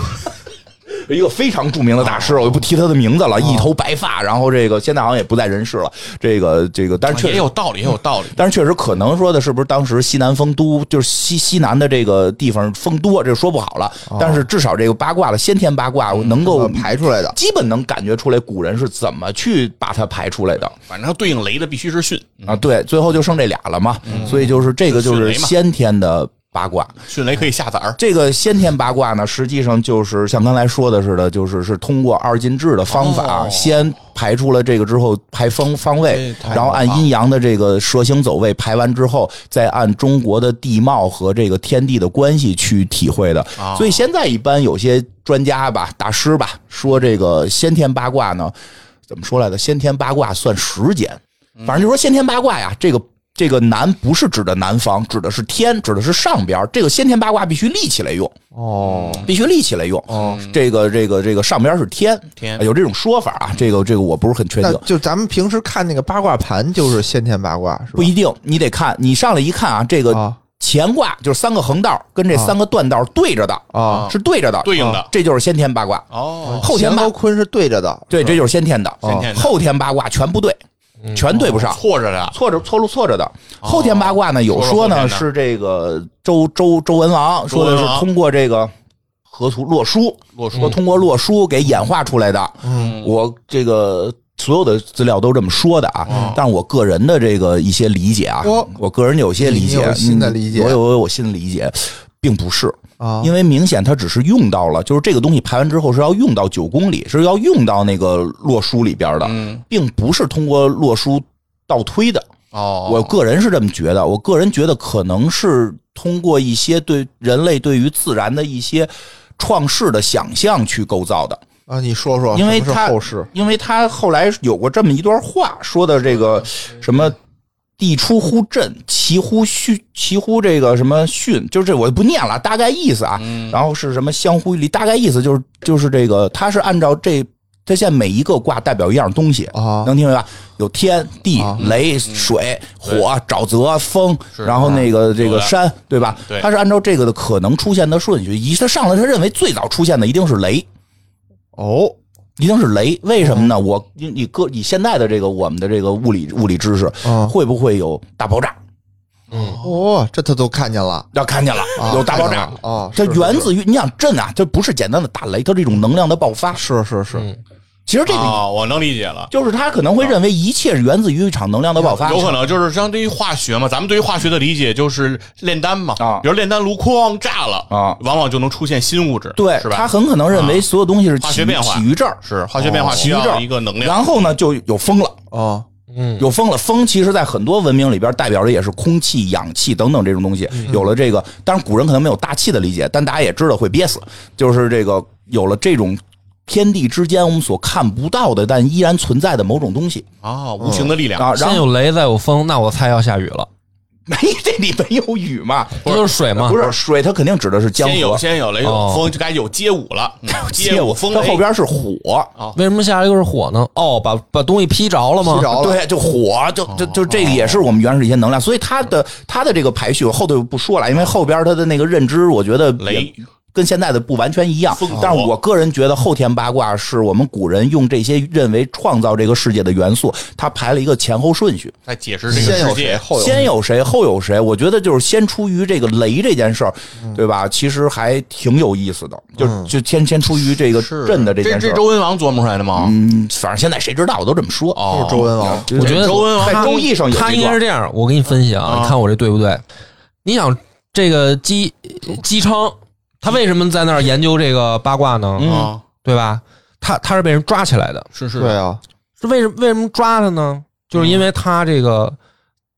Speaker 2: 一个非常著名的大师，我就不提他的名字了，一头白发，然后这个现在好像也不在人世了。这个这个，但是
Speaker 3: 哦
Speaker 2: 确
Speaker 3: 也
Speaker 2: 实
Speaker 3: 有道理，也有道理。
Speaker 2: 但是确实可能说的是不是当时西南风都就是西西南的这个地方风多，这说不好了。但是至少这个八卦的先天八卦我能够
Speaker 4: 排出来的。
Speaker 2: 基本能感觉出来古人是怎么去把它排出来的
Speaker 3: 反正它对应雷的必须是巽，
Speaker 2: 啊。对，最后就剩这俩了嘛，所以就是这个就
Speaker 3: 迅
Speaker 2: 是
Speaker 3: 嗯雷嘛
Speaker 2: 先天的八卦。
Speaker 3: 迅雷可以下崽儿。
Speaker 2: 这个先天八卦呢，实际上就是像刚才说的似的，就是是通过二进制的方法，
Speaker 3: 哦
Speaker 2: 先排出了这个之后排方方位，
Speaker 3: 哎太
Speaker 2: 然后按阴阳的这个蛇形走位排完之后，再按中国的地貌和这个天地的关系去体会的。
Speaker 3: 哦
Speaker 2: 所以现在一般有些专家吧、大师吧，说这个先天八卦呢，怎么说来的？先天八卦算时间，反正就说先天八卦呀，这个。这个南不是指的南方，指的是天，指的是上边儿。这个先天八卦必须立起来用。嗯
Speaker 4: 哦，
Speaker 2: 必须立起来用。哦，这个这个这个上边是天，哎
Speaker 3: 天
Speaker 2: 有这种说法啊，这个这个我不是很确
Speaker 4: 那
Speaker 2: 定。
Speaker 4: 就咱们平时看那个八卦盘，就是先天八卦，是吧？
Speaker 2: 不一定，你得看，你上来一看啊，这个
Speaker 4: 啊
Speaker 2: 乾卦就是三个横道跟这三个断道对着的，
Speaker 4: 啊，
Speaker 2: 是对着的，
Speaker 3: 对应的
Speaker 2: 啊这就是先天八卦。
Speaker 3: 哦，
Speaker 2: 后天
Speaker 4: 乾
Speaker 2: 八
Speaker 4: 和坤是对着的，
Speaker 2: 对，这就是先天的，
Speaker 4: 啊
Speaker 3: 先天的
Speaker 2: 哦后天八卦全不对，
Speaker 4: 嗯
Speaker 2: 全对不
Speaker 4: 哦
Speaker 2: 上，
Speaker 3: 错着的，
Speaker 2: 错着错路错着的。后天八卦呢，有
Speaker 3: 说
Speaker 2: 说
Speaker 3: 了后
Speaker 2: 呢
Speaker 3: 天的
Speaker 2: 是这个周周周文王说的
Speaker 3: 周文
Speaker 2: 是
Speaker 3: 王嗯
Speaker 2: 通过这个河图洛书，
Speaker 3: 洛
Speaker 2: 说
Speaker 3: 书
Speaker 2: 通过洛书给演化出来的。嗯，我这个所有的资料都这么说的啊，但是我个人的这个一些理解啊
Speaker 4: 哦，
Speaker 2: 我个人有些理
Speaker 4: 你
Speaker 2: 解，
Speaker 4: 有新的理解
Speaker 2: 嗯我有我有新的理解，并不是。
Speaker 4: 啊，
Speaker 2: 因为明显它只是用到了，就是这个东西排完之后是要用到九宫里，是要用到那个洛书里边的，
Speaker 3: 嗯
Speaker 2: 并不是通过洛书倒推的。
Speaker 3: 哦，
Speaker 2: 我个人是这么觉得，我个人觉得可能是通过一些对人类对于自然的一些创世的想象去构造的，
Speaker 4: 啊，你说说，
Speaker 2: 因为
Speaker 4: 什么是
Speaker 2: 他
Speaker 4: 后世
Speaker 2: 因为他后来有过这么一段话，说的这个什么。地出乎震，其乎巽，其乎这个什么巽，就是这我就不念了，大概意思啊。然后是什么相互于离，大概意思就是就是这个，它是按照这，它现在每一个卦代表一样东西
Speaker 4: 啊
Speaker 2: 能听明白吧？有天地
Speaker 4: 啊
Speaker 2: 雷水火沼泽风，
Speaker 3: 是
Speaker 2: 然后那
Speaker 4: 啊
Speaker 2: 个这
Speaker 3: 有
Speaker 2: 个
Speaker 3: 的
Speaker 2: 山，对吧？
Speaker 4: 嗯
Speaker 3: 对
Speaker 2: 它是按照这个的可能出现的顺序，以他上来，他认为最早出现的一定是雷，
Speaker 4: 哦，
Speaker 2: 一定是雷，为什么
Speaker 4: 嗯
Speaker 2: 呢？我你你搁以现在的这个我们的这个物理物理知识，
Speaker 4: 嗯
Speaker 2: 会不会有大爆炸？
Speaker 4: 哦，这他都看见了，
Speaker 2: 要看见了，
Speaker 4: 啊
Speaker 2: 有大爆炸
Speaker 4: 看见了哦
Speaker 2: 它
Speaker 4: 是是
Speaker 2: 源自于你想震啊，这不是简单的打雷，它是一种能量的爆发。
Speaker 4: 是是是，
Speaker 2: 其实这个
Speaker 3: 啊，我能理解了。
Speaker 2: 就是他可能会认为一切是源自于一场能量
Speaker 4: 啊
Speaker 2: 的爆发，
Speaker 3: 有可能就是相对于化学嘛，咱们对于化学的理解就是炼丹嘛，
Speaker 2: 啊
Speaker 3: 比如炼丹炉哐炸了
Speaker 2: 啊
Speaker 3: 往往就能出现新物质，
Speaker 2: 对
Speaker 3: 是，
Speaker 2: 他
Speaker 3: 吧？啊
Speaker 2: 很可能认为所有东西是
Speaker 3: 化
Speaker 2: 起
Speaker 3: 学变化
Speaker 2: 起于这儿，
Speaker 3: 是化学变化
Speaker 2: 起
Speaker 3: 需
Speaker 2: 于这
Speaker 3: 要
Speaker 2: 儿
Speaker 3: 一个能量，
Speaker 2: 然后呢就有风了。
Speaker 1: 嗯
Speaker 4: 哦，
Speaker 2: 有风了，风其实在很多文明里边代表的也是空气、氧气等等这种东西。
Speaker 1: 嗯
Speaker 2: 有了这个，当然古人可能没有大气的理解，但大家也知道会憋死。就是这个有了这种天地之间我们所看不到的，但依然存在的某种东西
Speaker 3: 啊，无形的力量，
Speaker 2: 啊。
Speaker 1: 先
Speaker 2: 然 后
Speaker 1: 有雷，再有风，那我猜要下雨了，
Speaker 2: 没这里没有雨嘛？
Speaker 1: 这就是水嘛
Speaker 2: 不，是水，它肯定指的是江
Speaker 3: 啊先有
Speaker 2: 河、
Speaker 3: 先有雷有
Speaker 1: 哦
Speaker 3: 风，就该有街舞了，嗯街舞风
Speaker 2: 它
Speaker 3: 雷
Speaker 2: 后边是火。
Speaker 1: 为什么下来又是火呢？哦，把把东西劈着了吗？
Speaker 4: 劈着了
Speaker 2: 对，就火，就就就这个也是我们原始一些能量，所以它的它的这个排序我后头就不说了，因为后边它的那个认知，我觉得也
Speaker 3: 雷
Speaker 2: 跟现在的不完全一样
Speaker 3: 风火，
Speaker 2: 但是我个人觉得后天八卦是我们古人用这些认为创造这个世界的元素，他排了一个前后顺序，
Speaker 3: 在解释这
Speaker 4: 先
Speaker 3: 个世
Speaker 4: 有谁
Speaker 3: 界，
Speaker 4: 后有
Speaker 2: 先
Speaker 4: 谁
Speaker 2: 有谁后有谁，我觉得就是先出于这个雷这件事儿，
Speaker 4: 嗯
Speaker 2: 对吧？其实还挺有意思的，就就先先出于这个震的
Speaker 3: 这
Speaker 2: 件事
Speaker 3: 这
Speaker 2: 儿。
Speaker 3: 周文王琢磨出来的吗？
Speaker 2: 嗯，反正现在谁知道，我都这么说。
Speaker 1: 哦
Speaker 4: 就
Speaker 3: 哦
Speaker 4: 是周文王，
Speaker 1: 我觉得
Speaker 3: 周文王
Speaker 2: 在周易上有一
Speaker 1: 他应该
Speaker 2: 段啊
Speaker 1: 是这样，我给你分析啊，你看我这对不对？你想这个姬姬昌他为什么在那儿研究这个八卦呢？
Speaker 2: 嗯
Speaker 3: 啊，
Speaker 1: 对吧？他他是被人抓起来的，
Speaker 3: 是是
Speaker 4: 对啊，
Speaker 1: 是为什为什么抓他呢？就是因为他这个、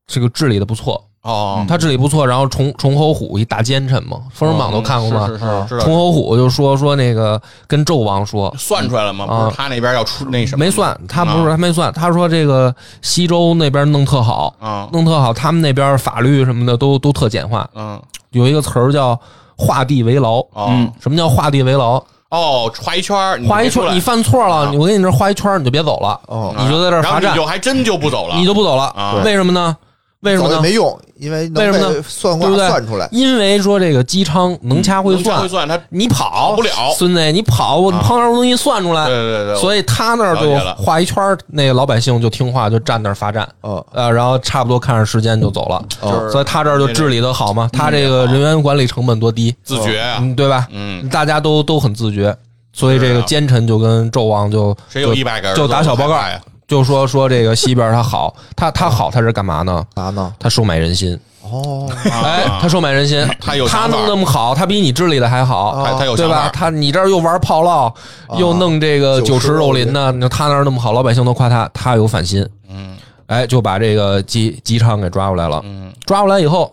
Speaker 1: 这个治理的不错，
Speaker 3: 哦，
Speaker 1: 他治理不错，然后崇崇侯虎一大奸臣嘛，《封神榜》都看过吗？
Speaker 3: 哦
Speaker 1: 啊
Speaker 3: 是是是，知
Speaker 1: 崇
Speaker 3: 道
Speaker 1: 侯虎就说说那个跟纣王说，
Speaker 3: 算出来了吗？
Speaker 1: 啊
Speaker 3: 不是他那边要出那什么？啊
Speaker 1: 没算，他不是他没算，他说这个西周那边弄特好，
Speaker 3: 啊，
Speaker 1: 弄特好，他们那边法律什么的都都特简化，
Speaker 3: 嗯
Speaker 1: 有一个词儿叫画地为牢。
Speaker 3: 哦
Speaker 1: 什么叫画地为牢？
Speaker 3: 哦，画一圈儿，你
Speaker 1: 画一
Speaker 3: 别出
Speaker 1: 圈，
Speaker 3: 来
Speaker 1: 你犯错了，
Speaker 3: 啊
Speaker 1: 你我给你这儿画一圈，你就别走了，
Speaker 4: 哦，
Speaker 1: 你就在这儿
Speaker 3: 然后
Speaker 1: 罚
Speaker 3: 你
Speaker 1: 站，
Speaker 3: 就还真就不走了，
Speaker 1: 你就不走了。
Speaker 3: 啊
Speaker 1: 为什么呢？为什
Speaker 4: 早
Speaker 1: 么
Speaker 4: 就
Speaker 1: 呢？
Speaker 4: 没用，因为能
Speaker 1: 为什么
Speaker 4: 被
Speaker 1: 呢
Speaker 4: 算卦
Speaker 1: 对不对
Speaker 4: 算出来，
Speaker 1: 因为说这个姬昌能掐会
Speaker 3: 嗯能掐
Speaker 1: 算，
Speaker 3: 会算，他
Speaker 1: 你跑
Speaker 3: 跑不了啊
Speaker 1: 孙子，你跑，我碰上东西算出来。
Speaker 3: 对对对，
Speaker 1: 啊所以他那儿就
Speaker 3: 了解了
Speaker 1: 画一圈儿，那个老百姓就听话，就站那儿罚站，
Speaker 4: 嗯
Speaker 1: 呃，然后差不多看着时间就走了。
Speaker 4: 哦
Speaker 3: 就是
Speaker 1: 所以他这儿就治理的好嘛，他这个人员管理成本多低，
Speaker 3: 自觉啊，
Speaker 1: 嗯，对吧？
Speaker 3: 嗯，
Speaker 1: 大家都都很自觉，所以这
Speaker 3: 是
Speaker 1: 个
Speaker 3: 啊
Speaker 1: 奸臣就跟纣王就
Speaker 3: 谁有一百个儿子
Speaker 1: 就打小报告
Speaker 3: 我害怕呀？
Speaker 1: 就说说这个西边他好，他他好他是干嘛呢？
Speaker 4: 啥啊呢？
Speaker 1: 他收买人心，
Speaker 4: 哦，
Speaker 1: 哎，他收买人心，
Speaker 3: 啊他有
Speaker 1: 他
Speaker 3: 想法啊
Speaker 1: 弄那么好，他比你治理的还好，
Speaker 3: 他他有
Speaker 1: 啊对
Speaker 3: 想
Speaker 1: 吧
Speaker 3: 法？，啊
Speaker 1: 他你这儿又玩炮烙，又弄这个
Speaker 4: 酒
Speaker 1: 酒
Speaker 4: 池
Speaker 1: 池
Speaker 4: 肉
Speaker 1: 肉林呢，那他那儿那么好，老百姓都夸他，他有反心，
Speaker 3: 嗯
Speaker 1: 哎，就把这个姬姬昌给抓过来了。
Speaker 3: 嗯
Speaker 1: 抓过来以后，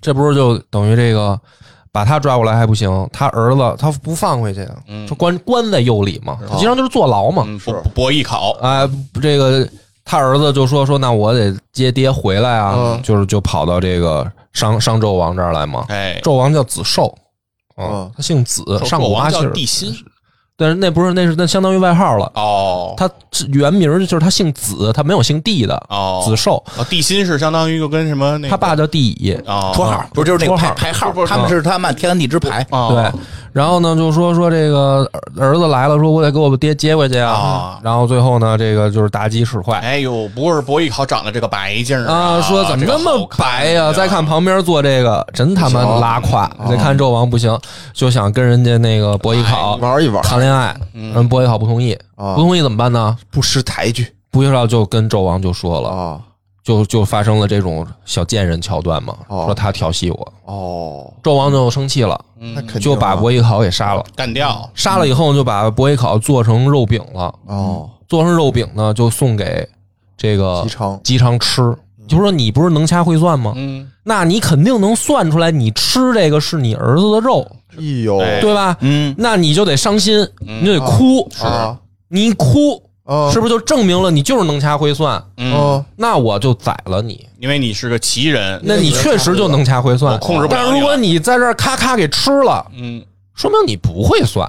Speaker 1: 这不是就等于这个把他抓过来还不行，他儿子他不放回去，
Speaker 3: 嗯
Speaker 1: 就关关在右里嘛，姬昌就是坐牢嘛，
Speaker 3: 嗯，博博弈考，
Speaker 1: 哎，这个他儿子就说说，那我得接爹回来啊，
Speaker 4: 嗯
Speaker 1: 就是就跑到这个商商纣王这儿来嘛。
Speaker 3: 哎，
Speaker 1: 纣王叫子寿，啊、
Speaker 4: 嗯
Speaker 1: 他姓子，上
Speaker 3: 纣
Speaker 1: 古
Speaker 3: 王
Speaker 1: 八
Speaker 3: 叫
Speaker 1: 姓，
Speaker 3: 地心
Speaker 1: 但是那不是那是那相当于外号了。
Speaker 3: 哦，
Speaker 1: 他原名就是他姓子，他没有姓帝的。
Speaker 3: 哦
Speaker 1: 子寿，
Speaker 3: 哦，地心是相当于就跟什么那个
Speaker 1: 他爸叫帝乙。
Speaker 3: 哦
Speaker 2: 绰号不是就是那
Speaker 1: 绰
Speaker 2: 个
Speaker 1: 号
Speaker 2: 排排号
Speaker 3: 不是，
Speaker 2: 他们是他们天干地支排。
Speaker 1: 对
Speaker 3: 哦，
Speaker 1: 然后呢，就说说这个儿儿子来了，说我得给我爹接回去啊
Speaker 3: 啊。
Speaker 1: 然后最后呢，这个就是妲己使坏，
Speaker 3: 哎呦，不是博弈考长得这个白净儿
Speaker 1: 啊，说怎么这么白呀、再看旁边坐这个，真他妈拉胯！
Speaker 4: 哦
Speaker 1: 再看纣王不行，就想跟人家那个博弈考
Speaker 4: 哎玩一玩
Speaker 1: 谈恋爱，嗯，博弈考不同意，
Speaker 4: 啊
Speaker 1: 不同意怎么办呢？
Speaker 4: 不识抬举
Speaker 1: 不知道就跟纣王就说了，
Speaker 4: 啊，
Speaker 1: 就就发生了这种小贱人桥段嘛，
Speaker 4: 哦
Speaker 1: 说他调戏我，
Speaker 4: 哦，
Speaker 1: 纣王就生气了，
Speaker 4: 那肯定
Speaker 1: 就把
Speaker 4: 啊
Speaker 1: 博弈考给杀了，
Speaker 3: 干掉
Speaker 1: 杀了以后就把博弈考做成肉饼了，
Speaker 4: 哦，
Speaker 1: 做成肉饼呢就送给这个
Speaker 4: 姬昌嗯
Speaker 1: 姬昌吃，就说你不是能掐会算吗？
Speaker 3: 嗯
Speaker 1: 那你肯定能算出来，你吃这个是你儿子的肉，
Speaker 4: 哎呦
Speaker 3: 哎
Speaker 1: 对吧？
Speaker 2: 嗯，
Speaker 1: 那你就得伤心，
Speaker 3: 嗯
Speaker 1: 你就得哭，
Speaker 4: 啊，
Speaker 1: 你一哭
Speaker 4: 嗯
Speaker 1: 是不是就证明了你就是能掐会算？
Speaker 3: 嗯，
Speaker 4: 嗯，
Speaker 1: 那我就宰了你，
Speaker 3: 因为你是个奇人，
Speaker 1: 那你确实就能掐会算
Speaker 3: 我，控制不了
Speaker 1: 但
Speaker 3: 你了
Speaker 1: 如果你在这儿咔咔给吃了，
Speaker 3: 嗯，
Speaker 1: 说明你不会算，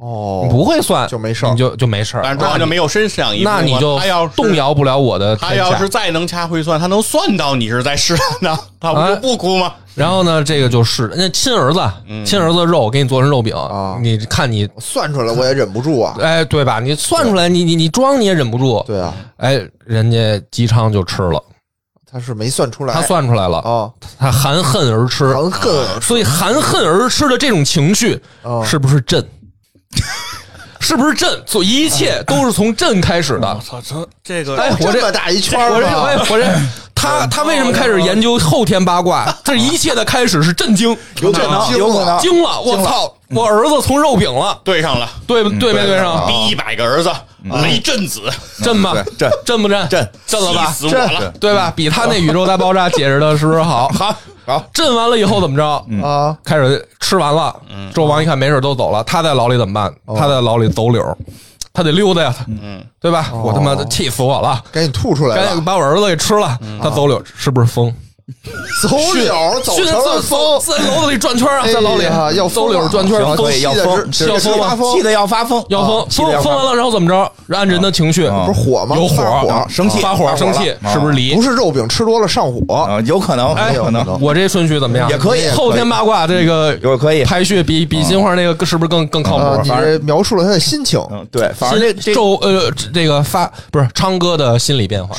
Speaker 4: 哦
Speaker 1: 你，不会算
Speaker 4: 就没事儿
Speaker 1: 你就就没事儿啊
Speaker 3: 但是他就没有身上一
Speaker 1: 那你就
Speaker 3: 他要是
Speaker 1: 动。摇不了我的
Speaker 3: 他
Speaker 1: 天
Speaker 3: 要
Speaker 1: 下
Speaker 3: 是。再能掐会算，他能算到你是在试探他，他不
Speaker 2: 啊
Speaker 1: 哎
Speaker 3: 就不哭吗？
Speaker 1: 然后呢，这个就是那亲儿子，
Speaker 3: 嗯
Speaker 1: 亲儿子肉我给你做成肉饼
Speaker 4: 啊，
Speaker 1: 你看你，
Speaker 4: 算出来我也忍不住啊，
Speaker 1: 哎，对吧？你算出来，你你你装你也忍不住，
Speaker 4: 对啊，
Speaker 1: 哎，人家姬昌就吃了，
Speaker 4: 他是没算
Speaker 3: 哎
Speaker 4: 出来，
Speaker 1: 他算啊出来
Speaker 3: 哦
Speaker 1: 了，
Speaker 4: 啊，
Speaker 1: 他含恨而吃，
Speaker 4: 含恨
Speaker 1: 所以含恨而吃的这种情绪
Speaker 4: 哦
Speaker 1: 是不是朕？是不是朕？所以一切都是从朕开始的。
Speaker 3: 操，这这个
Speaker 1: 哎，我
Speaker 4: 这
Speaker 1: 这
Speaker 4: 么大一圈
Speaker 1: 我
Speaker 4: 儿啊
Speaker 1: 这
Speaker 4: 吗
Speaker 1: 哎？我这他他为什么开始研究后天八卦？这一切的开始是震惊，
Speaker 2: 有可能，有可能。
Speaker 1: 惊了！我操，我儿子从肉饼了，
Speaker 3: 对啊上了，
Speaker 1: 对不对没对上？
Speaker 2: 啊
Speaker 3: 第一百个儿子
Speaker 2: 嗯
Speaker 3: 雷震子，
Speaker 1: 震吗？
Speaker 2: 对震
Speaker 1: 震不震？
Speaker 2: 震
Speaker 1: 震了吧？
Speaker 3: 气死我了！
Speaker 1: 对吧？比他那宇宙大爆炸解释的是不是好？好，
Speaker 2: 好，
Speaker 1: 震完了以后怎么着？
Speaker 4: 啊，
Speaker 1: 开始吃完了，纣王一看没事都走了，他在牢里怎么办？他在牢里走柳，他得溜达呀，他对吧？我他妈的气死我了，
Speaker 4: 赶紧吐出来
Speaker 1: 赶紧
Speaker 4: 了，
Speaker 1: 把我儿子给吃了，他走柳是不是疯？
Speaker 4: 走柳走
Speaker 1: 训
Speaker 4: 成了风，
Speaker 1: 在在楼子里转圈啊，
Speaker 4: 哎呀
Speaker 1: 在牢里
Speaker 4: 要
Speaker 1: 走
Speaker 4: 疯
Speaker 1: 柳
Speaker 4: 了
Speaker 1: 转圈
Speaker 2: 行，
Speaker 1: 疯
Speaker 2: 可以要疯，
Speaker 1: 气得
Speaker 2: 是吧气得要发疯，
Speaker 1: 要疯，
Speaker 2: 气得
Speaker 1: 疯
Speaker 2: 要
Speaker 1: 疯完了，然后怎么着？按人的情绪
Speaker 2: 啊
Speaker 4: 不是火吗？
Speaker 1: 有
Speaker 4: 发
Speaker 1: 火
Speaker 4: 火，
Speaker 2: 生气
Speaker 1: 发火
Speaker 2: 发火
Speaker 1: 生
Speaker 2: 了
Speaker 1: 气，
Speaker 2: 啊
Speaker 1: 是不是离
Speaker 4: 不？是肉饼吃多了上火，
Speaker 2: 啊，有可能，
Speaker 1: 哎
Speaker 2: 有可能，
Speaker 1: 我这顺序怎么样？
Speaker 2: 啊也可以
Speaker 1: 后天八卦这个
Speaker 2: 有可以。
Speaker 1: 排序比比金花那个是不是更更靠
Speaker 4: 啊，
Speaker 1: 谱
Speaker 4: 你？这描述了他的心情，
Speaker 2: 嗯，对，反正这这
Speaker 1: 周呃这个发不是昌哥的心理变化，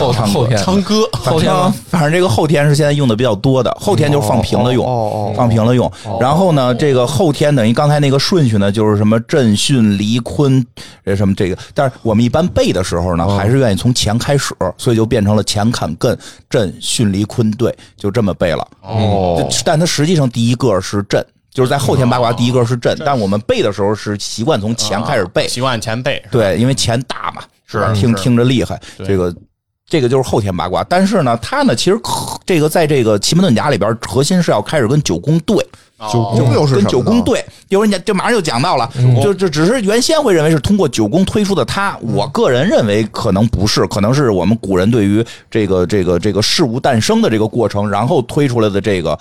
Speaker 1: 后
Speaker 2: 昌哥
Speaker 1: 后天
Speaker 3: 昌哥
Speaker 1: 后天
Speaker 2: 反
Speaker 1: 吧
Speaker 2: 正反正这个后天是现在用的比较多的，后天就是放平了用，
Speaker 4: 哦哦哦哦
Speaker 2: 放平了用。然后呢，这个后天等于刚才那个顺序呢，就是什么震巽、离坤，这什么这个。但是我们一般背的时
Speaker 4: 哦
Speaker 2: 候呢，还是愿意从乾开始，所以就变成了乾坎艮震巽离坤兑，就这么背了。
Speaker 3: 哦
Speaker 2: 就但它实际上第一个是震。就是在后天八卦第一个是震，但我们背的时候是习惯从
Speaker 4: 啊
Speaker 2: 前开始背，
Speaker 3: 习惯前背，
Speaker 2: 对，因为钱大嘛，
Speaker 3: 嗯是
Speaker 2: 吧听
Speaker 3: 是
Speaker 2: 听着厉害，
Speaker 3: 对
Speaker 2: 这个。这个就是后天八卦，但是呢，他呢其实可这个在这个奇门遁甲里边，核心是要开始跟九宫对，
Speaker 3: 哦
Speaker 4: 九宫又是什么
Speaker 2: 跟
Speaker 4: 呢嗯
Speaker 2: 九宫，对，一会儿你这马上就讲到了，就就只是原先会认为是通过九宫推出的他，
Speaker 4: 嗯
Speaker 2: 我个人认为可能不是，可能是我们古人对于这个这个这个事物诞生的这个过程，然后推出来的这个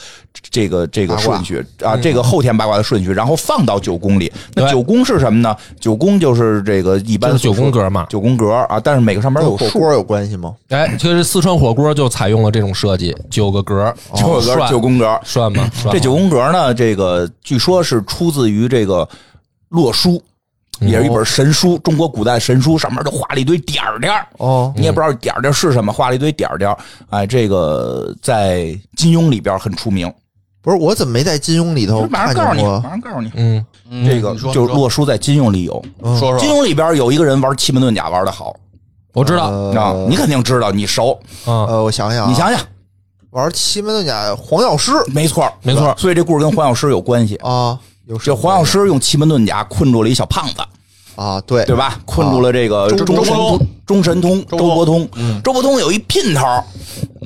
Speaker 2: 这个这个
Speaker 4: 八卦嗯
Speaker 2: 顺序啊，这个后天八卦的顺序，然后放到九宫里。那九宫是什么呢？九宫就是这个一般
Speaker 1: 就是九宫
Speaker 2: 所说
Speaker 1: 格嘛
Speaker 2: 九宫格啊，但是每个上面
Speaker 4: 跟
Speaker 2: 都有
Speaker 4: 火
Speaker 2: 数。
Speaker 4: 锅有关系吗？
Speaker 1: 哎，其实四川火锅就采用了这种设计，九个格儿，
Speaker 2: 哦九
Speaker 4: 哦
Speaker 2: 个格，
Speaker 1: 涮
Speaker 2: 九宫格，
Speaker 1: 涮吗？涮
Speaker 2: 这
Speaker 1: 吗
Speaker 2: 九宫格呢，这个据说是出自于这个洛书，也是一本神书，中国古代神书，上面就画了一堆点儿点儿。
Speaker 4: 哦，
Speaker 2: 你也不知道点儿点儿是什么，画了一堆点儿点儿。哎，这个在金庸里边很出名。
Speaker 4: 不是，我怎么没在金庸里头
Speaker 2: 马上
Speaker 4: 哦看
Speaker 2: 告诉
Speaker 4: 见
Speaker 2: 你，
Speaker 4: 过
Speaker 2: 马？上告诉你，
Speaker 1: 嗯，
Speaker 3: 嗯
Speaker 2: 这个
Speaker 3: 你说
Speaker 2: 就是
Speaker 3: 你说嗯
Speaker 2: 洛书在金庸里有。
Speaker 3: 说
Speaker 2: 金
Speaker 3: 说，
Speaker 2: 庸里边有一个人玩奇门遁甲玩的好
Speaker 1: 我知道，
Speaker 2: 啊
Speaker 4: 呃，
Speaker 2: 你肯定知道，你熟。
Speaker 1: 嗯，
Speaker 4: 呃，我想想啊，
Speaker 2: 你想想，
Speaker 4: 玩奇门遁甲黄药师
Speaker 2: 没错儿，
Speaker 1: 没错儿
Speaker 2: 所以这故事跟黄药师有关系。
Speaker 4: 啊，有
Speaker 2: 这黄药师用奇门遁甲困住了一小胖子，
Speaker 4: 啊，对
Speaker 2: 对？吧？困住了这个
Speaker 4: 周
Speaker 2: 中
Speaker 4: 周
Speaker 2: 神
Speaker 3: 公
Speaker 2: 通、中神通、嗯
Speaker 3: 周
Speaker 2: 周
Speaker 3: 公
Speaker 2: 伯通。周伯通有一姘头儿，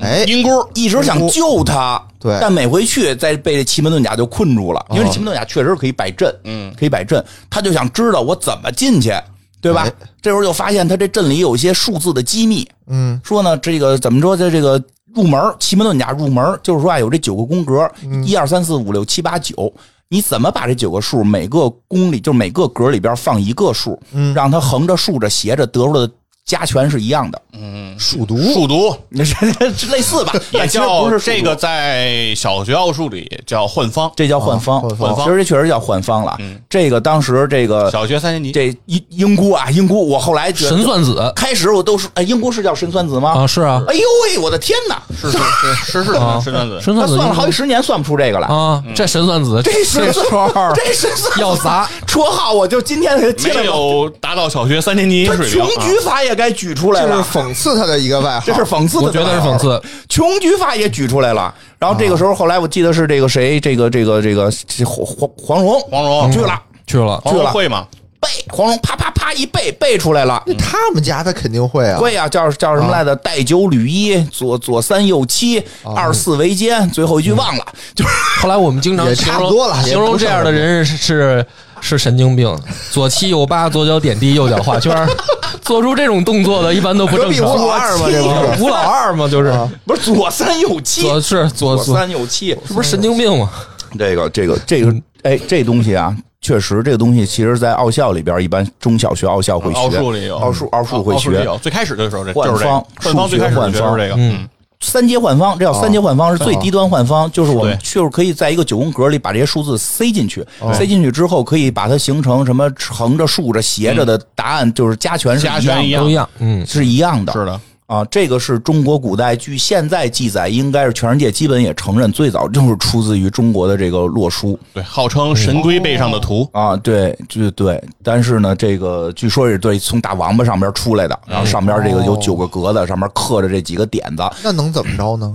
Speaker 4: 哎，
Speaker 3: 阴姑
Speaker 2: 一直想救他，
Speaker 4: 对
Speaker 2: 但每回去再被这奇门遁甲就困住了，因为这奇门遁甲确实可以摆阵，
Speaker 3: 哦嗯，
Speaker 2: 可以摆阵，他就想知道我怎么进去，对吧？
Speaker 4: 哎
Speaker 2: 这时候就发现他这阵里有一些数字的机密，
Speaker 4: 嗯，
Speaker 2: 说呢，这个怎么说，在这个入门奇门遁甲入门，就是说啊，有这九个宫格，
Speaker 3: 嗯
Speaker 2: 一二三四五六七八九，你怎么把这九个数每个宫里，就是每个格里边放一个数，
Speaker 4: 嗯
Speaker 2: 让它横着、竖着、斜着得出来的加权是一样的，
Speaker 3: 数独，数独
Speaker 2: 这这类似吧？
Speaker 3: 嗯 也
Speaker 2: 但其实不
Speaker 3: 叫
Speaker 2: 是
Speaker 3: 这
Speaker 2: 数独
Speaker 3: 个，在小学奥数里叫换方，
Speaker 2: 这叫换方，
Speaker 4: 啊
Speaker 1: 哦
Speaker 4: 换方
Speaker 2: 其实这确实叫换方了。这个当时这个
Speaker 3: 小学三年级
Speaker 2: 这英英姑啊，英姑，我后来觉得
Speaker 1: 神算子
Speaker 2: 开始我都是，哎，英姑是叫神算子吗？
Speaker 1: 啊，是啊，
Speaker 2: 哎呦喂，我的天哪！
Speaker 3: 是是是是是
Speaker 1: 啊
Speaker 3: 是段子，
Speaker 1: 神
Speaker 2: 他
Speaker 1: 算子
Speaker 2: 算了
Speaker 1: 应该
Speaker 2: 好几十年，算不出这个来。
Speaker 1: 啊，这神算子
Speaker 2: 这是
Speaker 1: 时候
Speaker 2: 这是算
Speaker 1: 要砸
Speaker 2: 绰号，我就今天给他接了
Speaker 3: 没
Speaker 2: 个。
Speaker 3: 有达到小学三年级
Speaker 2: 他
Speaker 3: 水平
Speaker 2: 穷
Speaker 3: 啊。
Speaker 2: 举法也该举出来
Speaker 4: 这是
Speaker 2: 了，
Speaker 4: 讽刺他的一个外号，
Speaker 2: 这是讽刺的，
Speaker 1: 我觉得是讽。刺。啊
Speaker 2: 穷举法也举出来了，然后这个时候，后来我记得是这个谁，这个这个这个这黄黄黄蓉，
Speaker 3: 黄蓉
Speaker 2: 去了
Speaker 1: 去了，
Speaker 3: 黄
Speaker 2: 去
Speaker 3: 蓉
Speaker 2: 了
Speaker 3: 会吗？
Speaker 2: 背，黄蓉啪啪啪一背背出来
Speaker 3: 嗯
Speaker 2: 了。
Speaker 4: 他们家他肯定会啊，
Speaker 2: 会啊，叫叫什么来着？带九履一，左左三右七，
Speaker 3: 啊
Speaker 2: 二四为奸，最后
Speaker 3: 嗯
Speaker 2: 一句忘了，就是
Speaker 1: 后来我们经常
Speaker 4: 也
Speaker 1: 形
Speaker 4: 差不
Speaker 1: 容
Speaker 4: 多了也
Speaker 1: 形容
Speaker 4: 不是
Speaker 1: 这样的人是是是神经病，左七右八，左脚点地，右脚画圈儿， 做出这种动作的一般都不
Speaker 4: 隔
Speaker 1: 正
Speaker 4: 壁吴
Speaker 1: 常。
Speaker 4: 老二嘛，这不
Speaker 1: 啊
Speaker 4: 是
Speaker 1: 吴老二嘛，就是
Speaker 2: 不是左三右七，
Speaker 1: 左是左
Speaker 2: 左
Speaker 1: 左，
Speaker 2: 三右七，
Speaker 1: 这不是神经病吗？
Speaker 2: 这个这个这
Speaker 3: 嗯
Speaker 2: 个，哎，这东西啊，确实这个东西，其实，在奥校里边，一般中小学奥校会学，
Speaker 3: 奥数里有，嗯
Speaker 2: 奥数奥数会
Speaker 3: 里
Speaker 2: 学
Speaker 3: 有。最开始的时候这
Speaker 2: 换
Speaker 3: 就是这
Speaker 2: 方
Speaker 3: 个换方
Speaker 2: 数学
Speaker 3: 最开始
Speaker 2: 换
Speaker 3: 学的
Speaker 2: 方
Speaker 3: 就是这个，嗯，
Speaker 2: 三阶换方，这叫三阶换方是最低端换方，就是我们
Speaker 3: 啊对哦
Speaker 2: 就是可以在一个九宫格里把这些数字塞进去，塞进去之后可以把它形成什么横着、竖着、斜着的答案，就是加权是
Speaker 3: 加权
Speaker 2: 一
Speaker 3: 一
Speaker 2: 样
Speaker 3: 样
Speaker 1: 都一样，嗯
Speaker 2: 的，，是一样的，
Speaker 3: 是的，
Speaker 2: 啊，这个是中国古代，据现在记载，应该是全世界基本也承认，最早就是出自于中国的这个洛书。
Speaker 3: 对，号称神龟背上的图，
Speaker 2: 啊，对，就对，但是呢，这个据说是对从大王八上边出来的，
Speaker 3: 嗯
Speaker 2: 然后上边这个有九个格子，上面刻着这几个点子，
Speaker 4: 那能怎么着呢？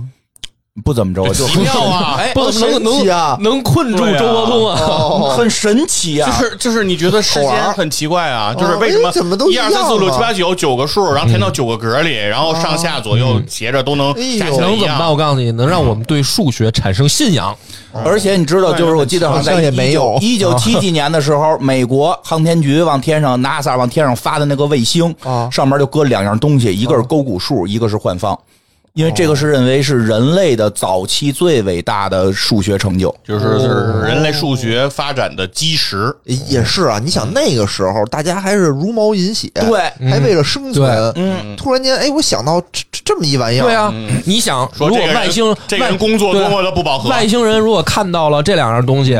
Speaker 2: 不怎么着，嗯哦就
Speaker 3: 奇妙啊！哎，
Speaker 1: 不能
Speaker 4: 神奇啊哦
Speaker 1: 能能困住
Speaker 3: 对啊
Speaker 1: 周伯通啊！
Speaker 2: 哦很神奇
Speaker 3: 就
Speaker 2: 啊！
Speaker 3: 是就是，你觉得时
Speaker 4: 好玩
Speaker 3: 间
Speaker 4: 儿
Speaker 3: 很奇怪啊？就是
Speaker 4: 哦
Speaker 3: 为什
Speaker 4: 哎怎么都
Speaker 3: 么
Speaker 4: 一
Speaker 3: 一
Speaker 4: 样
Speaker 3: 二
Speaker 4: 啊
Speaker 3: 三四五六七八九九个数，然后填到九个格里，然后上下左右斜着都能
Speaker 4: 哎呦
Speaker 3: 加起来
Speaker 1: 能
Speaker 3: 一
Speaker 1: 怎么办？
Speaker 3: 样。
Speaker 1: 我告诉你，能让我们对数学产生信仰。
Speaker 2: 而且你知道，就是我记得
Speaker 4: 好像
Speaker 2: 在
Speaker 4: 也没有
Speaker 2: 一九七几年的时候，美国航天局往天上 NASA 往天上发的那个卫星
Speaker 4: 啊，
Speaker 2: 上面就搁两样东西，一个是勾股数，一个是幻方。因为这个是认为是人类的早期最伟大的数学成就，
Speaker 3: 就是是人类数学发展的基石，
Speaker 4: 也是啊，你想那个时候大家还是茹毛饮血，
Speaker 2: 对
Speaker 4: 还为了生存，
Speaker 2: 嗯，
Speaker 4: 突然间哎，我想到这这这么一玩意儿，
Speaker 1: 对啊，你想，
Speaker 3: 说
Speaker 1: 如果
Speaker 3: 这个人
Speaker 1: 外星
Speaker 3: 这个人啊
Speaker 1: 外
Speaker 3: 工作
Speaker 1: 对
Speaker 3: 多么的不饱和，
Speaker 1: 外星人如果看到了这两样东西，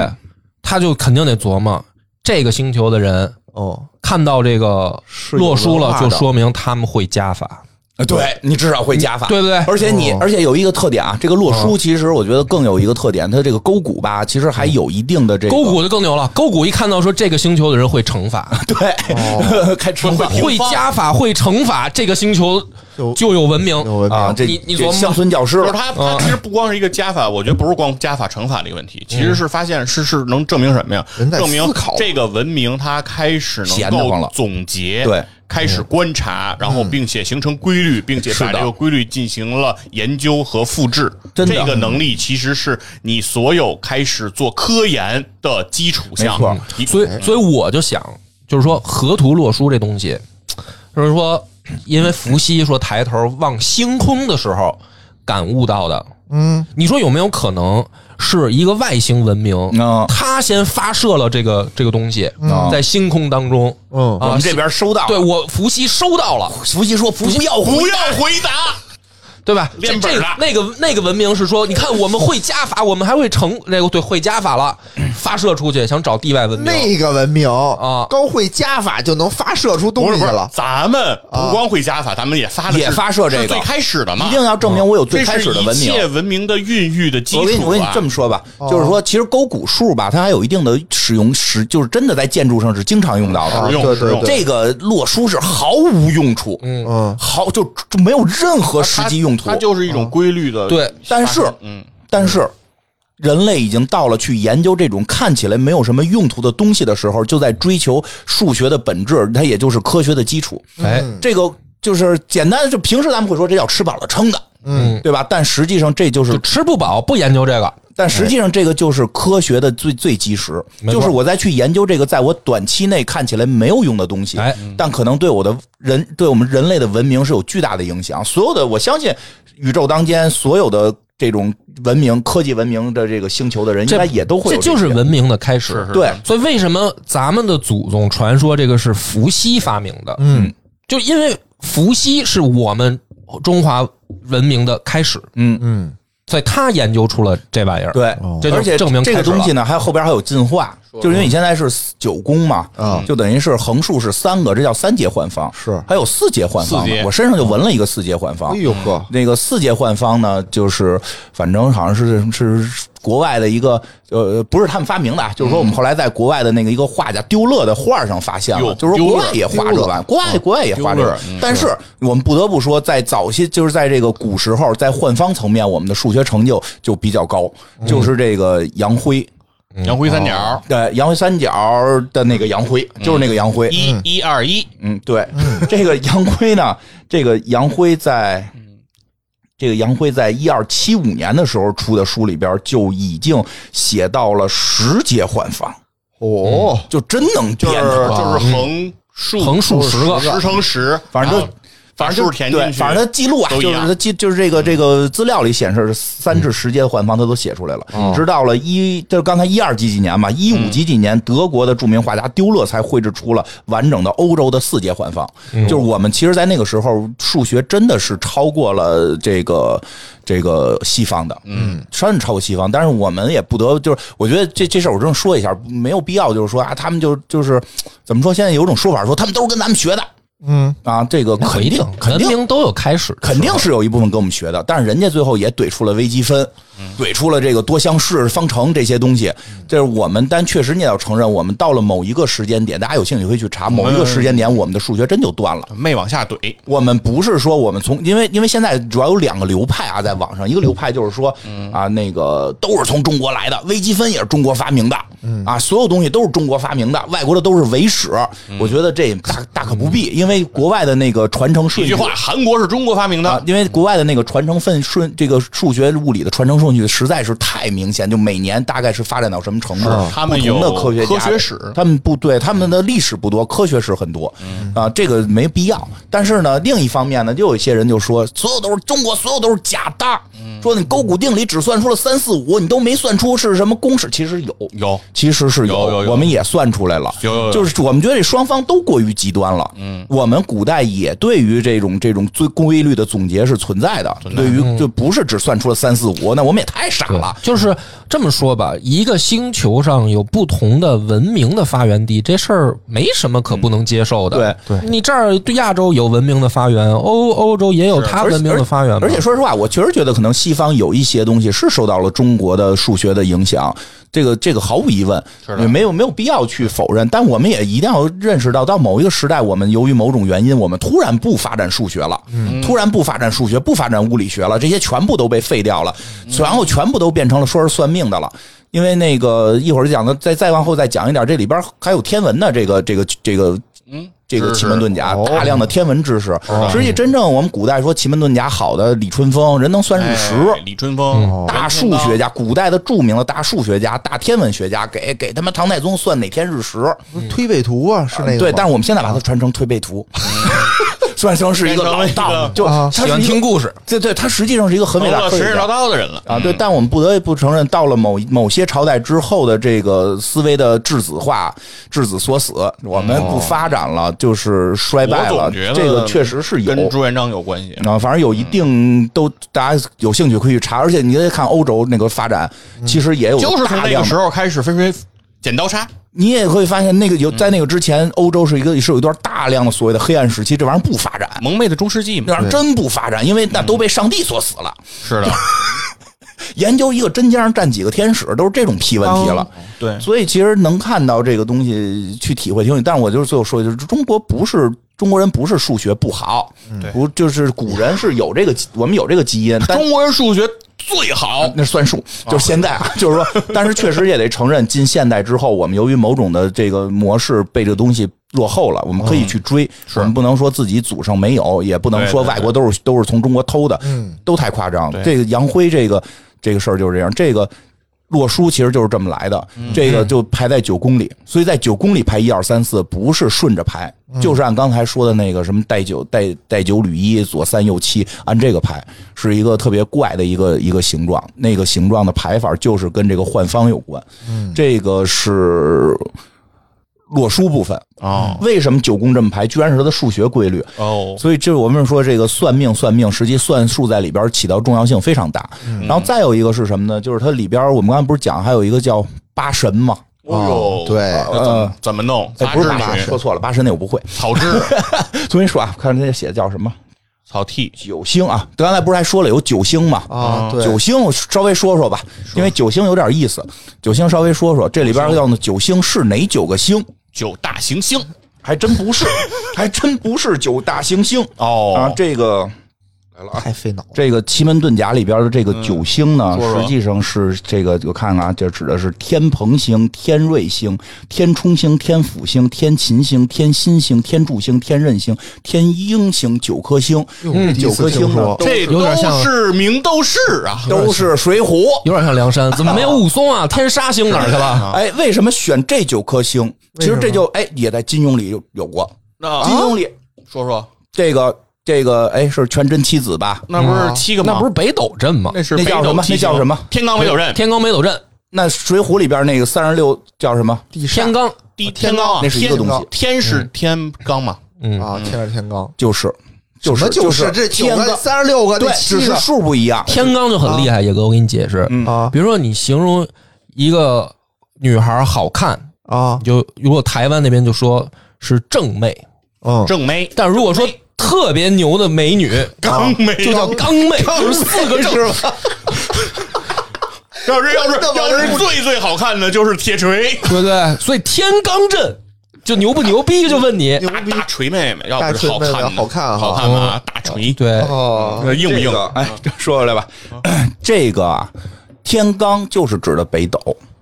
Speaker 1: 他就肯定得琢磨这个星球的人
Speaker 4: 哦，
Speaker 1: 看到这个
Speaker 4: 是有
Speaker 1: 洛书
Speaker 4: 文
Speaker 1: 了，
Speaker 4: 化
Speaker 1: 就
Speaker 4: 的
Speaker 1: 说明他们会加法。
Speaker 2: 嗯对你至少会加法，
Speaker 1: 对对对嗯
Speaker 2: 而且你，而且有一个特点啊，这个洛书其实我觉得更有一个特点，它这个勾股吧，其实还有一定的这个
Speaker 1: 勾股就更牛了，勾股一看到说这个星球的人会惩罚，
Speaker 2: 对， 开乘法
Speaker 1: 哦会加法，会惩罚，这个星球
Speaker 5: 有
Speaker 1: 就有文明。
Speaker 5: 有文明
Speaker 2: 啊，这
Speaker 1: 你你
Speaker 2: 这
Speaker 1: 琢磨吧
Speaker 2: 乡村教师
Speaker 3: 就是
Speaker 2: 了，
Speaker 3: 它，它其实不光是一个加法，我觉得不是光加法乘法的一个问题，其
Speaker 2: 嗯
Speaker 3: 实是发现是是能证明什么呀？
Speaker 4: 人在
Speaker 3: 证明
Speaker 4: 思考
Speaker 3: 这个文明它开始
Speaker 2: 闲
Speaker 3: 能
Speaker 2: 得慌了
Speaker 3: 够总结，
Speaker 2: 对，嗯
Speaker 3: 开始观察，然后并且形成规律，并且
Speaker 2: 是
Speaker 3: 把
Speaker 2: 的
Speaker 3: 这个规律进行了研究和复制。
Speaker 2: 真的
Speaker 3: 这个能力其实是你所有开始做科研的基础项
Speaker 2: 没错。
Speaker 3: 你
Speaker 1: 所以，所以我就想，就是说河图洛书这东西，就是说，因为伏羲说抬头望星空的时候感悟到的。嗯，你说有没有可能是一个外星文明
Speaker 2: 嗯，
Speaker 1: 它先发射了这个这个东西，在星空当中，
Speaker 5: 嗯
Speaker 1: 啊
Speaker 2: 我们这边收到，
Speaker 1: 对，我伏羲收到了，
Speaker 2: 伏羲说不要回
Speaker 3: 不要回答，
Speaker 1: 对吧？这
Speaker 3: 练本
Speaker 1: 这个
Speaker 3: 儿了
Speaker 1: 那个那个文明是说，你看我们会加法，我们还会成那个对会加法了，发射出去想找地外文明。
Speaker 4: 那个文明
Speaker 1: 啊
Speaker 4: 高会加法就能发射出
Speaker 3: 不
Speaker 4: 东
Speaker 3: 是
Speaker 4: 西
Speaker 3: 不是
Speaker 4: 了，，
Speaker 3: 咱们不光会加法，咱们也发的
Speaker 2: 啊也
Speaker 3: 是
Speaker 2: 发射这个
Speaker 3: 是最开始的嘛，
Speaker 2: 一定要证明我有最
Speaker 3: 这
Speaker 2: 开
Speaker 3: 是
Speaker 2: 始的文
Speaker 3: 一
Speaker 2: 明。
Speaker 3: 切文明的孕育的基础、啊。
Speaker 2: 我跟你我跟你这么说吧，
Speaker 3: 哦
Speaker 2: 就是说，其实勾股数吧，它还有一定的使用时，就是真的在建筑上是经常用到的。
Speaker 3: 实用
Speaker 4: 啊对
Speaker 3: 实用
Speaker 4: 对对，
Speaker 2: 这个洛书是毫无用处，
Speaker 4: 嗯，
Speaker 2: 毫就就没有任何实际用途
Speaker 3: 它，它。就是一种规律的。
Speaker 1: 对
Speaker 2: 但是
Speaker 3: 嗯，
Speaker 2: 但是，人类已经到了去研究这种看起来没有什么用途的东西的时候，就在追求数学的本质，它也就是科学的基础。
Speaker 1: 哎，
Speaker 2: 这个就是简单，就平时咱们会说这叫吃饱了撑的，嗯，对吧？但实际上这就是
Speaker 1: 就吃不饱，不研究这个。
Speaker 2: 但实际上，这个就是科学的最最基石，
Speaker 1: 没错
Speaker 2: 就是我在去研究这个在我短期内看起来没有用的东西
Speaker 1: 哎，
Speaker 2: 但可能对我的人，对我们人类的文明是有巨大的影响。所有的，我相信宇宙当间所有的这种文明、科技文明的这个星球的人，应该也都会
Speaker 1: 这
Speaker 2: 有
Speaker 1: 就是
Speaker 2: 些
Speaker 1: 文明的开始。
Speaker 2: 对
Speaker 1: 所以为什么咱们的祖宗传说这个是伏羲发明的？
Speaker 4: 嗯，
Speaker 1: 就因为伏羲是我们中华文明的开始，
Speaker 2: 嗯
Speaker 1: 嗯，所以他研究出了这玩意儿。，
Speaker 2: 对，
Speaker 1: 这就
Speaker 2: 而且
Speaker 1: 证明
Speaker 2: 这
Speaker 1: 开
Speaker 2: 个
Speaker 1: 始了
Speaker 2: 东西呢，还后边还有进化，就是因为你现在是九宫嘛，
Speaker 4: 嗯
Speaker 2: 就等于是横竖是三个，这叫三阶换方，
Speaker 4: 是
Speaker 2: 还有四阶换方
Speaker 3: 四
Speaker 2: 呢
Speaker 3: 阶，
Speaker 2: 我身上就纹了一个四阶换方
Speaker 4: 哎。呦呵，
Speaker 2: 那个四阶换方呢，就是反正好像是是国外的一个呃，不是他们发明的啊，就是说我们后来在国外的那个一个画家丢勒的画上发现了，
Speaker 3: 嗯哟
Speaker 2: 就是说
Speaker 3: 丢勒
Speaker 2: 国外也画这玩意儿，国外国外也画这
Speaker 3: 丢
Speaker 2: 个
Speaker 3: 勒嗯，
Speaker 2: 但是我们不得不说，在早些就是在这个古时候，在换方层面，我们的数学成就就比较高，
Speaker 3: 嗯
Speaker 2: 就是这个杨辉。
Speaker 1: 嗯
Speaker 3: 杨辉三角、
Speaker 1: 哦
Speaker 2: 呃，杨辉三角的那个杨辉，就是那个杨辉，
Speaker 3: 一一二一，
Speaker 2: 嗯，对，这个杨辉呢，这个杨辉在，这个杨辉在一二七五年的时候出的书里边就已经写到了十阶换方，
Speaker 4: 哦，
Speaker 2: 就真能
Speaker 3: 就
Speaker 2: 变
Speaker 3: 是
Speaker 2: 出来，
Speaker 3: 就是横竖
Speaker 1: 嗯横竖十个
Speaker 3: 十乘十，
Speaker 2: 反正就
Speaker 3: 嗯然后把数填进
Speaker 2: 对，
Speaker 3: 去，
Speaker 2: 反正他记录啊，
Speaker 3: 都
Speaker 2: 就
Speaker 3: 一
Speaker 2: 是
Speaker 3: 样
Speaker 2: 他记，就是这个这个资料里显示是三至十阶的换方，他都写出来
Speaker 3: 嗯
Speaker 2: 了。
Speaker 3: 哦
Speaker 2: 直到了一，就是刚才一二几几年嘛，一五几几年，德国的著名画家丢勒才绘制出了完整的欧洲的四阶换方。
Speaker 3: 嗯
Speaker 2: 就是我们其实，在那个时候，数学真的是超过了这个这个西方的，嗯，真是超过西方。但是我们也不得，就是我觉得这这事儿我正说一下，没有必要，就是说啊，他们就就是怎么说？现在有种说法说他们都是跟咱们学的。嗯啊，这个
Speaker 1: 那不
Speaker 2: 肯
Speaker 1: 一
Speaker 2: 定
Speaker 1: 定，
Speaker 2: 肯
Speaker 1: 文
Speaker 2: 定
Speaker 1: 明都有开始的时候，
Speaker 2: 肯定是有一部分跟我们学的，但是人家最后也怼出了微积分，怼出了这个多项式、方程这些东西。这是我们，但确实你也要承认，我们到了某一个时间点，大家有兴趣可以去查，某一个时间点，我们的数学真就断了。
Speaker 3: 没往下怼，
Speaker 2: 我们不是说我们从，因为因为现在主要有两个流派啊，在网上，一个流派就是说
Speaker 3: 嗯
Speaker 2: 啊，那个都是从中国来的，微积分也是中国发明的，
Speaker 3: 嗯
Speaker 2: 啊，所有东西都是中国发明的，外国的都是伪史。
Speaker 3: 嗯
Speaker 2: 我觉得这大大可不必，因为国外的那个传承
Speaker 3: 一
Speaker 2: 顺
Speaker 3: 句
Speaker 2: 序
Speaker 3: 话，韩国是中国发明
Speaker 2: 啊
Speaker 3: 的，，
Speaker 2: 因为国外的那个传承分顺，这个数学物理的传承顺序实在是太明显，就每年大概是发展到什么程度，
Speaker 3: 他们
Speaker 2: 嗯不同的
Speaker 3: 有
Speaker 2: 科学家
Speaker 3: 科学史
Speaker 2: 他们不对，他们的历史不多，科学史很多，啊，这个没必要。但是呢，另一方面呢，又有一些人就说，所有都是中国，所有都是假嗯的，说你勾股定理只算出了三四五，你都没算出是什么公式，其实有
Speaker 3: 有
Speaker 2: 其实是
Speaker 3: 有有有
Speaker 2: 我们也算出来了，
Speaker 3: 有有有
Speaker 2: 就是我们觉得这双方都过于极端了。嗯，我们古代也对于这种这种最规律的总结是存在的，对于就不是只算出了三四五，那我们也太傻
Speaker 1: 对
Speaker 2: 了。
Speaker 1: 就是这么说吧，一个星球上有不同的文明的发源地，这事儿没什么可不能接受的。
Speaker 2: 对
Speaker 1: 对，你这儿对亚洲有文明的发源，欧欧洲也有它
Speaker 2: 而且
Speaker 1: 文明的发源嘛
Speaker 2: 而且说实话，我确实觉得可能西方有一些东西是受到了中国的数学的影响，这个这个毫无疑问，也没有没有必要去否认。但我们也一定要认识到，到某一个时代，我们由于某种原因，我们突然不发展数学了，突然不发展数学，不发展物理学了，这些全部都被废掉了，然后全部都变成了说是算命的了。因为那个一会儿讲的，再再往后再讲一点，这里边还有天文的这个这个这个
Speaker 3: 嗯，
Speaker 2: 这个
Speaker 3: 知识
Speaker 2: 奇门遁
Speaker 3: 哦
Speaker 2: 甲，大量的天文知识。实际真正我们古代说奇门遁甲好的李春风，人能算数十。
Speaker 3: 哎哦李春
Speaker 1: 嗯
Speaker 3: 风，
Speaker 2: 大
Speaker 3: 数
Speaker 2: 数学家，古代的著名的大数学家、大天文学家，给给他们唐太宗算哪天日食，
Speaker 4: 推背图啊，是那个
Speaker 2: 嗯对，但
Speaker 4: 是
Speaker 2: 是我们现在把它传成推背 图，算成是一个老
Speaker 3: 变成了
Speaker 2: 道
Speaker 3: 一个，
Speaker 2: 就
Speaker 4: 啊
Speaker 2: 他
Speaker 1: 喜欢听故事，
Speaker 2: 对对，他实际上是一个很伟大
Speaker 3: 了
Speaker 2: 科
Speaker 3: 神
Speaker 2: 学
Speaker 3: 神
Speaker 2: 家
Speaker 3: 叨叨的人了
Speaker 2: 啊，对，但我们不得不承认，到了某某些朝代之后的这个思维的质子化、质子锁死，我们不发展了，就是衰败
Speaker 3: 哦我
Speaker 2: 了
Speaker 3: 总觉得。
Speaker 2: 这个确实是有
Speaker 3: 跟嗯朱元璋有关系。
Speaker 2: 啊，反正有一定都，大家有兴趣可以去查，而且你得看欧洲那个发展，其实也有
Speaker 3: 嗯就是从
Speaker 2: 大
Speaker 3: 那个
Speaker 2: 量
Speaker 3: 时
Speaker 2: 的。
Speaker 3: 候开始分水剪刀杀，
Speaker 2: 你也会发现，那个有
Speaker 3: 嗯
Speaker 2: 在那个之前，欧洲是一个是有一段大量的所谓的黑暗时期，这玩意儿不发展，
Speaker 3: 蒙昧的中世纪嘛
Speaker 2: 那。玩意儿真不发展，因为那都被上帝锁死了。
Speaker 3: 是的，
Speaker 2: 研究一个真将占几个天使，都是这种屁问题了。
Speaker 3: 对，
Speaker 2: 所以其实能看到这个东西去体会挺有，但是我就是最后说，就是中国不是中国人不是数学不好，不就是古人是有这个我们有这个基因，但
Speaker 3: 中国人数学最好，
Speaker 2: 那算术就是现在啊， 就是说，但是确实也得承认，近现代之后，我们由于某种的这个模式被这个东西。落后了，我们可以去追，我们不能说自己祖上没有，也不能
Speaker 3: 对
Speaker 2: 说
Speaker 3: 对
Speaker 2: 外国都是都是从中国偷的，都太夸张了。这个杨辉这个这个事儿就是这样，这个洛书其实就是这么来的，
Speaker 3: 嗯
Speaker 2: 这个就排在九宫里，所以在九宫里排一二三四，不是顺着排，就是按刚才说的那个什么带九带带九履一，左三右七，按这个排，是一个特别怪的一个一个形状，那个形状的排法就是跟这个换方有关，这个是。洛书部分
Speaker 3: 哦
Speaker 2: 为什么九宫这么排？居然是它的数学规律。
Speaker 3: 哦，
Speaker 2: 所以这我们说这个算命算命，实际算术在里边起到重要性非常大。然后再有一个是什么呢？就是它里边我们刚才不是讲还有一个叫八神嘛？
Speaker 3: 哦呦，
Speaker 4: 对
Speaker 3: 那怎么怎么弄？
Speaker 2: 哎，
Speaker 3: 杂
Speaker 2: 不
Speaker 3: 志
Speaker 2: 是八神，
Speaker 3: 里
Speaker 2: 说错了，八神那我不会。
Speaker 3: 草汁、
Speaker 2: 重新说啊，看这写的叫什么
Speaker 3: 草剃，
Speaker 2: 九星啊？刚才不是还说了有九星嘛？
Speaker 4: 啊，对，
Speaker 2: 九星我稍微说说吧，因为九星有点意思。九星稍微说说，这里边要的九星是哪九个星？
Speaker 3: 九大行星
Speaker 2: 还真不 是，还真不是九大行星啊
Speaker 3: 哦。
Speaker 2: 这个。
Speaker 4: 太费脑了。
Speaker 2: 这个奇门遁甲里边的这个九星呢，
Speaker 3: 说说
Speaker 2: 实际上是这个，我看看啊，这指的是天蓬星、天瑞星、天冲星、天府星、天琴星、天心星、天柱星、天任星、天英星九颗星，这九颗星呢都
Speaker 3: 这
Speaker 1: 有
Speaker 3: 都
Speaker 1: 点像
Speaker 3: 是名斗士啊，
Speaker 2: 都是水浒。
Speaker 1: 有点像梁山，怎么没有武松啊？天杀星哪儿去了？
Speaker 2: 哎，为什么选这九颗星？其实这就哎也在金庸里有有过，
Speaker 3: 那
Speaker 2: 金庸里
Speaker 3: 啊说说，
Speaker 2: 这个这个哎是全真七子吧？
Speaker 3: 那不是七个吗？
Speaker 1: 那不是北斗阵吗？
Speaker 3: 那是
Speaker 2: 那叫
Speaker 3: 北斗
Speaker 2: 什么
Speaker 3: 七星
Speaker 2: 那叫什么
Speaker 3: 天罡北斗阵，
Speaker 1: 天罡北斗阵，
Speaker 2: 那水浒里边那个三十六叫什么？
Speaker 4: 地煞
Speaker 1: 天罡，
Speaker 3: 地天罡啊，
Speaker 2: 那是一个东西
Speaker 3: 天天是天罡嘛？
Speaker 1: 嗯，
Speaker 4: 啊，天上天罡，
Speaker 2: 就是就是
Speaker 4: 那就
Speaker 2: 就是
Speaker 4: 这九
Speaker 2: 天罡
Speaker 4: 个三十六个，
Speaker 2: 对
Speaker 4: 那，七
Speaker 2: 只是
Speaker 4: 个
Speaker 2: 数不一样。
Speaker 1: 天罡就很厉害。野哥，我给你解释，
Speaker 2: 嗯
Speaker 4: 啊
Speaker 1: 比如说你形容一个女孩好看，
Speaker 4: 啊
Speaker 1: 你，就如果台湾那边就说是正妹，
Speaker 4: 嗯，
Speaker 3: 正妹
Speaker 1: 但如果说特别牛的美女，
Speaker 3: 刚没
Speaker 1: 就叫刚妹，就是四个正。
Speaker 3: 要是要是
Speaker 4: 那么
Speaker 3: 要是最最好看的就是铁锤，
Speaker 1: 对不对？所以天罡阵就牛不牛逼？就问你，
Speaker 3: 大大锤妹妹，要不是好
Speaker 4: 大锤妹
Speaker 3: 看
Speaker 4: 妹
Speaker 3: 呢，
Speaker 4: 好看啊
Speaker 3: 好看吧？大锤，
Speaker 1: 对，
Speaker 4: 哦，
Speaker 3: 呃硬不硬
Speaker 2: 这？个哎，说回来吧， 这个啊，天罡就是指的北斗，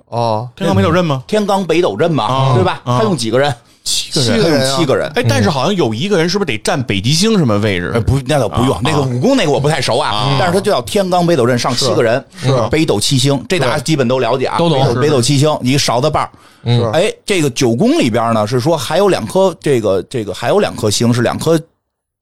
Speaker 4: 哦，
Speaker 3: 天罡北斗阵吗？
Speaker 2: 天罡北斗阵嘛，对吧？他用几个人？
Speaker 3: 七
Speaker 4: 个人七
Speaker 2: 他
Speaker 4: 个人
Speaker 2: 用
Speaker 4: 啊
Speaker 2: 七个人。
Speaker 3: 哎，但是好像有一个人是不是得占北极星什么位置
Speaker 2: 哎，？不，那倒不用，那个武功那个我不太熟啊，但是他就叫天罡北斗阵，上七个人，是北斗七星，这大家基本都了解啊，
Speaker 1: 都懂
Speaker 2: 北斗北斗七星，一个勺子把儿。
Speaker 1: 嗯
Speaker 2: 哎，这个九宫里边呢是说还有两颗，这个这个还有两颗星是两颗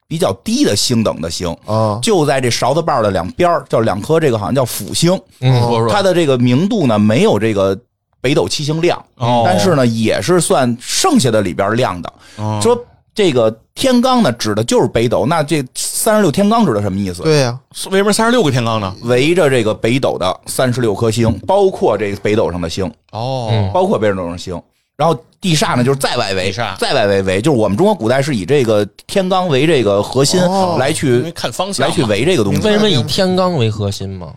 Speaker 2: 比较低的星等的星，
Speaker 4: 啊，
Speaker 2: 就在这勺子把
Speaker 3: 哦
Speaker 2: 儿的两边儿，叫两颗这个好像叫辅星，
Speaker 1: 嗯
Speaker 3: 说说
Speaker 2: 它的这个明度呢没有这个北斗七星亮，
Speaker 3: 哦
Speaker 2: 但是呢也是算剩下的里边亮的。
Speaker 3: 哦
Speaker 2: 说这个天罡呢指的就是北斗，那这三十六天罡指的什么意思？
Speaker 4: 对呀、
Speaker 3: 为什么三十六个天罡呢？
Speaker 2: 围着这个北斗的三十六颗星，包括这个北斗上的星，
Speaker 3: 嗯哦，
Speaker 2: 包括北斗上的星。然后地煞呢，就是在外围，
Speaker 3: 地煞
Speaker 2: 在外围围，就是我们中国古代是以这个天罡为这个核心
Speaker 4: 哦
Speaker 2: 来
Speaker 3: 因为
Speaker 2: 去
Speaker 3: 看方向
Speaker 2: 来
Speaker 3: 嘛
Speaker 2: 去围这个东西。
Speaker 1: 为什么以天罡为核心嘛？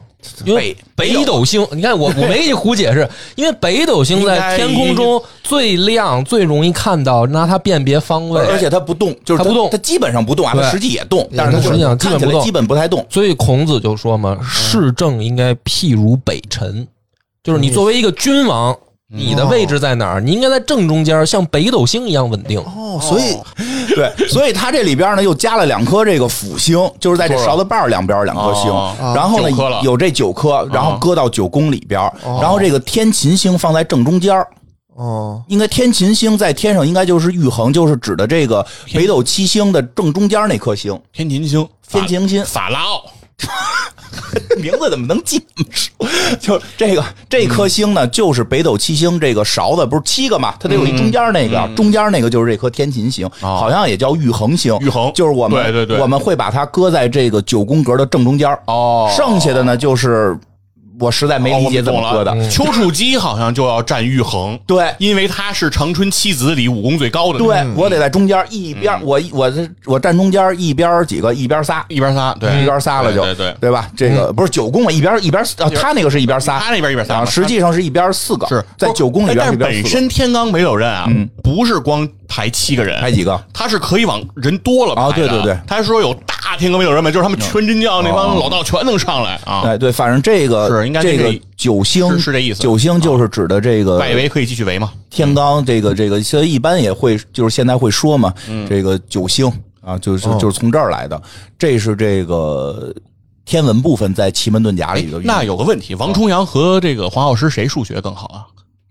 Speaker 1: 因为
Speaker 2: 北
Speaker 1: 北斗星，你看我我没给你胡解释，因为北斗星在天空中最亮、最容易看到，拿它辨别方
Speaker 2: 而
Speaker 1: 位。
Speaker 2: 且它不动，就是
Speaker 1: 它不动
Speaker 2: 它基本上不动啊，
Speaker 1: 对
Speaker 2: 它实际也动，但是它
Speaker 1: 它
Speaker 2: 就
Speaker 1: 实际上基
Speaker 2: 看
Speaker 1: 本
Speaker 2: 起
Speaker 1: 不
Speaker 2: 来
Speaker 1: 动
Speaker 2: 基本不太动。
Speaker 1: 所以孔子就说
Speaker 2: 嗯
Speaker 1: 嘛：“市政应该譬如北辰，就是
Speaker 2: 嗯
Speaker 1: 你作为一个君王，你的位置在哪儿？你应该在正中间，像北斗星一样稳定。
Speaker 4: 哦，所以
Speaker 2: 对，所以它这里边呢又加了两颗这个辅星，就是在这勺子把儿两边儿两颗星
Speaker 3: 哦，
Speaker 2: 然后呢
Speaker 3: 九颗了
Speaker 2: 有这九颗，然
Speaker 1: 哦
Speaker 2: 后搁到九宫里边儿，然后这个天琴星放在正中间儿
Speaker 4: 哦，
Speaker 2: 应该天琴星在天上应该就是玉衡，就是指的这个北斗七星的正中间那颗星。
Speaker 3: 天琴星，
Speaker 2: 天琴星
Speaker 3: 法拉奥，
Speaker 2: 名字怎么能记那么熟？就是这个
Speaker 3: 嗯
Speaker 2: 这颗星呢，就是北斗七星这个勺子，不是七个嘛？它得有一中间那个，中间那个就是这颗天琴星，
Speaker 3: 嗯哦
Speaker 2: 好像也叫玉衡星。
Speaker 3: 玉衡
Speaker 2: 就是我们
Speaker 3: 对对对
Speaker 2: 我们会把它搁在这个九宫格的正中间。
Speaker 3: 哦
Speaker 2: 剩下的呢就是我实在没理解
Speaker 3: 哦
Speaker 2: 怎
Speaker 3: 我
Speaker 2: 么
Speaker 3: 们
Speaker 2: 搁
Speaker 3: 懂
Speaker 2: 的。嗯
Speaker 3: 了。嗯丘处机好像就要占玉衡，
Speaker 2: 对
Speaker 3: 因为他是长春七子里武功最高的，
Speaker 2: 对，，我得在中间一边，
Speaker 3: 嗯
Speaker 2: 我我我站中间一边几个一边仨。
Speaker 3: 一边仨，对，
Speaker 2: 嗯一边仨了就，
Speaker 3: 对对对嗯
Speaker 2: 吧？这个不是九宫嘛，一边一边，啊，他那个是一边仨，
Speaker 3: 他那边一边仨
Speaker 2: 啊
Speaker 3: 嘛
Speaker 2: 实际上是一边四个，
Speaker 3: 是
Speaker 2: 在
Speaker 3: 不
Speaker 2: 九宫里
Speaker 3: 哎
Speaker 2: 边
Speaker 3: 但
Speaker 2: 一
Speaker 3: 是
Speaker 2: 边四
Speaker 3: 本
Speaker 2: 个嗯
Speaker 3: 身天罡北斗阵啊，不是光排七个人，
Speaker 2: 排几个？
Speaker 3: 他是可以往人多了排的
Speaker 2: 啊对对对
Speaker 3: 他说有大天罡北斗人嘛，就是他们全真教那帮老道全能上来啊，
Speaker 2: 哎，对，反正这个
Speaker 3: 是应该这
Speaker 2: 这个
Speaker 3: 个
Speaker 2: 九星
Speaker 3: 是是这意思啊
Speaker 2: 九星就是指的这个
Speaker 3: 外围可以继续围嘛，
Speaker 2: 天罡，这个这个，所以一般也会就是现在会说嘛，
Speaker 3: 嗯
Speaker 2: 这个九星啊，就是
Speaker 3: 哦
Speaker 2: 就是从这儿来的，这是这个天文部分在奇门遁甲里的运用。
Speaker 3: 哎那有个问题，王重阳和这个黄药师谁数学更好啊？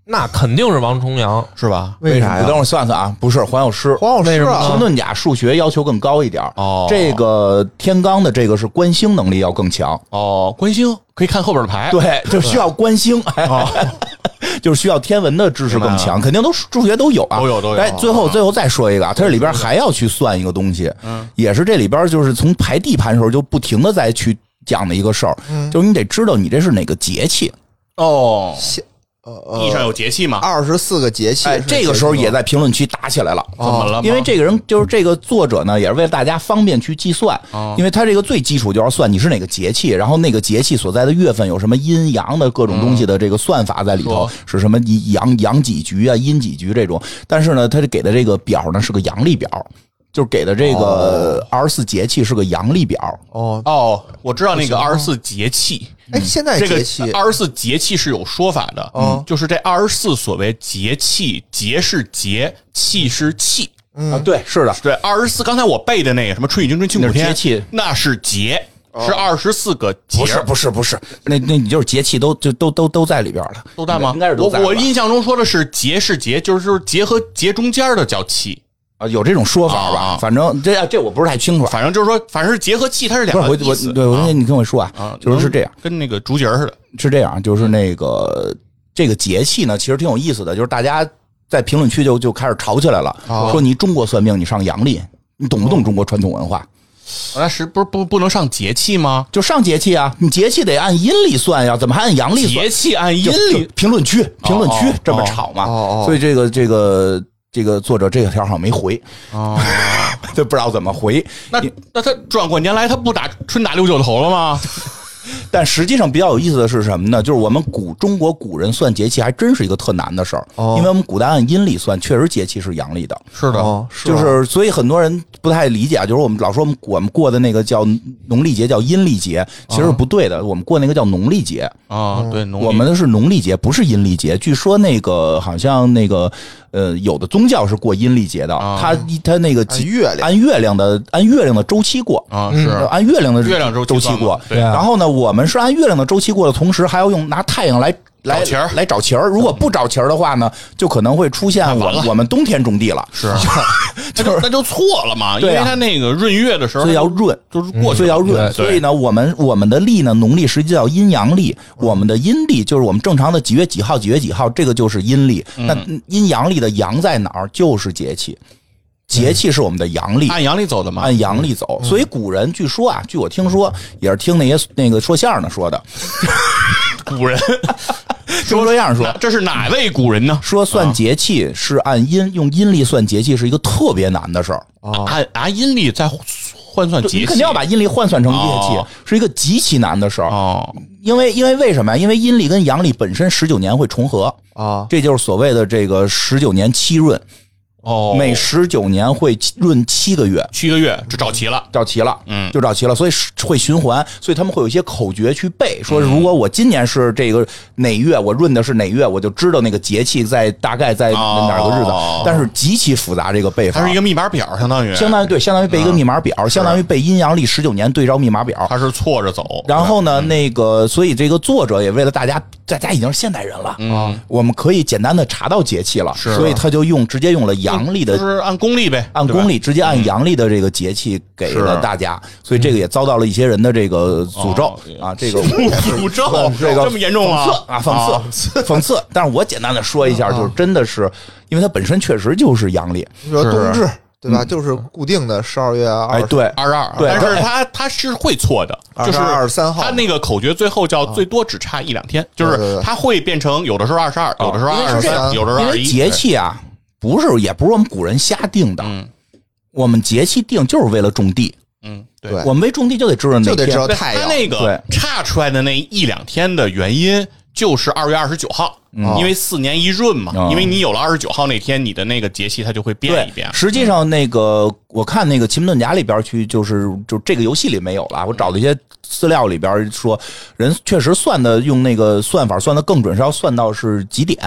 Speaker 1: 那肯定是王重阳。
Speaker 3: 是吧？
Speaker 2: 为
Speaker 4: 啥
Speaker 2: 什么？
Speaker 4: 呀？
Speaker 2: 等会儿算算啊，不是黄药师，
Speaker 4: 黄老师
Speaker 2: 奇
Speaker 4: 啊，
Speaker 2: 门遁甲数学要求更高一点儿
Speaker 3: 哦
Speaker 2: 这个天罡的这个是观星能力要更强，
Speaker 3: 哦，观星可以看后边的牌，
Speaker 2: 对，就需要观星， 就是需要天文的知识更强，肯定都数学都有啊，
Speaker 3: 都有都有
Speaker 2: 哎，最后最后再说一个啊，它这里边还要去算一个东西，也是这里边就是从排地盘的时候就不停的再去讲的一个事儿，就是你得知道你这是哪个节气，
Speaker 3: 哦，
Speaker 4: 呃
Speaker 3: 地上
Speaker 4: 呃，
Speaker 3: 有节气嘛？
Speaker 4: 二十四个节气
Speaker 2: 哎
Speaker 4: 是，
Speaker 2: 这个时候
Speaker 4: 节气
Speaker 2: 也
Speaker 4: 吗
Speaker 2: 在评论区打起来了。
Speaker 3: 怎么啊了吗？
Speaker 2: 哦因为这个人就是这个作者呢，也是为了大家方便去计算，
Speaker 3: 哦
Speaker 2: 因为他这个最基础就是算你是哪个节气，然后那个节气所在的月份有什么阴阳的各种东
Speaker 3: 嗯
Speaker 2: 西的这个算法在里头，是什么阴阳阳几局啊、阴几局这种。但是呢，他给的这个表呢是个阳历表，就是给的这个二十四节气是个阳历表。
Speaker 4: 哦，
Speaker 3: 哦，我知道那个二十四节气，
Speaker 4: 哎，现在
Speaker 3: 这
Speaker 4: 节气
Speaker 3: 个二十四节气是有说法的，嗯，就是这二十四所谓节气，节是节，气是气。
Speaker 2: 啊，对，是的，
Speaker 3: 对，二十四，刚才我背的那个什么“春雨惊春，秋
Speaker 2: 那
Speaker 3: 谷
Speaker 2: 是
Speaker 3: 天”，
Speaker 2: 节气
Speaker 3: 那是节，是二十四个节，
Speaker 2: 哦不是不是不是，那那你就是节气都就都都都在里边了，
Speaker 3: 都在吗？
Speaker 2: 应该是都
Speaker 3: 我
Speaker 2: 在吧
Speaker 3: 我印象中说的是节是节，就是就是节和节中间的叫气，
Speaker 2: 啊，有这种说法
Speaker 3: 啊
Speaker 2: 吧
Speaker 3: 啊？
Speaker 2: 反正这这我不是太清楚啊。
Speaker 3: 反正就是说，反正是节和气，它是两
Speaker 2: 不是
Speaker 3: 个
Speaker 2: 我
Speaker 3: 意
Speaker 2: 我
Speaker 3: 思。
Speaker 2: 对我
Speaker 3: 啊
Speaker 2: 你听我说啊
Speaker 3: 啊，，
Speaker 2: 就是是这样。，
Speaker 3: 跟那个竹节儿似的。啊
Speaker 2: 是这样，就是那个这个节气呢，其实挺有意思的，就是大家在评论区就就开始吵起来了，
Speaker 3: 啊
Speaker 2: 说你中国算命，你上阳历，你懂不懂中国传统文
Speaker 3: 哦
Speaker 2: 化？
Speaker 3: 那是不是不不能上节气吗？
Speaker 2: 就上节气啊，你节气得按阴历算呀，怎么还按阳历算
Speaker 3: 节？气按阴
Speaker 2: 就
Speaker 3: 历
Speaker 2: 就评论区评论区
Speaker 3: 哦
Speaker 2: 这么吵嘛，
Speaker 4: 哦哦
Speaker 2: 所以这个这个这个作者这条好像没回，
Speaker 3: 哦，
Speaker 2: 就不知道怎么回。
Speaker 3: 那那他转过年来，他不打春打六九头了吗？
Speaker 2: 但实际上比较有意思的是什么呢？就是我们古中国古人算节气还真是一个特难的事儿，因为我们古代按阴历算，确实节气是阳历的。
Speaker 3: 是的
Speaker 4: 哦，是
Speaker 2: 就
Speaker 4: 吗
Speaker 2: 是所以很多人不太理解啊，就是我们老说我们我们过的那个叫农历节叫阴历节，其实是不对的，我们过那个叫农历节，
Speaker 3: 啊，对，
Speaker 4: 哦
Speaker 3: 农历
Speaker 2: 嗯我们的是农历节，不是阴历节。据说那个好像那个呃，有的宗教是过阴历节的，他他那个
Speaker 4: 啊按月亮
Speaker 2: 按月亮的按月亮的周期过。
Speaker 3: 啊是
Speaker 2: 嗯按月亮的
Speaker 3: 月亮周期
Speaker 2: 周期
Speaker 3: 算嘛
Speaker 2: 过，
Speaker 3: 对
Speaker 2: 然后呢，我们是按月亮的周期过的同时，还要用拿太阳来来
Speaker 3: 找齐儿
Speaker 2: 来找齐儿。如果不找齐儿的话呢，就可能会出现我
Speaker 3: 了
Speaker 2: 我们冬天种地了，
Speaker 3: 是， 那就那就错了嘛，因
Speaker 2: 对
Speaker 3: 为
Speaker 2: 啊
Speaker 3: 他那个闰月的时候
Speaker 2: 所以要润。
Speaker 3: 就是过去
Speaker 2: 所以要
Speaker 3: 了
Speaker 2: 润，
Speaker 3: 对
Speaker 2: 所以呢，我们我们的历呢，农历实际叫阴阳历，我们的阴历就是我们正常的几月几号，几月几号，这个就是阴历。
Speaker 3: 嗯
Speaker 2: 那阴阳历的阳在哪儿？就是节气，节气是我们的阳历，
Speaker 3: 按阳历走的嘛，嗯
Speaker 2: 按阳历走。所以古人据说啊，据我听说，也是听那些那个说相声的说的，
Speaker 3: 古人
Speaker 2: 听说相声说
Speaker 3: 那，这是哪位古人呢？
Speaker 2: 说算节气是按阴，用阴历算节气是一个特别难的事儿。
Speaker 3: 按按阴历再换算
Speaker 2: 就
Speaker 3: 节气，
Speaker 2: 哦你肯定要把阴历换算成节气
Speaker 3: 哦，
Speaker 2: 是一个极其难的事儿。
Speaker 3: 哦，
Speaker 2: 因为因为为什么呀？因为阴历跟阳历本身十九年会重合，
Speaker 4: 啊，
Speaker 2: 这就是所谓的这个十九年七闰，
Speaker 3: 哦，
Speaker 2: 每十九年会闰七个月。
Speaker 3: 七个月就找齐了。
Speaker 2: 找齐了，
Speaker 3: 嗯
Speaker 2: 就找齐了，所以是会循环，所以他们会有一些口诀去背，
Speaker 3: 嗯
Speaker 2: 说如果我今年是这个哪月，我闰的是哪月，我就知道那个节气在大概在
Speaker 3: 哦
Speaker 2: 哪个日子，但是极其复杂这个背法，
Speaker 3: 它是一个嗯密码表，相当于
Speaker 2: 相当于对，相当于背一个密码表，相当于背阴阳历十九年对照密码表。
Speaker 3: 它是错着走。
Speaker 2: 然后呢，
Speaker 3: 嗯
Speaker 2: 那个，所以这个作者也为了大家，大家已经是现代人了，
Speaker 3: 嗯，
Speaker 2: 我们可以简单的查到节气了，
Speaker 3: 是嗯
Speaker 2: 所以他就用直接用了阳历
Speaker 3: 就
Speaker 2: 的，
Speaker 3: 是按公历呗，
Speaker 2: 按
Speaker 3: 对吧嗯
Speaker 2: 公 历直接按阳历的这个节气给了
Speaker 3: 是
Speaker 2: 大家，所以这个也遭到了一些人的这个诅咒
Speaker 3: 哦对
Speaker 2: 啊，这个
Speaker 3: 诅咒
Speaker 2: 这个
Speaker 3: 这么严重嗯
Speaker 2: 讽
Speaker 3: 吗
Speaker 2: 刺啊，讽刺，讽刺。但是我简单的说一下，就是真的是，因为它本身确实就是阳历，
Speaker 4: 比如说冬至对吧？就是固定的十二月二
Speaker 2: 嗯哎，
Speaker 4: 十，
Speaker 2: 对，
Speaker 3: 二十二，
Speaker 2: 对
Speaker 3: 但是
Speaker 2: 哎
Speaker 3: 他他是会错的，就是
Speaker 4: 22号
Speaker 3: 他那个口诀最后
Speaker 2: 啊
Speaker 3: 叫最多只差一两天，就
Speaker 4: 对对
Speaker 3: 是
Speaker 4: 对
Speaker 3: 他会变成有的时候二十二，有的时候
Speaker 2: 啊因为
Speaker 3: 二
Speaker 2: 是
Speaker 3: 十
Speaker 2: 这
Speaker 3: 三，
Speaker 4: 样
Speaker 3: 有的时候
Speaker 2: 因
Speaker 3: 二十
Speaker 2: 为
Speaker 3: 一。
Speaker 2: 节气啊，不是也不是我们古人瞎定的，
Speaker 3: 嗯
Speaker 2: 我们节气定就是为了种地，
Speaker 3: 嗯，对。
Speaker 4: 对
Speaker 2: 我们为种地就得知道哪
Speaker 4: 就得知
Speaker 2: 天
Speaker 4: 道
Speaker 3: 对
Speaker 4: 太
Speaker 3: 他
Speaker 4: 阳
Speaker 3: 那个
Speaker 2: 对
Speaker 3: 差出来的那一两天的原因，就是二月二十九号，因为四年一闰嘛，
Speaker 2: 嗯
Speaker 3: 因为你有了二十九号那天，你的那个节气它就会变
Speaker 2: 对
Speaker 3: 一变，。
Speaker 2: 实际上那个我看那个《奇门遁甲》里边去，就是就这个游戏里没有了，我找了一些资料里边说，人确实算的用那个算法算的更准，是要算到是几点。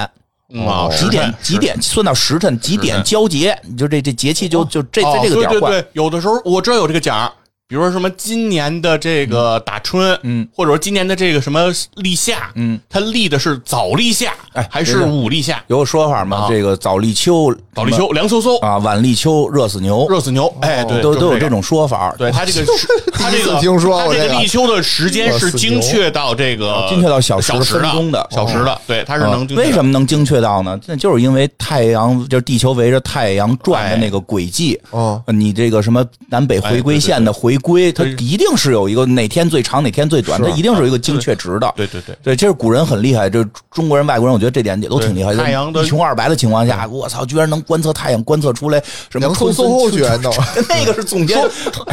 Speaker 3: 嗯啊，
Speaker 2: 几
Speaker 3: 时辰
Speaker 2: 哦点？几？点算到时辰？几点交节？你就这这节气就就这
Speaker 3: 时辰哦
Speaker 2: 在这个点
Speaker 3: 对
Speaker 2: 换
Speaker 3: 对对，有的时候我知道有这个点儿。比如说什么今年的这个打春，
Speaker 2: 嗯，
Speaker 3: 或者说今年的这个什么立夏，
Speaker 2: 嗯，
Speaker 3: 它立的是早立夏，
Speaker 2: 哎
Speaker 3: 还是
Speaker 2: 对对
Speaker 3: 午立夏？
Speaker 2: 有个说法嘛
Speaker 3: 啊，
Speaker 2: 这个早立秋，
Speaker 3: 早立秋，凉飕飕，
Speaker 2: 啊，晚立秋，热死牛，
Speaker 3: 热死牛，哎，对，
Speaker 2: 都
Speaker 3: 就是
Speaker 2: 都有
Speaker 3: 这
Speaker 2: 这
Speaker 3: 个。
Speaker 2: 种说法。
Speaker 3: 对他这个 是，他这
Speaker 4: 第一
Speaker 3: 个
Speaker 4: 次听说
Speaker 3: 他
Speaker 4: 我
Speaker 3: 这
Speaker 4: 这个
Speaker 3: 立秋的时间是精确到这个
Speaker 2: 哦精确到小时
Speaker 3: 小时
Speaker 2: 分钟
Speaker 3: 的
Speaker 2: 的哦
Speaker 3: 小时的，对，他是能精确
Speaker 2: 啊为什么能精确到呢？那就是因为太阳，就是地球围着太阳
Speaker 3: 哎
Speaker 2: 转的那个轨迹。呃
Speaker 4: 哦，
Speaker 2: 你这个什么南北回归线的回
Speaker 3: 哎
Speaker 2: 归，它一定是有一个哪天最长，哪天最短，它一定是有一个精确值的。
Speaker 3: 对对对，
Speaker 2: 对，这是古人很厉害，这中国人、外国人，我觉得这点也都挺厉害。
Speaker 3: 对太阳的嗯
Speaker 2: 一穷二白的情况下，我操，居然能观测太阳，观测出来什么
Speaker 4: 能出
Speaker 2: 春分
Speaker 4: 搜后学呢？
Speaker 2: 那个是总结
Speaker 3: 说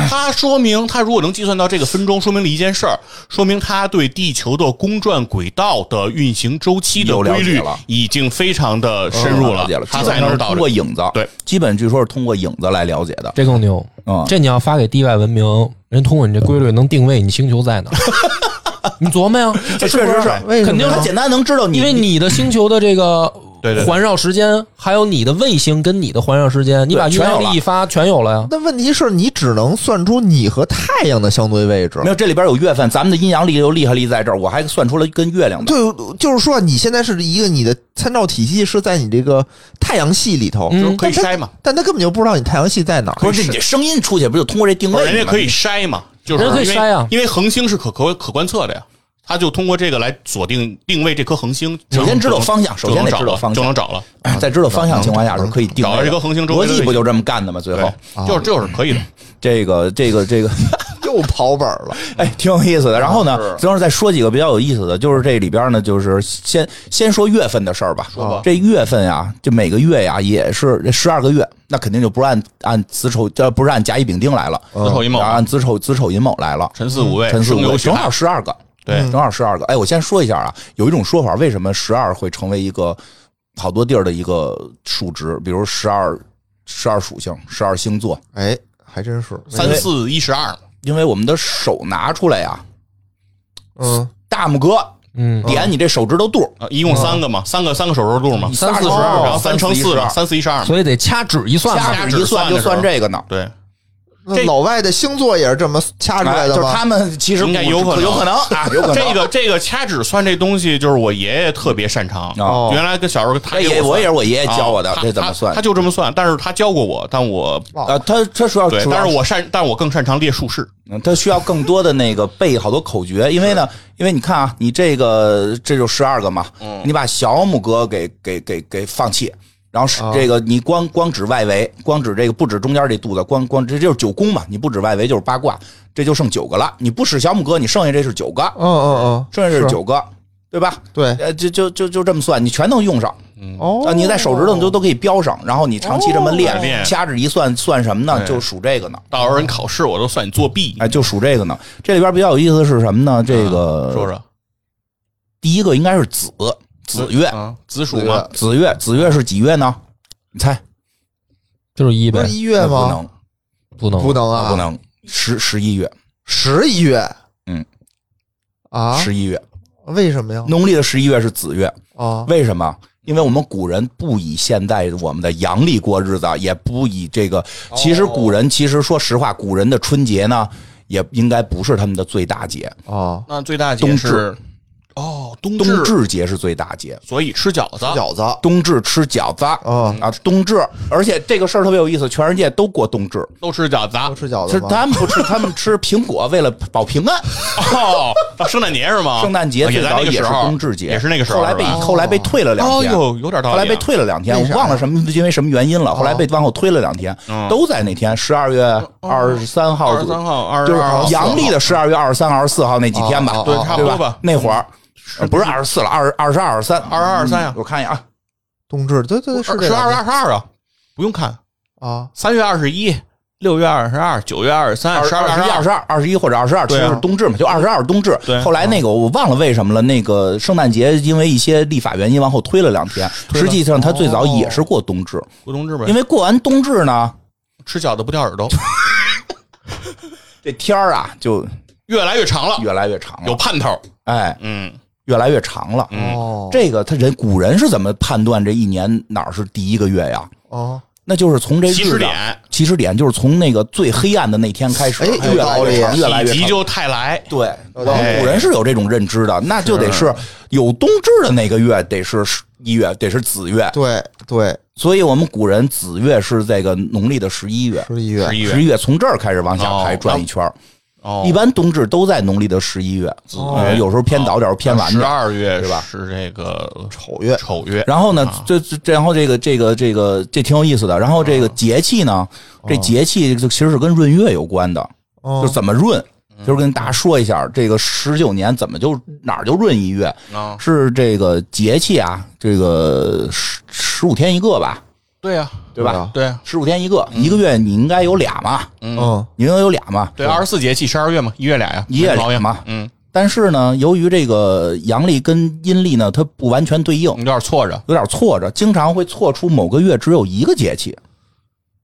Speaker 3: 他说明他如果能计算到这个分钟，说明了一件事儿，说明他对地球的公转轨道的运行周期的
Speaker 2: 有了
Speaker 3: 规律
Speaker 2: 解了嗯
Speaker 3: 已经非常的深入
Speaker 2: 了解了，
Speaker 3: 他
Speaker 2: 基本
Speaker 3: 才
Speaker 2: 上
Speaker 3: 能
Speaker 2: 是
Speaker 3: 导
Speaker 2: 通
Speaker 3: 致
Speaker 2: 过影子，
Speaker 3: 对，
Speaker 2: 基本据说是通过影子来了解的。
Speaker 1: 这更牛
Speaker 2: 嗯
Speaker 1: 这你要发给地外文明，人通过你这规律能定位你星球在 哪儿，你琢磨呀，
Speaker 2: 这确实是，
Speaker 5: 为什
Speaker 1: 肯
Speaker 5: 么
Speaker 1: 定
Speaker 2: 他
Speaker 1: 是
Speaker 2: 简单能知道你，
Speaker 1: 因为你的星球的这个
Speaker 3: 对对对
Speaker 1: 环绕时间，还有你的卫星跟你的环绕时间，你把
Speaker 2: 对
Speaker 1: 阴
Speaker 2: 全有
Speaker 1: 阳
Speaker 2: 了
Speaker 1: 历一发，全有了呀。
Speaker 4: 那问题是你只能算出你和太阳的相对位置
Speaker 2: 没。有这里边有月份，咱们的阴阳历又厉害厉在这儿，我还算出了跟月亮的。
Speaker 4: 对，就是说你现在是一个你的参照体系是在你这个太阳系里头，
Speaker 3: 就是
Speaker 1: 嗯
Speaker 3: 可以筛嘛，
Speaker 4: 但他根本就不知道你太阳系在哪儿。
Speaker 2: 不是这你这声音出去不就通过这定位吗？
Speaker 3: 哦人家可以筛嘛，就是
Speaker 1: 人家可以
Speaker 3: 因为
Speaker 1: 筛啊
Speaker 3: 因为恒星是可可可观测的呀。他就通过这个来锁定定位这颗恒星，
Speaker 2: 首先知道方向
Speaker 3: 就能
Speaker 2: 首先得
Speaker 3: 找
Speaker 2: 知道
Speaker 3: 了
Speaker 2: 方
Speaker 3: 就
Speaker 2: 向
Speaker 3: 能找了。
Speaker 2: 在知道方向情况下是可以定位
Speaker 3: 嗯找
Speaker 2: 的
Speaker 3: 到一个恒星周围
Speaker 2: 逻
Speaker 3: 的
Speaker 2: 辑不就这么干的吗？最后
Speaker 3: 对，就是这就是可以的。
Speaker 2: 这个这个这个，
Speaker 4: 又跑本了，
Speaker 2: 哎，挺有意思的。然后
Speaker 3: 嗯
Speaker 2: 呢，最后再说几个比较有意思的，就是这里边呢，就是先先说月份的事儿吧。
Speaker 3: 说吧
Speaker 2: 这月份呀，就每个月呀也是十二个月，那肯定就不是按按子丑，这不是按甲乙丙丁来了，
Speaker 3: 子丑寅卯
Speaker 2: 啊按子丑子丑寅卯来了。
Speaker 3: 辰巳午未，
Speaker 2: 辰巳
Speaker 3: 生
Speaker 2: 午
Speaker 3: 酉
Speaker 2: 未
Speaker 3: 戌
Speaker 2: 正好
Speaker 3: 亥，
Speaker 2: 十二个，
Speaker 3: 对
Speaker 2: 正好十二个。哎，我先说一下啊，有一种说法，为什么十二会成为一个好多地儿的一个数值？比如十二十二属性、十二星座，
Speaker 4: 哎，还真是
Speaker 3: 三四一十二，
Speaker 2: 因为我们的手拿出来呀、啊
Speaker 4: 嗯，
Speaker 2: 大拇哥
Speaker 1: 嗯，
Speaker 2: 点你这手指头肚儿，哦
Speaker 3: 啊，一共三个嘛，三个三个手指肚嘛，
Speaker 2: 嗯
Speaker 1: 三四十
Speaker 3: 然
Speaker 1: 二
Speaker 3: 后
Speaker 2: 三
Speaker 3: 哦三乘
Speaker 2: 四
Speaker 3: 四
Speaker 2: 十
Speaker 3: 嘛，
Speaker 2: 二
Speaker 3: 三四一十二嘛。
Speaker 1: 所以得掐指一算嘛。
Speaker 2: 掐指一算就算这个呢。
Speaker 3: 对，
Speaker 4: 那
Speaker 3: 这
Speaker 4: 老外的星座也是这么掐出来
Speaker 2: 哎
Speaker 4: 的
Speaker 2: 就是
Speaker 4: 吗？
Speaker 2: 他们其实
Speaker 3: 应该有可能
Speaker 2: 有可能啊，有可能
Speaker 3: 这个这个掐指算这东西，就是我爷爷特别擅长。
Speaker 2: 啊，
Speaker 3: 原来跟小时候他
Speaker 2: 这也
Speaker 3: 给
Speaker 2: 我也是我爷爷
Speaker 3: 算
Speaker 2: 教我的
Speaker 3: 啊，他
Speaker 2: 这怎么
Speaker 3: 他
Speaker 2: 算
Speaker 3: 他？就这么算，但是他教过我，但我
Speaker 2: 啊，他他说要
Speaker 3: 对，
Speaker 2: 主要
Speaker 3: 但是我擅，但我更擅长列竖式。
Speaker 2: 嗯，他需要更多的那个背好多口诀，因为呢，因为你看啊，你这个这就十二个嘛，你把小拇哥给给给给放弃，然后是这个你光光指外围，光指这个不指中间这肚子，光光这就是九宫嘛，你不指外围就是八卦，这就剩九个了，你不使小拇哥，你剩下这是九个，
Speaker 4: 嗯嗯
Speaker 2: 剩下这是九个，对吧？
Speaker 4: 嗯，对，
Speaker 2: 呃，就就就就这么算，你全能用上。
Speaker 4: 哦
Speaker 2: 啊，，你在手指头就都可以标上，然后你长期这么
Speaker 3: 哦
Speaker 2: 练，
Speaker 3: 练
Speaker 2: 掐指一算，算什么呢？
Speaker 3: 对
Speaker 2: 就数这个呢。
Speaker 3: 到时候人考试，我都算你作弊。
Speaker 2: 哎，就数这个呢。这里边比较有意思的是什么呢？这个、
Speaker 3: 嗯说说
Speaker 2: 第一个应该是子子月，
Speaker 3: 啊，子鼠嘛，
Speaker 2: 子月子月是几月呢？你猜？
Speaker 1: 就是一
Speaker 4: 不
Speaker 1: 呗
Speaker 4: 是，一月
Speaker 2: 呃不
Speaker 4: 吗？
Speaker 2: 能，
Speaker 1: 不能
Speaker 4: 不能
Speaker 2: 啊
Speaker 4: 啊，
Speaker 2: 不，能。十十一月，
Speaker 4: 十一月，
Speaker 2: 嗯
Speaker 4: 啊，
Speaker 2: 十一月，
Speaker 4: 为什么呀？
Speaker 2: 农历的十一月是子月。
Speaker 4: 啊，
Speaker 2: 为什么？因为我们古人不以现在我们的阳历过日子，也不以这个。其实古人，其实说实话，古人的春节呢，也应该不是他们的最大节，
Speaker 4: 哦，
Speaker 3: 那最大节
Speaker 2: 冬
Speaker 3: 是哦，冬
Speaker 2: 冬至节是最大节。
Speaker 3: 所以吃饺子。
Speaker 4: 饺子，
Speaker 2: 冬至吃饺子
Speaker 4: 哦
Speaker 2: 啊，冬至，而且这个事儿特别有意思，全世界都过冬至，
Speaker 3: 都吃饺子啊
Speaker 4: 不吃饺
Speaker 2: 是
Speaker 4: 子吗？
Speaker 2: 他们不吃， 他们吃苹果，为了保平安。
Speaker 3: 哦，啊圣诞节是吗？
Speaker 2: 圣诞节
Speaker 3: 啊
Speaker 2: 最
Speaker 3: 也在
Speaker 2: 早
Speaker 3: 那个
Speaker 2: 也是
Speaker 3: 时候，
Speaker 2: 冬至节，
Speaker 3: 也是那个时候。
Speaker 2: 后来被
Speaker 3: 是吧
Speaker 2: 后来被退了两
Speaker 3: 哦
Speaker 2: 天，
Speaker 3: 呦，有点道理啊。
Speaker 2: 后来被退了两天，
Speaker 4: 为啥
Speaker 2: 我
Speaker 4: 呀
Speaker 2: 忘了什么因为什么原因
Speaker 3: 哦
Speaker 2: 了，后来被往后推了两天，
Speaker 3: 嗯
Speaker 2: 都在那天十二月二十三号
Speaker 3: 哦二十三号、二
Speaker 2: 就
Speaker 3: 十
Speaker 2: 是
Speaker 3: 二号、
Speaker 2: 阳历的十二月二十三、二十四号那几天吧
Speaker 4: 哦，
Speaker 3: 对差不多
Speaker 2: 对
Speaker 3: 吧
Speaker 2: 那会儿呃不是二十四了，二二十二、二十三、
Speaker 3: 二十二、二十三呀，
Speaker 2: 我看一眼啊，
Speaker 4: 冬至，对对对，是这
Speaker 3: 十
Speaker 4: 两
Speaker 3: 二月
Speaker 4: 天
Speaker 3: 二十二啊，不用看，
Speaker 4: 啊，
Speaker 3: 三月二十一、六月二十二、九月二十三、
Speaker 2: 二
Speaker 3: 十
Speaker 2: 十
Speaker 3: 二月二
Speaker 2: 二、二
Speaker 3: 十
Speaker 2: 十二、二十一或者二十二，其
Speaker 3: 对啊
Speaker 2: 实是冬至嘛，就二十二冬至。
Speaker 3: 对
Speaker 2: 后来那个我忘了为什么了，那个圣诞节因为一些立法原因往后推了两天，
Speaker 3: 推了哦
Speaker 2: 实际上它最早也是过冬至，
Speaker 3: 过冬至呗
Speaker 2: 因。为过完冬至呢，
Speaker 3: 吃饺子不掉耳 朵，
Speaker 2: 这天儿啊就
Speaker 3: 越来越长了，
Speaker 2: 越来越长
Speaker 3: 有嗯
Speaker 2: 了，
Speaker 3: 盼头。
Speaker 2: 哎，
Speaker 3: 嗯，
Speaker 2: 越来越长了。
Speaker 4: 哦，
Speaker 2: 这个他人古人是怎么判断这一年哪儿是第一个月呀？
Speaker 4: 哦，
Speaker 2: 那就是从这日
Speaker 3: 嗯起始
Speaker 2: 子
Speaker 3: 点，
Speaker 2: 起始点就是从那个最黑暗的那天开始，
Speaker 4: 哎有
Speaker 2: 越来越
Speaker 4: 道
Speaker 2: 长，
Speaker 4: 理
Speaker 2: 越来越
Speaker 3: 以及
Speaker 2: 长。
Speaker 3: 就泰来，
Speaker 2: 对，我
Speaker 4: 道理
Speaker 2: 们哦古人是有这种认知的，那就得是有冬至的那个月，得是十一月，得是子月，
Speaker 4: 对对，
Speaker 2: 所以我们古人子月是这个农历的十一月，
Speaker 4: 十一月
Speaker 3: 十一
Speaker 2: 十
Speaker 3: 月
Speaker 2: 一月从这儿开始往下排
Speaker 3: 哦
Speaker 2: 转一圈儿，
Speaker 3: 哦
Speaker 2: 一般冬至都在农历的十一月，呃有时候偏早点儿，偏晚
Speaker 3: 十
Speaker 2: 点儿。
Speaker 3: 二月
Speaker 2: 对吧
Speaker 3: 是这个
Speaker 4: 丑月
Speaker 3: 丑月，
Speaker 2: 然后呢，这这这然后这个这个这个这挺有意思的。然后这个节气呢，这节气就其实是跟闰月有关的，
Speaker 4: 哦
Speaker 2: 就怎么闰，就是跟大家说一下，这个十九年怎么就哪儿就闰一月，
Speaker 3: 啊，
Speaker 2: 是这个节气啊，这个十十五天一个吧，
Speaker 3: 对呀，
Speaker 4: 啊
Speaker 2: 对吧？
Speaker 3: 对啊嗯呀，
Speaker 2: 十五天一个，一个月你应该有俩嘛，
Speaker 4: 嗯，
Speaker 2: 你应该有俩嘛。
Speaker 3: 对，二十四节气十二月嘛，一月俩呀，
Speaker 2: 一月
Speaker 3: 没毛病
Speaker 2: 俩嘛
Speaker 3: 嗯，
Speaker 2: 但是呢，由于这个阳历跟阴历呢，它不完全对应
Speaker 3: 嗯我，们有点错着，
Speaker 2: 有点错着，经常会错出某个月只有一个节气，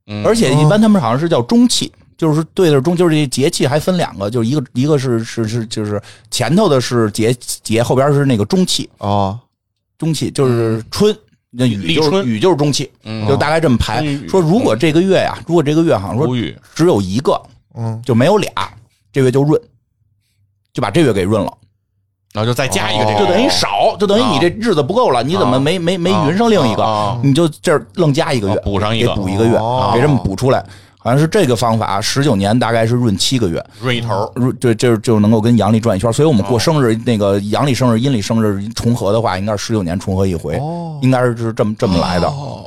Speaker 3: 嗯
Speaker 2: 而且一般他们好像是叫中气。就是对的中，就是这节气还分两个，就是一个一个是是是就是前头的是节节，后边是那个中气，
Speaker 4: 哦，
Speaker 2: 中气就是春，那雨
Speaker 3: 嗯立
Speaker 2: 就是
Speaker 3: 春
Speaker 2: 雨就是中气，
Speaker 3: 嗯
Speaker 2: 就大概这么排
Speaker 3: 春雨。
Speaker 2: 说如果这个月呀、如果这个月好像
Speaker 3: 无
Speaker 2: 说
Speaker 3: 语，
Speaker 2: 只有一个，
Speaker 4: 嗯，
Speaker 2: 就没有俩，这月就闰，就把这月给闰了，
Speaker 3: 然后就再加一个这个，
Speaker 2: 哦就等于少，就等于
Speaker 3: 啊
Speaker 2: 你这日子不够了，你怎么没没没匀上另一
Speaker 3: 啊啊
Speaker 2: 个？你就这儿愣加一个月
Speaker 3: 啊，补上一个
Speaker 2: 给补一个月
Speaker 4: 哦，
Speaker 2: 给这么补出来。好像是这个方法，啊十九年大概是闰七个月，
Speaker 3: 润一头，
Speaker 2: 如这这就能够跟阳历转一圈，所以我们过生日，那个阳历生日、阴历生日重合的话，应该是十九年重合一回，应该是是这么这么来的，
Speaker 3: 哦，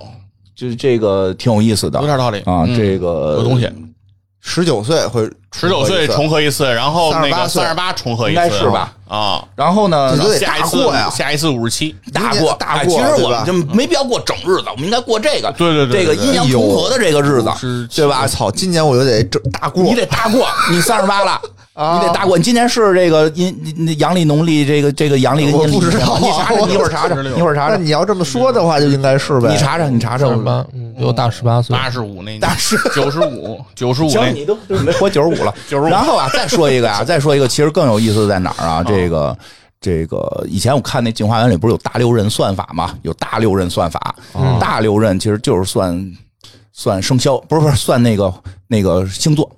Speaker 2: 就这个挺有意思的
Speaker 3: 有点道理
Speaker 2: 啊，嗯这
Speaker 3: 嗯
Speaker 2: 个
Speaker 3: 有东西。
Speaker 4: 十九岁会
Speaker 3: 十九岁重合一次，然后那个
Speaker 4: 38岁
Speaker 3: 三十八重合一次，
Speaker 2: 应该是吧？
Speaker 3: 啊，
Speaker 2: 然后呢
Speaker 4: 这，都得
Speaker 3: 下一
Speaker 4: 大
Speaker 3: 次
Speaker 4: 过呀
Speaker 3: 下一次五十七，
Speaker 2: 大
Speaker 4: 明
Speaker 2: 过
Speaker 4: 年大
Speaker 2: 哎
Speaker 4: 过
Speaker 2: 其实
Speaker 4: 对
Speaker 2: 我
Speaker 4: 吧
Speaker 2: 们就没必要过整日子，我们应该过这个，
Speaker 3: 对对对
Speaker 2: 这个
Speaker 3: 对对
Speaker 2: 阴阳重合的这个日子，对吧？
Speaker 4: 操，今年我就得这大过
Speaker 2: 你得 大过，你三十八了。
Speaker 4: 啊
Speaker 2: 你得大过，你今年是这个阴你你阳历农历这个这个阳历跟阴历
Speaker 4: 我不知道
Speaker 2: 你查查，你一会 儿查查，
Speaker 3: 36
Speaker 2: 你一会儿查
Speaker 4: 那
Speaker 2: 查，
Speaker 4: 你要这么说的话，就应该是呗。
Speaker 2: 你查查，你查查。
Speaker 1: 十八，嗯，比我大十八岁，
Speaker 3: 八十五那
Speaker 2: 大师
Speaker 3: 九十五 九十五
Speaker 2: 行，
Speaker 3: 那
Speaker 2: 你都 准备活九十五了，
Speaker 3: 95
Speaker 2: 然后啊，再说一个啊，再说一个，其实更有意思的在哪儿啊？这个这个，以前我看那《进化园》里不是有大六壬算法吗？有大六壬算法，大六壬其实就是算算生肖，不是不是算那个那个星座。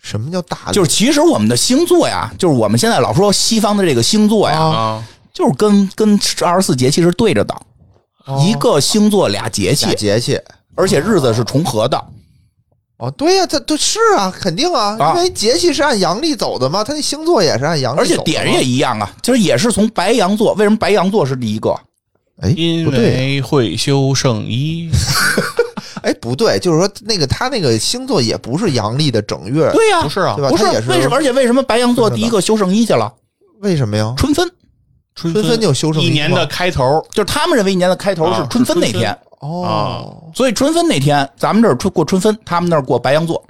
Speaker 4: 什么叫大
Speaker 2: 就是其实我们的星座呀，就是我们现在老说西方的这个星座呀，
Speaker 3: 啊，
Speaker 2: 就是跟跟二十四节气是对着的，一个星座哦俩节气
Speaker 4: 假，节气？
Speaker 2: 而且日子是重合的。
Speaker 4: 哦，对呀、它都是啊，肯定啊，
Speaker 2: 啊
Speaker 4: 因为节气是按阳历走的嘛，它那星座也是按阳历
Speaker 2: 而
Speaker 4: 走的
Speaker 2: 且
Speaker 4: 嘛，
Speaker 2: 点也一样啊，就是也是从白羊座，为什么白羊座是第一个？
Speaker 4: 哎，
Speaker 3: 因
Speaker 4: 不对，
Speaker 3: 为会修 圣衣，
Speaker 4: 哎，不对，就是说那个它那个星座也不是阳历的整月，
Speaker 2: 对呀、
Speaker 3: 不是啊
Speaker 4: 对，吧？
Speaker 2: 不是
Speaker 4: 它呃也是
Speaker 2: 为什么？而且为什么白羊座第一个修圣衣去了？
Speaker 4: 为什么呀？
Speaker 2: 春分，
Speaker 3: 春
Speaker 4: 春分就修圣衣
Speaker 3: 一年
Speaker 4: 吗
Speaker 3: 的开头
Speaker 2: 就是他们认为一年的开头是
Speaker 3: 啊
Speaker 2: 春分那
Speaker 3: 是春分
Speaker 2: 天，
Speaker 4: 哦，
Speaker 2: 所以春分那天咱们这儿春过春分，他们那儿过白羊座，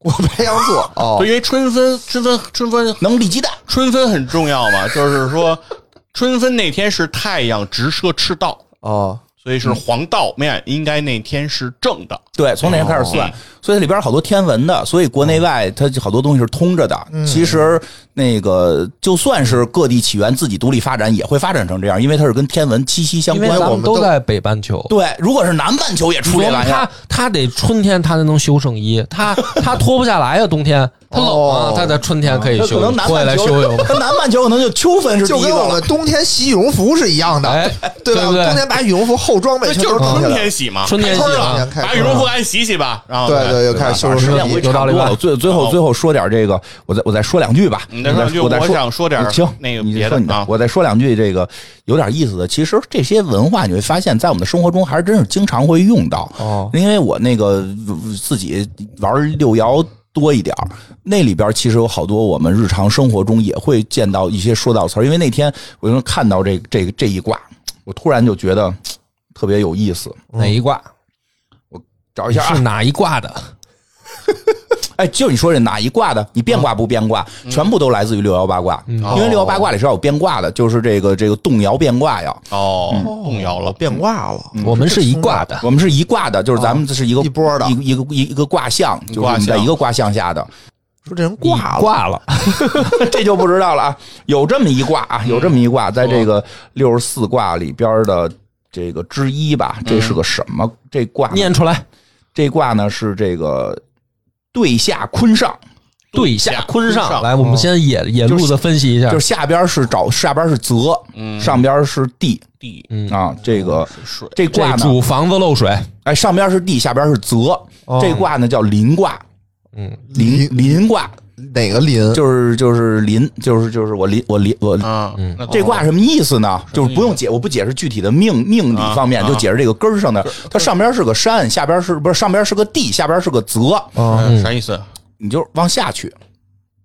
Speaker 4: 我白羊座哦
Speaker 3: 对，因为春分，春分，春分，
Speaker 2: 能立鸡蛋。
Speaker 3: 春分很重要嘛，就是说，春分那天是太阳直射赤道，
Speaker 4: 哦，
Speaker 3: 所以是黄道面，应该那天是正的。
Speaker 2: 对，从那天开始算，所以里边好多天文的，所以国内外它好多东西是通着的。其实那个就算是各地起源自己独立发展，也会发展成这样，因为它是跟天文息息相
Speaker 1: 因为
Speaker 2: 关。
Speaker 1: 咱
Speaker 2: 我
Speaker 1: 们
Speaker 2: 们
Speaker 1: 都在北半球。
Speaker 2: 对，如果是南半球也出这
Speaker 1: 琢磨
Speaker 2: 玩意儿
Speaker 1: 他，他得春天他才能修圣衣，他他脱不下来呀，冬天他冷啊
Speaker 4: 哦，
Speaker 1: 他在春天可以
Speaker 2: 那可
Speaker 1: 修，
Speaker 2: 能南
Speaker 1: 脱下来
Speaker 2: 半
Speaker 1: 修
Speaker 2: 球
Speaker 1: 修。，
Speaker 2: 跟南半球可能就秋分是第
Speaker 4: 就
Speaker 2: 一
Speaker 4: 跟
Speaker 2: 个
Speaker 4: 我
Speaker 2: 了
Speaker 4: 们。冬天洗羽绒服是一样的，
Speaker 1: 哎，
Speaker 4: 对吧？
Speaker 1: 不
Speaker 4: 冬天
Speaker 1: 对？
Speaker 4: 把羽绒服后装备
Speaker 3: 那
Speaker 4: 全
Speaker 3: 就
Speaker 4: 都
Speaker 3: 是
Speaker 4: 脱下
Speaker 3: 春
Speaker 4: 来，
Speaker 3: 天洗嘛，
Speaker 1: 春天洗
Speaker 3: 开春
Speaker 4: 春
Speaker 3: 了
Speaker 4: 天，开春
Speaker 3: 把羽绒服赶紧洗洗吧，然后
Speaker 4: 对对，又
Speaker 2: 啊
Speaker 4: 开始修
Speaker 2: 时
Speaker 4: 圣
Speaker 2: 间
Speaker 4: 衣
Speaker 2: 我也
Speaker 1: 有
Speaker 2: 差
Speaker 1: 道
Speaker 2: 不
Speaker 1: 理
Speaker 2: 多
Speaker 1: 吧
Speaker 2: 了，最最后最后说点这个，我再我再说两句吧。
Speaker 3: 你再说两句
Speaker 2: 我再
Speaker 3: 我想说点儿
Speaker 2: 行，
Speaker 3: 那个
Speaker 2: 你
Speaker 3: 别的
Speaker 2: 说你
Speaker 3: 啊
Speaker 2: 我再说两句这个有点意思的。其实这些文化你会发现在我们的生活中还真是经常会用到。
Speaker 1: 哦，
Speaker 2: 因为我那个呃自己玩六爻多一点儿，那里边其实有好多我们日常生活中也会见到一些说到词儿。因为那天我就看到这这这一卦，我突然就觉得嘖特别有意思。
Speaker 1: 哪一卦？
Speaker 2: 找一下
Speaker 1: 是
Speaker 2: 啊，
Speaker 1: 哪一卦的？
Speaker 2: 哎，就你说这哪一卦的，你变卦不变卦，全部都来自于六爻八卦，因为六爻八卦里是要有变卦的，就是这个这个动爻变卦呀。
Speaker 3: 哦，
Speaker 2: 嗯
Speaker 3: 动摇了。
Speaker 4: 变卦了，
Speaker 1: 嗯我们是一卦的，
Speaker 2: 我们是一卦的，就是咱们这是一个
Speaker 4: 一波的
Speaker 2: 一个一个一个一个卦象，就是我们在一个卦象下的。
Speaker 4: 说这人
Speaker 1: 你
Speaker 4: 挂了，
Speaker 1: 挂了。
Speaker 2: 这就不知道了啊。有这么一卦啊，有这么一卦，在这个六十四卦里边的这个之一吧，这是个什么？这卦呢
Speaker 1: 念出来，
Speaker 2: 这卦呢是这个对下坤上，
Speaker 1: 对
Speaker 3: 下
Speaker 1: 下坤
Speaker 3: 坤上
Speaker 1: 上。来，我们先野野路的分析一下
Speaker 2: 嗯就是，下边是找下边是泽，
Speaker 3: 嗯
Speaker 2: 上边是地
Speaker 3: 地
Speaker 2: 啊。这个
Speaker 3: 水
Speaker 2: 这
Speaker 1: 这
Speaker 2: 卦呢
Speaker 1: 主，房子漏水，
Speaker 2: 哎，上边是地，下边是泽，这卦呢叫临卦。
Speaker 1: 嗯，
Speaker 2: 临临卦
Speaker 4: 哪个林？
Speaker 2: 就是就是临，就是就是我临我临我
Speaker 3: 啊，那
Speaker 2: 这卦什么意思呢？就是不用解，我不解释具体的命命理方面，
Speaker 3: 啊
Speaker 2: 就解释这个根儿上的。它上边是个山，下边是不是上边是个地，下边是个泽，
Speaker 3: 嗯啥意思？
Speaker 2: 你就往下去，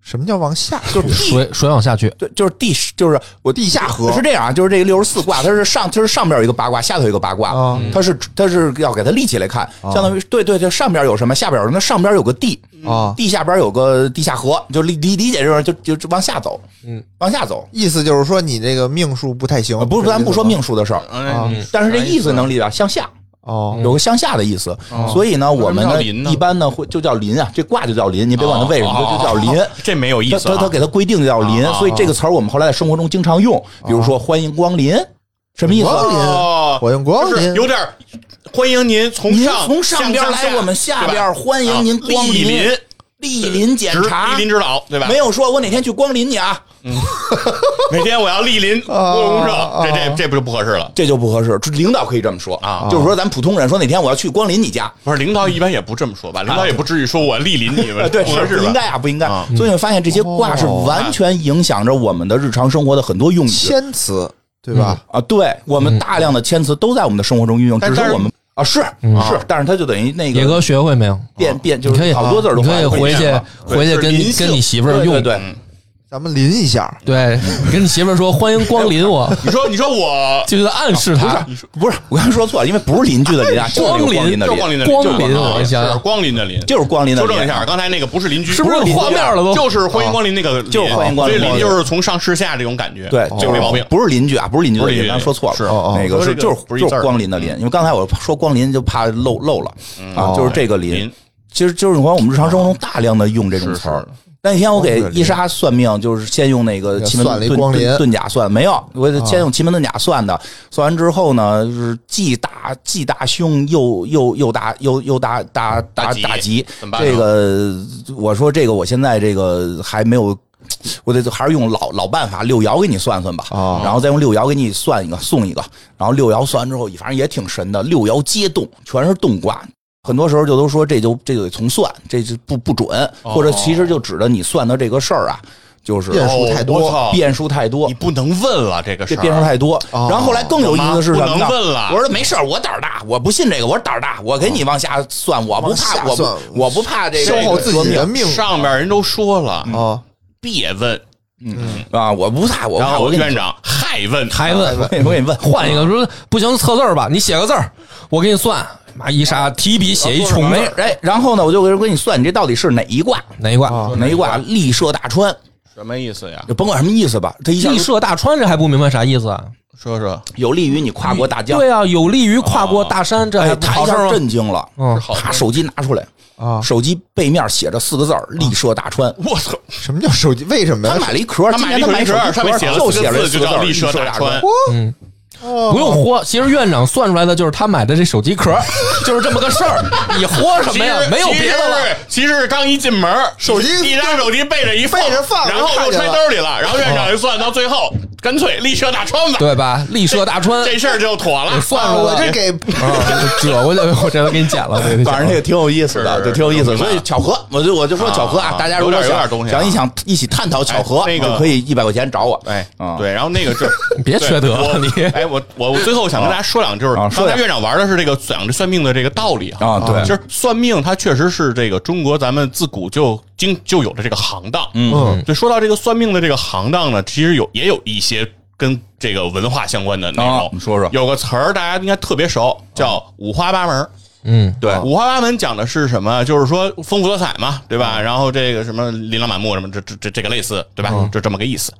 Speaker 4: 什么叫往下？
Speaker 2: 就是地，
Speaker 1: 水水往下去。
Speaker 2: 对，就是地，就是我
Speaker 4: 地下河
Speaker 2: 是这样啊，就是这个六十四卦，它是上，它是上边有一个八卦，下头有一个八卦
Speaker 3: 嗯
Speaker 4: 啊，
Speaker 2: 它是它是要给它立起来看，相当于对对对，上边有什么，下边有什么，上边有个地，
Speaker 4: 啊，
Speaker 2: 地下边有个地下河，就理理理解就是就就就往下走，嗯，往下走。
Speaker 4: 意思就是说你这个命数不太行
Speaker 2: 呃，不是，
Speaker 4: 这意思
Speaker 2: 咱不说
Speaker 4: 吗
Speaker 2: 命数的事儿，
Speaker 3: 啊哦
Speaker 2: 但是这意思能理解，向下。
Speaker 4: 哦，
Speaker 2: 有个向下的意思，所以呢，我们
Speaker 3: 为什么叫
Speaker 2: 呢
Speaker 3: 林呢
Speaker 2: 一般呢会就叫林啊，这卦就叫林，你别管它为什么，
Speaker 3: 哦
Speaker 2: 就就叫林。
Speaker 3: 这没有意
Speaker 2: 它
Speaker 3: 思啊啊
Speaker 2: 它它给它规定叫林，所以这个词儿我们后来在生活中经常用，比如说欢迎光临，什么意思？
Speaker 4: 光临
Speaker 3: 哦，
Speaker 4: 我用光
Speaker 3: 就是
Speaker 4: 临
Speaker 3: 有点儿欢迎您从
Speaker 2: 您
Speaker 3: 上
Speaker 2: 从上边来，我们下边欢迎您光
Speaker 3: 啊莅临
Speaker 2: 临，莅临检
Speaker 3: 指
Speaker 2: 查
Speaker 3: 莅。临指导，对吧？
Speaker 2: 没有说我哪天去光临你啊，
Speaker 3: 每天我要莅临郭荣
Speaker 2: 啊
Speaker 3: 胜，这这这不就不合适了？
Speaker 2: 这就不合适。领导可以这么说
Speaker 3: 啊
Speaker 2: 就是说咱普通人说哪天我要去光临你家，
Speaker 3: 不是领导一般也不这么说吧？领导也不至于说我莅临你
Speaker 2: 呃，
Speaker 3: 们，
Speaker 2: 对，
Speaker 3: 不合适
Speaker 2: 是不应
Speaker 3: 吧？
Speaker 2: 该啊，不应该
Speaker 3: 啊。
Speaker 2: 所以你会发现这些卦是完全影响着我们的日常生活的很多用语。
Speaker 4: 谦辞对吧？
Speaker 2: 啊，对我们大量的谦词都在我们的生活中运用，
Speaker 3: 但
Speaker 2: 只是
Speaker 3: 但是嗯
Speaker 2: 我们啊是是，但是它就等于那
Speaker 1: 野
Speaker 2: 个
Speaker 1: 哥学会没有？
Speaker 3: 啊
Speaker 2: 变变，就
Speaker 1: 你可以啊
Speaker 2: 是好多字儿都
Speaker 1: 你可以回去
Speaker 2: 变了
Speaker 1: 回去跟
Speaker 3: 对
Speaker 1: 你
Speaker 3: 就是
Speaker 1: 跟你媳妇
Speaker 2: 对
Speaker 1: 儿用
Speaker 2: 对，对，
Speaker 3: 嗯
Speaker 2: 嗯
Speaker 4: 咱们临一下，
Speaker 1: 对，你跟你媳妇儿说欢迎光临 我，
Speaker 3: 你说，你说我
Speaker 1: 就是暗示她
Speaker 2: 不是啊不是，我刚才说错了，因为不是邻居的邻啊，就是那个
Speaker 1: 光
Speaker 2: 临
Speaker 1: 临
Speaker 2: 的
Speaker 3: 就
Speaker 2: 邻，
Speaker 3: 临的
Speaker 1: 光临
Speaker 3: 临，就是啊
Speaker 1: 我想
Speaker 3: 是光临的临，
Speaker 2: 就是光临的啊
Speaker 3: 纠
Speaker 2: 邻。
Speaker 3: 正一下，刚才那个不是邻居，
Speaker 1: 是不是有画面了都？
Speaker 3: 就是欢迎光临那个邻，
Speaker 2: 就是欢迎光临
Speaker 3: 所以邻就是从上至下这种感觉，
Speaker 2: 对，
Speaker 3: 这
Speaker 2: 就是
Speaker 3: 没毛病。
Speaker 2: 不是邻居啊，不是邻居的
Speaker 3: 不是邻
Speaker 2: 邻，
Speaker 3: 居
Speaker 2: 刚才说错了，啊
Speaker 3: 是
Speaker 2: 那个
Speaker 3: 说这
Speaker 2: 是
Speaker 3: 个
Speaker 2: 就是
Speaker 3: 不是一
Speaker 2: 就
Speaker 3: 字
Speaker 2: 是
Speaker 3: 儿
Speaker 2: 光临的邻，因为刚才我说光临就怕
Speaker 3: 嗯
Speaker 2: 漏漏了啊，就是这个
Speaker 3: 临
Speaker 2: 邻，其实就是你看我们日常生活中大量的用这种词儿，那天我给伊莎算命，就是先用那个奇门
Speaker 4: 算了一
Speaker 2: 遁
Speaker 4: 光临
Speaker 2: 遁遁甲算，没有，我先用奇门遁甲算的。算完之后呢，就是既大既大凶又又又大又又大大
Speaker 3: 大
Speaker 2: 大
Speaker 3: 吉
Speaker 2: 大吉
Speaker 3: 怎么。办呢
Speaker 2: 这个我说这个我现在这个还没有。我得还是用老老办法，六爻给你算算吧，
Speaker 4: 哦
Speaker 2: 然后再用六爻给你算一个送一个，然后六爻算完之后，反正也挺神的，六爻皆动，全是动卦。很多时候就都说这就这就得重算，这就不不准，
Speaker 3: 哦
Speaker 2: 或者其实就指着你算的这个事儿啊，就是
Speaker 4: 变数太多
Speaker 3: 哦我操
Speaker 2: 变数太多
Speaker 3: 你，不能问了这个事
Speaker 2: 这
Speaker 3: 儿，
Speaker 2: 变数太多。
Speaker 4: 哦
Speaker 2: 然后后来更有意思的是什么
Speaker 3: 我妈
Speaker 2: 呢？
Speaker 3: 不能问了
Speaker 2: 我说没事儿，我胆儿大，我不信这个，我说胆儿大，我给你往下算，我不
Speaker 4: 往下
Speaker 2: 怕，我不
Speaker 4: 算
Speaker 2: 我不怕这个
Speaker 4: 消耗自己的命
Speaker 3: 上面人都说了，
Speaker 4: 哦，
Speaker 3: 别问。
Speaker 2: 啊，我不嗯怕，我不
Speaker 3: 然
Speaker 2: 怕，
Speaker 3: 后
Speaker 2: 我给你
Speaker 3: 院长还问，
Speaker 1: 还问
Speaker 2: 我给我给你问
Speaker 1: 换一个，说不行测字儿吧，你写个字儿，我给你算。妈一啥提笔写一穷字
Speaker 2: 没
Speaker 1: 儿，
Speaker 2: 哎，然后呢，我就给你算，你这到底是哪一卦？
Speaker 1: 哪一卦？
Speaker 2: 哪一卦立设大川？
Speaker 3: 什么意思呀？
Speaker 2: 就甭管什么意思吧，它一下
Speaker 1: 立
Speaker 2: 就
Speaker 1: 设大川，这还不明白啥意思啊？
Speaker 3: 说说
Speaker 2: 有利于你跨过大江。
Speaker 1: 对啊，有利于跨过大山，这还
Speaker 2: 哎，
Speaker 1: 不
Speaker 2: 他
Speaker 1: 好
Speaker 2: 一
Speaker 1: 事儿
Speaker 2: 下
Speaker 1: 吗？
Speaker 2: 震惊了，
Speaker 1: 嗯
Speaker 3: 好事
Speaker 2: 把手机拿出来，
Speaker 4: 啊
Speaker 2: 手机背面写着四个字儿“立设大川”。
Speaker 3: 我操，
Speaker 4: 什么叫手机？为什么
Speaker 2: 他
Speaker 4: 呀？
Speaker 2: 买了一壳，
Speaker 3: 他
Speaker 2: 今
Speaker 3: 买了
Speaker 2: 年
Speaker 3: 一
Speaker 2: 他
Speaker 3: 本折
Speaker 2: 买手机壳，
Speaker 3: 上面写了
Speaker 2: 就
Speaker 3: 四
Speaker 2: 写
Speaker 3: 个
Speaker 2: 了
Speaker 3: 字，就
Speaker 2: 个字
Speaker 3: 叫
Speaker 2: 儿“
Speaker 3: 立
Speaker 2: 设
Speaker 3: 舍大
Speaker 2: 川
Speaker 3: 川。
Speaker 1: 嗯，不用豁。其实院长算出来的就是他买的这手机壳，就是这么个事儿。你豁什么呀
Speaker 3: 其实？
Speaker 1: 没有别的了。。
Speaker 3: 其实其实是刚一进门，
Speaker 4: 手机
Speaker 3: 一拿手机背着一
Speaker 4: 背着放
Speaker 3: 然后
Speaker 4: 看
Speaker 3: 又
Speaker 4: 见
Speaker 3: 揣
Speaker 4: 了
Speaker 3: 兜里了。然后院
Speaker 1: 哦
Speaker 3: 长一算到最后，干脆立舍大川吧，
Speaker 1: 对吧？立设大川，
Speaker 3: 这事儿就妥了
Speaker 1: 你。算
Speaker 4: 啊，
Speaker 1: 出
Speaker 4: 我
Speaker 1: 来
Speaker 4: 这
Speaker 1: 了。
Speaker 4: 给
Speaker 1: 啊，这我 就我这都给你剪了，对
Speaker 2: 反正这个挺有意思
Speaker 3: 是
Speaker 2: 的，
Speaker 3: 是
Speaker 2: 就挺有意思，
Speaker 3: 明白
Speaker 2: 所以巧合，我就我就说巧合
Speaker 3: 啊
Speaker 2: 啊，大家
Speaker 3: 有
Speaker 2: 如果
Speaker 3: 点有点
Speaker 2: 想
Speaker 3: 东西啊
Speaker 2: 想一想一起探讨巧合，
Speaker 3: 哎那个
Speaker 2: 就可以一百块钱找我。
Speaker 3: 哎
Speaker 2: 啊，，
Speaker 3: 对，然后那个是，
Speaker 1: 哦 别缺德了
Speaker 3: 对
Speaker 1: 你哦
Speaker 3: 我哎，我我我最后想跟大家说两句，就是
Speaker 2: 啊
Speaker 3: 刚才
Speaker 2: 说两句
Speaker 3: 院长玩的是这个讲这算命的这个道理
Speaker 2: 啊对
Speaker 3: 其实算命它确实是这个中国咱们自古就经就有的这个行当，
Speaker 4: 嗯，
Speaker 3: 对，说到这个算命的这个行当呢，其实有也有一些跟这个文化相关的内
Speaker 2: 啊
Speaker 3: 容。
Speaker 2: 你说啊说
Speaker 3: 有个词儿大家应该特别熟，叫五花八门儿。
Speaker 1: 嗯，
Speaker 2: 对
Speaker 3: 五花八门讲的是什么？就是说丰富多彩嘛，对
Speaker 2: 嗯
Speaker 3: 吧？然后这个什么琳琅满目，什么这这这这个类似，对吧？
Speaker 2: 嗯
Speaker 3: 就这么个意思。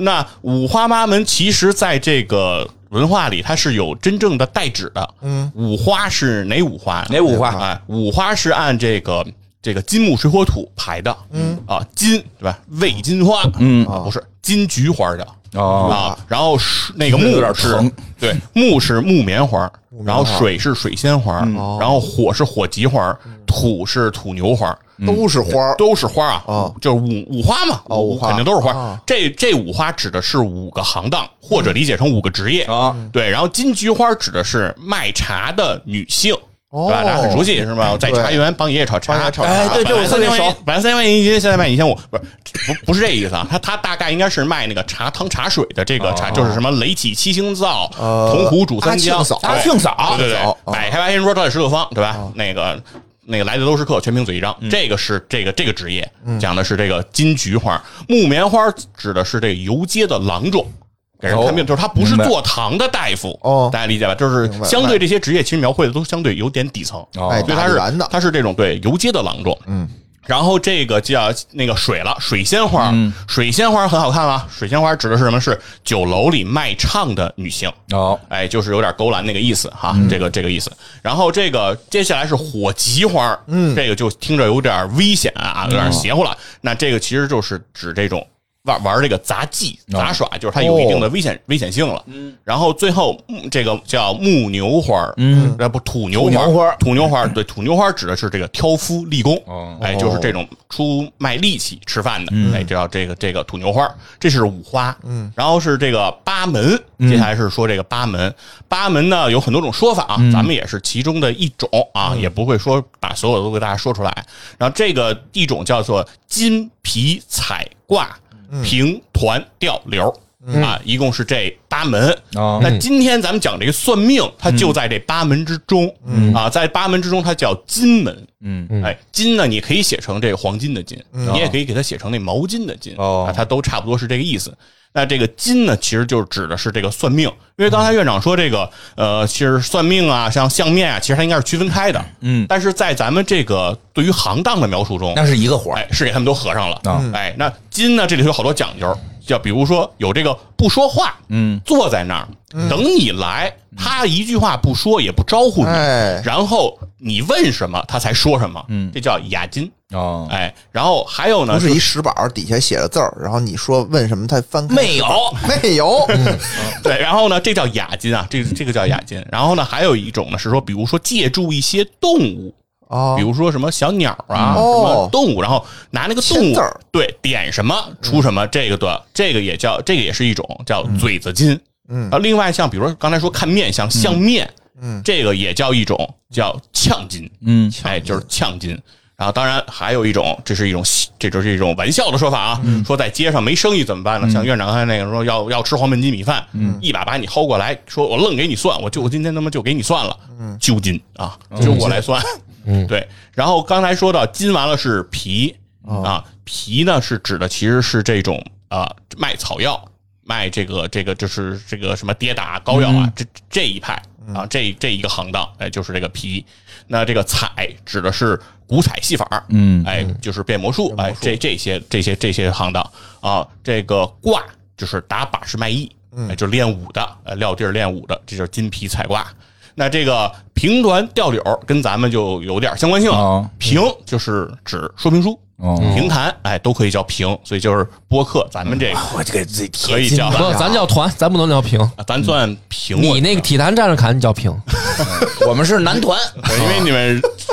Speaker 3: 那五花八门其实在这个文化里，它是有真正的代指的。嗯，五花是哪五花呀？
Speaker 2: 哪五花
Speaker 3: 哎，五花是按这个这个金木水火土排的。嗯啊，金对吧？魏金花。嗯啊，不是金菊花的。
Speaker 2: 哦
Speaker 3: 啊，然后是那个
Speaker 2: 有
Speaker 3: 木
Speaker 2: 点
Speaker 3: 是
Speaker 2: 疼，
Speaker 3: 对，木是木棉花，然后
Speaker 4: 啊
Speaker 3: 水是水仙花，
Speaker 4: 嗯
Speaker 3: 然后火是火棘花，土是土牛花，
Speaker 4: 都是花儿
Speaker 3: 都是花啊，
Speaker 4: 哦
Speaker 3: 就是五五花嘛，
Speaker 4: 哦五花
Speaker 3: 肯定都是花。
Speaker 4: 哦
Speaker 3: 这这五花指的是五个行当，或者理解成五个职业
Speaker 4: 嗯哦
Speaker 2: 啊
Speaker 3: 对，然后金菊花指的是卖茶的女性。对吧？
Speaker 4: 哦
Speaker 3: 大家很熟悉是吧？在
Speaker 4: 对
Speaker 3: 茶园帮爷爷炒茶，
Speaker 4: 帮爷爷炒茶
Speaker 2: 哎对这我
Speaker 3: 本来三
Speaker 2: 特
Speaker 3: 千
Speaker 2: 别
Speaker 3: 块
Speaker 2: 熟
Speaker 3: 钱，本来三千块钱一斤，现在卖一千五，不是不不是这意思啊。他他大概应该是卖那个茶汤茶水的这个茶，就是什么雷起七星灶、
Speaker 4: 哦呃
Speaker 3: 铜壶煮三江
Speaker 4: 阿庆嫂、
Speaker 3: 对
Speaker 2: 阿庆嫂
Speaker 3: 对对
Speaker 4: 阿庆嫂
Speaker 3: 对，百开八仙桌，招待十个方，对吧？那个那个来的都是客，全凭嘴一张。这个是这个这个职业讲的是这个金菊花，木棉花指的是这个游街的郎中。给人看病，
Speaker 2: 哦
Speaker 3: 就是他不是
Speaker 2: 明白
Speaker 3: 坐堂的大夫，
Speaker 4: 哦
Speaker 3: 大家理解吧？就是
Speaker 4: 明白
Speaker 3: 相对这些职业，其实描绘的都相对有点底层，
Speaker 2: 哦
Speaker 4: 哎
Speaker 3: 对，他
Speaker 4: 大自
Speaker 3: 是
Speaker 4: 然的
Speaker 3: 他是这种对游街的郎中，嗯。然后这个叫那个水了，水仙花，水仙花很好看啊。水仙花指的是什么？是酒楼里卖唱的女性，
Speaker 2: 哦
Speaker 3: 哎，就是有点勾栏那个意思哈，这个这个意思。然后这个接下来是火棘花，嗯，这个就听着有点危险啊，有
Speaker 2: 嗯
Speaker 3: 点邪乎了。那这个其实就是指这种玩玩这个杂技、
Speaker 2: 哦
Speaker 3: 杂耍，就是它有一定的危险、危险性了。嗯，然后最后嗯这个叫木牛花，嗯，那不土牛
Speaker 2: 土牛花
Speaker 3: 花，土牛花，对，土牛花指的是这个挑夫立功，
Speaker 2: 哦嗯
Speaker 3: 哎，就是这种出卖力气吃饭的，哎，这叫这个这个土牛花，这是五花，嗯，然后是这个八门，接下来是说这个八门，八门呢有很多种说法啊，咱们也是其中的一种啊，也不会说把所有都给大家说出来。然后这个一种叫做金皮彩挂平团吊流。啊，一共是这八门。
Speaker 2: 哦
Speaker 3: 那今天咱们讲这个算命，它就在这八门之中。啊，在八门之中，它叫金门。
Speaker 2: 嗯，
Speaker 3: 哎，金呢，你可以写成这个黄金的金，你也可以给它写成那毛巾的巾，
Speaker 2: 哦
Speaker 3: 啊，它都差不多是这个意思。那这个金呢，其实就是指的是这个算命，因为刚才院长说这个，呃，其实算命啊，像相面啊，其实它应该是区分开的，
Speaker 2: 嗯
Speaker 3: 但是在咱们这个对于行当的描述中，
Speaker 2: 那是一个活儿
Speaker 3: 哎
Speaker 4: 嗯
Speaker 3: 哎，是给他们都合上了。
Speaker 2: 啊
Speaker 3: 哎，那金呢？这里头有好多讲究，叫比如说有这个不说话，
Speaker 2: 嗯，
Speaker 3: 坐在那儿
Speaker 4: 嗯
Speaker 3: 等你来，他一句话不说也不招呼你，
Speaker 4: 哎
Speaker 3: 然后你问什么他才说什么，
Speaker 2: 嗯
Speaker 3: 这叫雅金。
Speaker 2: 哦，
Speaker 3: 哎，然后还有呢，
Speaker 4: 不是
Speaker 3: 就
Speaker 4: 一石板儿底下写着字儿，然后你说问什么，他翻开
Speaker 2: 没有，
Speaker 4: 没有，
Speaker 2: 嗯
Speaker 3: 对，然后呢，这叫雅金啊，这这个叫雅金。然后呢，还有一种呢是说，比如说借助一些动物，
Speaker 4: 哦
Speaker 3: 比如说什么小鸟
Speaker 4: 嗯
Speaker 3: 啊，什么
Speaker 4: 哦
Speaker 3: 动物，然后拿那个动
Speaker 4: 签
Speaker 3: 物
Speaker 4: 字儿
Speaker 3: 对点什么出什么，这个的这个也叫这个也是一种叫嘴子金。
Speaker 4: 嗯
Speaker 3: 啊，另外像比如说刚才说看面相相面，
Speaker 4: 嗯
Speaker 3: 这个也叫一种叫呛金，
Speaker 2: 嗯
Speaker 3: 哎，就是呛金。然后，当然还有一种，这是一种，这就是一种玩笑的说法啊。
Speaker 4: 嗯
Speaker 3: 说在街上没生意怎么办呢？像院长刚才那个说要要吃黄焖鸡米饭，
Speaker 4: 嗯
Speaker 3: 一把把你薅过来，说我愣给你算，我就我今天他妈就给你算了，
Speaker 4: 嗯
Speaker 3: 揪筋啊，揪我来算。
Speaker 1: 嗯
Speaker 3: 对。然后刚才说到筋完了是皮啊，皮呢是指的其实是这种啊、呃卖草药。卖这个这个就是这个什么跌打膏药啊，这这一派啊，这这一个行当，哎，就是这个皮。那这个彩指的是古彩戏法儿，
Speaker 2: 嗯
Speaker 3: 哎，就是变魔术，哎，这这些这些这些行当啊，这个卦就是打把式卖艺，哎，就是练武的，呃，撂地儿练武的，这就是金皮彩卦。那这个平团吊柳儿跟咱们就有点相关性
Speaker 2: 哦
Speaker 3: 了，平就是指说明书。
Speaker 2: 哦
Speaker 3: 评弹，哎，都可以叫评，所以就是播客，咱们这个
Speaker 4: 嗯
Speaker 2: 我这给自己贴
Speaker 3: 可以
Speaker 2: 金
Speaker 3: 叫
Speaker 2: 吧
Speaker 1: 不，咱叫团，咱不能叫平。
Speaker 3: 啊咱算评
Speaker 1: 你
Speaker 3: 论
Speaker 1: 那个体坛战士卡，你叫平。
Speaker 2: 我们是 男团，
Speaker 3: 对因为你们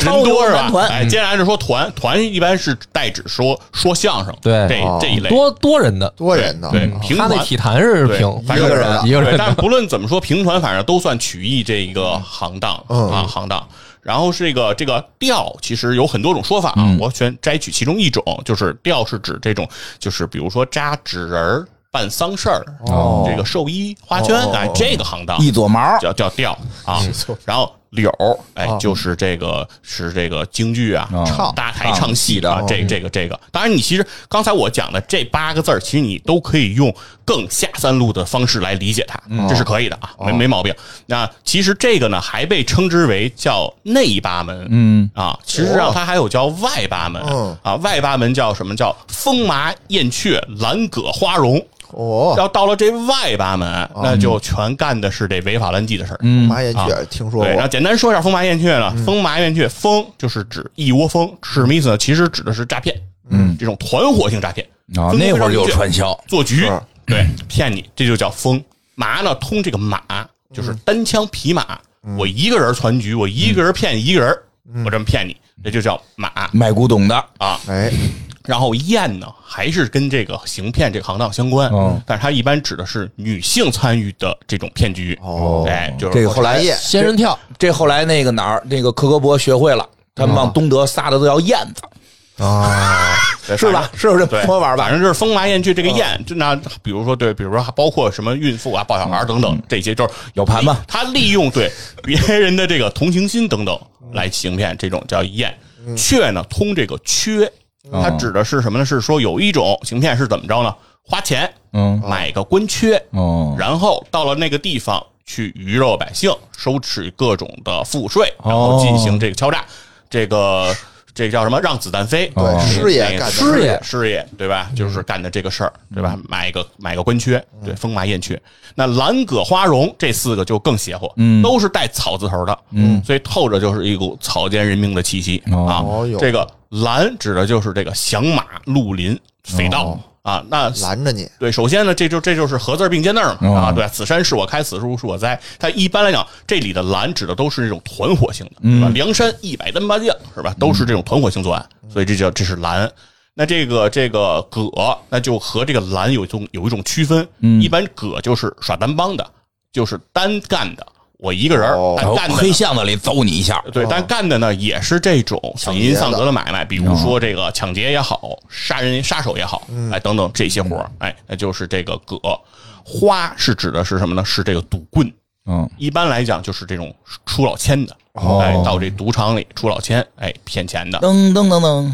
Speaker 3: 人多是吧？哎，接下来是说团，团一般是代指说说相声，
Speaker 1: 对
Speaker 3: 这
Speaker 4: 哦
Speaker 3: 这一类
Speaker 1: 多多人的，
Speaker 4: 多人呢，
Speaker 3: 对，评
Speaker 1: 他
Speaker 3: 团
Speaker 1: 那体坛是
Speaker 3: 对
Speaker 1: 平，
Speaker 3: 反正
Speaker 4: 一个人啊
Speaker 1: 一个
Speaker 3: 对
Speaker 1: 人，
Speaker 3: 但不论怎么说，评团反正都算曲艺这一个行当啊，行当。然后是这个这个调，其实有很多种说法啊，我选摘取其中一种，就是调是指这种，就是比如说扎纸人儿、办丧事儿、
Speaker 2: 哦
Speaker 3: 这个寿衣、花圈，哎，这个行当
Speaker 2: 一撮毛，
Speaker 3: 叫叫调啊，然后柳儿，哎，就是这个是这个京剧啊
Speaker 2: 哦，
Speaker 3: 唱大台唱戏的啊，这这个这个。当然，你其实刚才我讲的这八个字儿，其实你都可以用更下三路的方式来理解它，这是可以的啊，没没毛病。那其实这个呢，还被称之为叫内八门，
Speaker 2: 嗯
Speaker 3: 啊，其实上它还有叫外八门
Speaker 4: 嗯
Speaker 3: 啊，外八门叫什么叫风麻燕雀兰葛花荣。
Speaker 4: 哦，
Speaker 3: 要到了这外八门，
Speaker 2: 哦
Speaker 3: 那就全干的是这违法乱纪的事儿。嗯，
Speaker 4: 马眼雀听说
Speaker 3: 对，然
Speaker 4: 过，
Speaker 3: 后简单说一下风麻燕雀呢，
Speaker 2: 嗯
Speaker 3: 风麻燕雀，风就是指一窝蜂，是什么意思呢？其实指的是诈骗，嗯，这种团伙性诈骗
Speaker 2: 啊，那会儿就有传销，
Speaker 3: 做局
Speaker 4: 是，
Speaker 3: 对，骗你，这就叫风麻呢，通这个马就是
Speaker 2: 嗯
Speaker 3: 单枪匹马，我一个人攒局，我一个人骗一个人，
Speaker 2: 嗯
Speaker 3: 我这么骗你，这就叫马
Speaker 2: 卖古董的，
Speaker 3: 啊。
Speaker 4: 哎，
Speaker 3: 然后燕呢，还是跟这个行骗这个行当相关，
Speaker 2: 嗯
Speaker 3: 但是它一般指的是女性参与的这种骗局。
Speaker 4: 哦
Speaker 3: 哎，就是
Speaker 2: 这个后来
Speaker 4: 茶叶
Speaker 1: 仙人跳，
Speaker 2: 这后来那个哪儿，那个克格勃学会了，他
Speaker 3: 嗯
Speaker 2: 们往东德撒的都叫燕子，啊
Speaker 3: 对
Speaker 2: 是吧？
Speaker 3: 反正
Speaker 2: 是不是
Speaker 3: 对，
Speaker 2: 这么玩吧嗯
Speaker 3: 反？正就是风麻燕雀这个燕，就那比如说对，比如说还包括什么孕妇啊、抱小孩等等这些，就是
Speaker 2: 嗯有盘吗
Speaker 3: 利他利用对别人的这个同情心等等来行骗，这种叫燕。
Speaker 2: 嗯
Speaker 3: 雀呢，通这个缺，它指的是什么呢？是说有一种行骗是怎么着呢？花钱
Speaker 2: 嗯
Speaker 3: 买个官缺，
Speaker 4: 嗯
Speaker 2: 哦
Speaker 3: 然后到了那个地方去鱼肉百姓，收取各种的赋税，
Speaker 4: 哦
Speaker 3: 然后进行这个敲诈，这个这叫什么？让子弹飞，嗯
Speaker 2: 哦
Speaker 4: 对，师爷干的嗯
Speaker 1: 师爷
Speaker 3: 师爷，对吧？就是干的这个事儿，对吧？买个买个官缺，对，风马燕雀。那兰葛花荣这四个就更邪乎，
Speaker 2: 嗯
Speaker 3: 都是带草字头的，嗯，所以透着就是一股草菅人命的气息啊
Speaker 4: 哦哟。
Speaker 3: 这个兰指的就是这个响马、绿
Speaker 4: 哦
Speaker 3: 林、匪盗啊。那
Speaker 4: 拦着你，
Speaker 3: 对，首先呢，这就这就是合字并肩字儿嘛啊，对，此山是我开，此树是我栽。它一般来讲，这里的蓝指的都是这种团伙性的，对吧？梁山一百单八将是吧？都是这种团伙性作案，所以这叫这是蓝。那这个这个葛，那就和这个蓝有一种有一种区分，一般葛就是耍单帮的，就是单干的，我一个人儿
Speaker 4: 哦
Speaker 3: 单干的呢
Speaker 2: 黑巷子里揍你一下，
Speaker 3: 对，但干的呢也是这种
Speaker 4: 抢
Speaker 3: 损
Speaker 4: 劫
Speaker 3: 阴丧德的买卖，比如说这个抢劫也好，杀人杀手也好，哎等等这些活儿，哎，那就是这个葛花是指的是什么呢？是这个赌棍，
Speaker 2: 嗯，
Speaker 3: 一般来讲就是这种出老千的，
Speaker 2: 哦
Speaker 3: 哎，到这赌场里出老千，哎，骗钱的。
Speaker 2: 噔噔噔噔，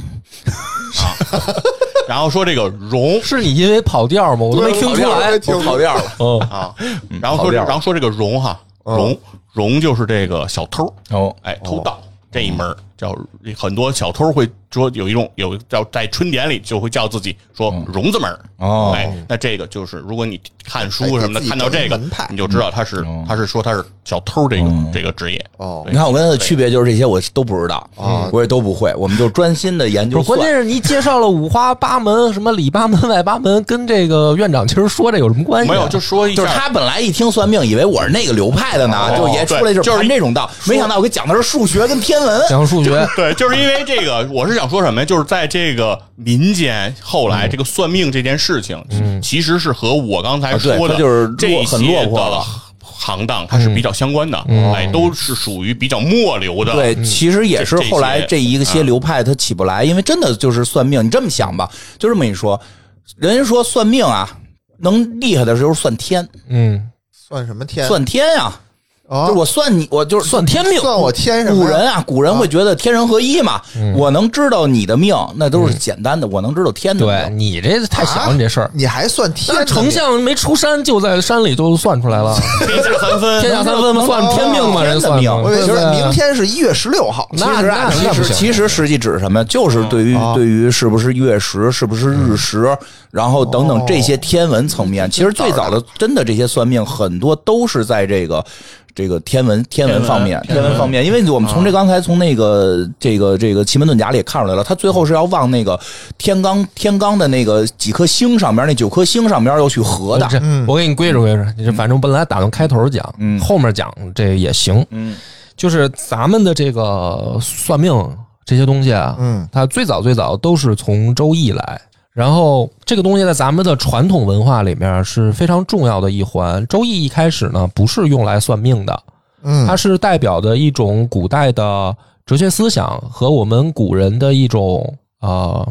Speaker 3: 然后说这个荣
Speaker 1: 是你因为跑调吗？我都没听出来。
Speaker 2: 我跑调了。
Speaker 1: 嗯，
Speaker 3: 啊，然后
Speaker 2: 跑
Speaker 3: 说
Speaker 2: 调
Speaker 3: 然后说这个荣哈，荣荣就是这个小偷，
Speaker 2: 哦，
Speaker 3: 哎，偷盗这一门儿叫很多小偷会说有一种有叫在春典里就会叫自己说荣字门儿
Speaker 2: 嗯哦
Speaker 3: 哎，那这个就是如果你看书什
Speaker 4: 哎给自
Speaker 3: 么的
Speaker 4: 己
Speaker 3: 看到这
Speaker 4: 整
Speaker 3: 个
Speaker 4: 一门派，
Speaker 3: 你就知
Speaker 2: 嗯
Speaker 3: 道他是
Speaker 2: 哦
Speaker 3: 他是说他是小偷这个这个职业
Speaker 4: 哦
Speaker 2: 你看我跟他的区别就是这些我都不知道，
Speaker 3: 啊
Speaker 2: 我也都不会，我们就专心的研
Speaker 1: 不
Speaker 2: 究
Speaker 1: 是，
Speaker 2: 算。
Speaker 1: 关键是你介绍了五花八门， 什么里八门外八门，跟这个院长其实说这有什么关系啊？
Speaker 3: 没有就说一下
Speaker 2: 就是他本来一听算命，以为我是那个流派的呢，
Speaker 3: 哦
Speaker 2: 就也出来就
Speaker 3: 对就是
Speaker 2: 盘这种道，没想到我给讲的是数学跟天文。
Speaker 1: 讲数学，
Speaker 3: 对，就是因为这个，我是想说什么呀？就是在这个民间，后来
Speaker 2: 嗯
Speaker 3: 这个算命这件事情，其实是和我刚才说
Speaker 2: 啊对它
Speaker 3: 的，
Speaker 2: 就是落
Speaker 3: 这
Speaker 2: 很落
Speaker 3: 些
Speaker 2: 魄
Speaker 3: 的
Speaker 2: 了嗯
Speaker 3: 行当，它是比较相关的，哎，都是属于比较末流的。
Speaker 2: 对，其实也是
Speaker 3: 嗯这这
Speaker 2: 后来
Speaker 3: 些啊
Speaker 2: 这一个些流派它起不来，因为真的就是算命。你这么想吧，就这么一说，人家说算命啊，能厉害的时候算天，
Speaker 1: 嗯，
Speaker 4: 算什么天？
Speaker 2: 算天啊，
Speaker 4: 啊
Speaker 2: 就是，我算你，我就是
Speaker 1: 算天命，
Speaker 4: 算我天什么
Speaker 2: 古
Speaker 4: 呀？
Speaker 2: 人啊，古人会觉得天人合一嘛，
Speaker 3: 嗯
Speaker 2: 我能知道你的命，那都是简单的，我能知道天的
Speaker 1: 对
Speaker 2: 命。
Speaker 1: 你这太小
Speaker 4: 啊
Speaker 1: 了，你这事儿。
Speaker 4: 你还算天
Speaker 1: 那
Speaker 4: 呢？
Speaker 1: 丞相没出山就在山里就算出来了，
Speaker 3: 天下三分，
Speaker 1: 天下三分嘛，
Speaker 2: 能
Speaker 1: 算天命嘛，
Speaker 2: 能
Speaker 1: 人算
Speaker 2: 天的
Speaker 1: 嘛
Speaker 4: 我
Speaker 2: 命
Speaker 4: 以为
Speaker 1: 对不
Speaker 4: 是
Speaker 1: 对
Speaker 4: 明天是一月十六号。
Speaker 1: 那
Speaker 2: 其实啊，
Speaker 1: 那那
Speaker 2: 其
Speaker 1: 不
Speaker 2: 实
Speaker 1: 行
Speaker 2: 其实实际指什么？就是对于对于是不是月食，是不是日食，然后等等这些天文层面，其实最早的真的这些算命很多都是在这个。这个天文天文方面，天文方面，因为我们从这刚才从那个这个这个奇门遁甲里也看出来了，他最后是要往那个天罡天罡的那个几颗星上边那九颗星上边要去合的，
Speaker 1: 哦这我给你归置归置，你这反正本来打算开头讲，
Speaker 2: 嗯
Speaker 1: 后面讲这也行，
Speaker 2: 嗯，
Speaker 1: 就是咱们的这个算命这些东西啊，
Speaker 4: 嗯，
Speaker 1: 它最早最早都是从《周易》来，然后这个东西在咱们的传统文化里面是非常重要的一环。《周易》一开始呢不是用来算命的，
Speaker 4: 嗯，
Speaker 1: 它是代表的一种古代的哲学思想和我们古人的一种呃，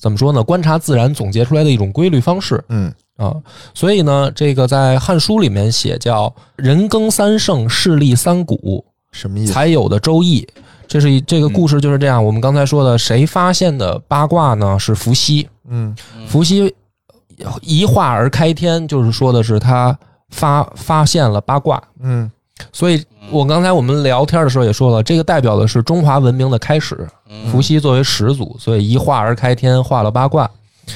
Speaker 1: 怎么说呢？观察自然总结出来的一种规律方式。
Speaker 4: 嗯
Speaker 1: 啊，所以呢，这个在《汉书》里面写叫“人耕三盛，事立三古”，
Speaker 4: 什么意思？
Speaker 1: 才有的《周易》。这是一这个故事就是这样。我们刚才说的，谁发现的八卦呢？是伏羲。
Speaker 4: 嗯
Speaker 1: 伏羲一化而开天，就是说的是他发发现了八卦。
Speaker 4: 嗯
Speaker 1: 所以我刚才我们聊天的时候也说了，这个代表的是中华文明的开始。伏羲作为始祖，所以一化而开天，化了八卦。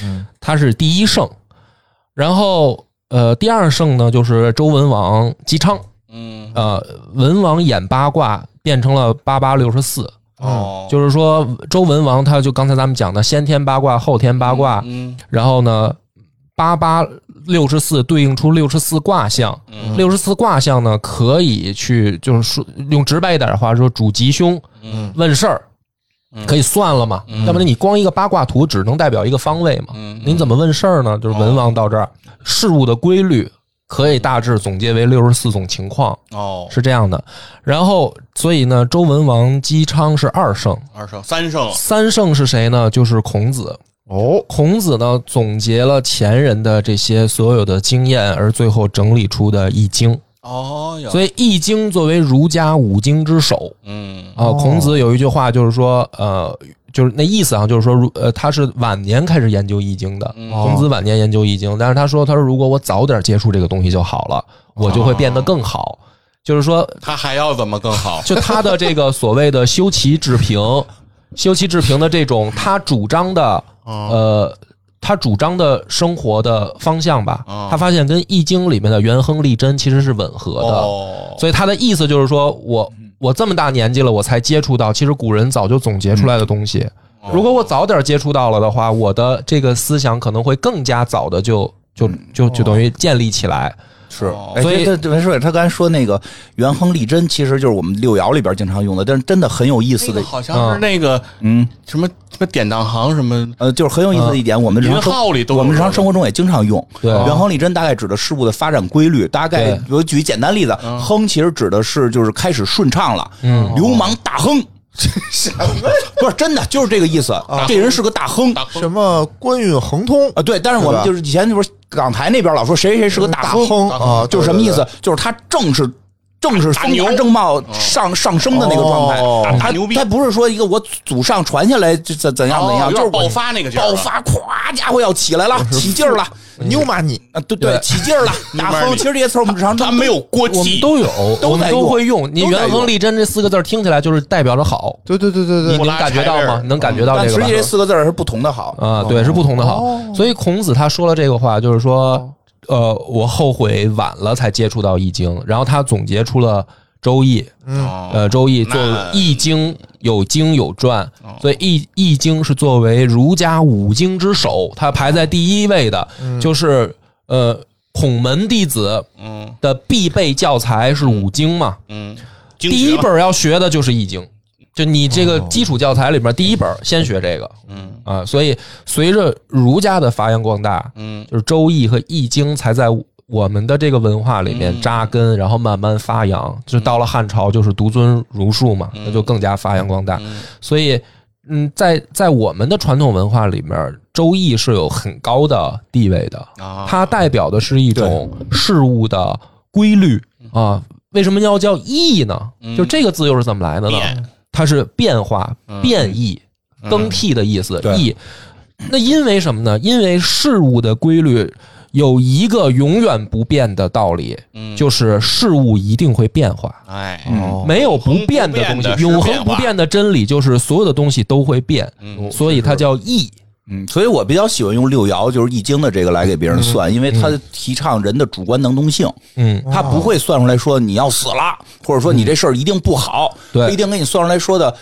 Speaker 4: 嗯，
Speaker 1: 他是第一圣。然后，呃，第二圣呢，就是周文王姬昌。
Speaker 3: 嗯
Speaker 1: 呃，文王演八卦变成了八八六十四，
Speaker 3: 哦，
Speaker 1: 就是说周文王他就刚才咱们讲的先天八卦、后天八卦，
Speaker 3: 嗯
Speaker 1: 然后呢，八八六十四对应出六十四卦象，
Speaker 3: 嗯
Speaker 1: 六十四卦象呢可以去就是说用直白一点的话说主吉凶，
Speaker 3: 嗯
Speaker 1: 问事儿。可以算了嘛？要不然你光一个八卦图只能代表一个方位嘛？
Speaker 3: 嗯哦
Speaker 1: 您怎么问事儿呢？就是文王到这儿，事物的规律可以大致总结为六十四种情况，
Speaker 3: 哦，
Speaker 1: 是这样的。然后，所以呢，周文王姬昌是二圣，
Speaker 3: 二圣三圣
Speaker 1: 三圣是谁呢？就是孔子。
Speaker 4: 哦，
Speaker 1: 孔子呢，总结了前人的这些所有的经验，而最后整理出的《易经》。
Speaker 3: 哦哟，
Speaker 1: 所以，《易经》作为儒家五经之首
Speaker 3: 嗯
Speaker 1: 啊、孔子有一句话就是说，呃，就是那意思啊，就是说，如呃，他是晚年开始研究《易经》的。孔子晚年研究《易经》，但是他说，他说如果我早点接触这个东西就好了，我就会变得更好。就是说，
Speaker 3: 他还要怎么更好？
Speaker 1: 就他的这个所谓的修齐治平，修齐治平的这种他主张的呃，他主张的生活的方向吧，他发现跟《易经》里面的元亨利贞其实是吻合的，
Speaker 3: 哦，
Speaker 1: 所以他的意思就是说我我这么大年纪了，我才接触到，其实古人早就总结出来的东西。如果我早点接触到了的话，我的这个思想可能会更加早的就就就就等于建立起来。
Speaker 2: 是
Speaker 3: 哦，
Speaker 2: 哎
Speaker 1: 所以
Speaker 2: 这这没事。他刚才说那个元亨利贞，其实就是我们六爻里边经常用的，但是真的很有意思
Speaker 3: 那
Speaker 2: 的
Speaker 3: 个，好像是那个
Speaker 2: 嗯，
Speaker 3: 什么什么典当行什么
Speaker 2: 呃，就是很有意思的一点，我们日常生
Speaker 3: 银号里都有
Speaker 2: 我们日常生活中也经常用。
Speaker 1: 对
Speaker 2: 元亨利贞大概指的事物的发展规律。大概
Speaker 1: 对
Speaker 2: 我举简单例子，
Speaker 3: 嗯
Speaker 2: 亨其实指的是就是开始顺畅了，
Speaker 1: 嗯
Speaker 2: 流氓大亨。 不是真的，就是这个意思。这人是个大亨
Speaker 3: 大亨
Speaker 4: 什么官运亨通
Speaker 2: 啊，对。但是我们
Speaker 4: 对吧
Speaker 2: 就是以前就是港台那边老说谁谁谁是个
Speaker 4: 大
Speaker 2: 亨
Speaker 4: 亨啊，
Speaker 2: 就是什么意
Speaker 4: 对？对
Speaker 2: 思？就是他正是正是松
Speaker 3: 牛
Speaker 2: 盘正茂上上升的那个状态
Speaker 5: 哦，
Speaker 3: 打
Speaker 2: 他
Speaker 3: 牛逼
Speaker 2: 他不是说一个我祖上传下来就怎怎样怎
Speaker 3: 哦
Speaker 2: 样，
Speaker 3: 有点
Speaker 2: 就是我
Speaker 3: 爆发那个劲儿
Speaker 2: 爆
Speaker 3: 了
Speaker 2: 发，咵家伙要起 来了，起劲儿了，
Speaker 4: 牛马你
Speaker 2: 啊，对对，起劲儿了，打
Speaker 3: 明白
Speaker 2: 风，
Speaker 3: 你
Speaker 2: 其实这些词儿我们日常
Speaker 3: 他
Speaker 2: 中
Speaker 3: 没有过
Speaker 1: 我们
Speaker 3: 气，
Speaker 1: 都有，
Speaker 2: 都
Speaker 1: 我们
Speaker 2: 在
Speaker 1: 都
Speaker 2: 用
Speaker 1: 会用。你
Speaker 2: 都在
Speaker 1: 元
Speaker 2: 用
Speaker 1: 衡利贞这四个字儿听起来就是代表着好，
Speaker 4: 对对对对
Speaker 1: 你
Speaker 3: 我
Speaker 4: 对，
Speaker 1: 能感觉到吗？能感觉 到
Speaker 2: 嗯但
Speaker 1: 这
Speaker 2: 实
Speaker 1: 个吧
Speaker 2: 际？这四个哦字儿是不同的好。
Speaker 1: 啊，对，是不同的好。所以孔子他说了这个话，就是
Speaker 2: 哦
Speaker 1: 说，呃，我后悔晚了才接触到《易经》，然后他总结出了《周易》，
Speaker 2: 嗯
Speaker 3: 哦
Speaker 1: 呃，《周易》作为
Speaker 3: 那哦
Speaker 1: 《易经》有经有传，所以《易易经》是作为儒家五经之首，它排在第一位的，
Speaker 2: 嗯
Speaker 1: 就是呃孔门弟子
Speaker 3: 嗯
Speaker 1: 的必备教材是五经嘛，
Speaker 3: 嗯，经
Speaker 1: 第
Speaker 3: 学
Speaker 1: 一
Speaker 3: 嘛，
Speaker 1: 本要学的就是《易经》，就你这个基础教材里边第一本先学这个，
Speaker 3: 哦嗯
Speaker 1: 啊，所以随着儒家的发扬光大，
Speaker 3: 嗯
Speaker 1: 就是《周易》和《易经》才在我们的这个文化里
Speaker 3: 嗯
Speaker 1: 面扎根，然后慢慢发扬。就到了汉朝，就是独尊儒术嘛，那就更加发扬光大。
Speaker 3: 嗯
Speaker 1: 所以，嗯，在在我们的传统文化里面，《周易》是有很高的地位的，
Speaker 3: 啊，
Speaker 1: 它代表的是一种事物的规律
Speaker 3: 嗯
Speaker 1: 啊。为什么要叫易呢？就这个字又是怎么来的呢？
Speaker 3: 变嗯
Speaker 1: 它是变化、变异、更替的意思。易，那因为什么呢？因为事物的规律有一个永远不变的道理，
Speaker 3: 嗯
Speaker 1: 就是嗯事物一定会变化。
Speaker 3: 哎，
Speaker 1: 没有不变的
Speaker 3: 永
Speaker 1: 东
Speaker 3: 恒不变的
Speaker 1: 西，
Speaker 3: 是
Speaker 1: 永恒
Speaker 3: 变
Speaker 1: 不
Speaker 3: 化
Speaker 1: 变的真理就是所有的东西都会变，
Speaker 3: 嗯
Speaker 1: 所以它叫易。
Speaker 2: 嗯，所以我比较喜欢用六爻，就是易经的这个来给别人算，因为它提倡人的主观能动性，
Speaker 1: 嗯，
Speaker 2: 它不会算出来说你要死了，或者说你这事儿一定不好，
Speaker 1: 嗯对
Speaker 2: 它一定给你算出来说的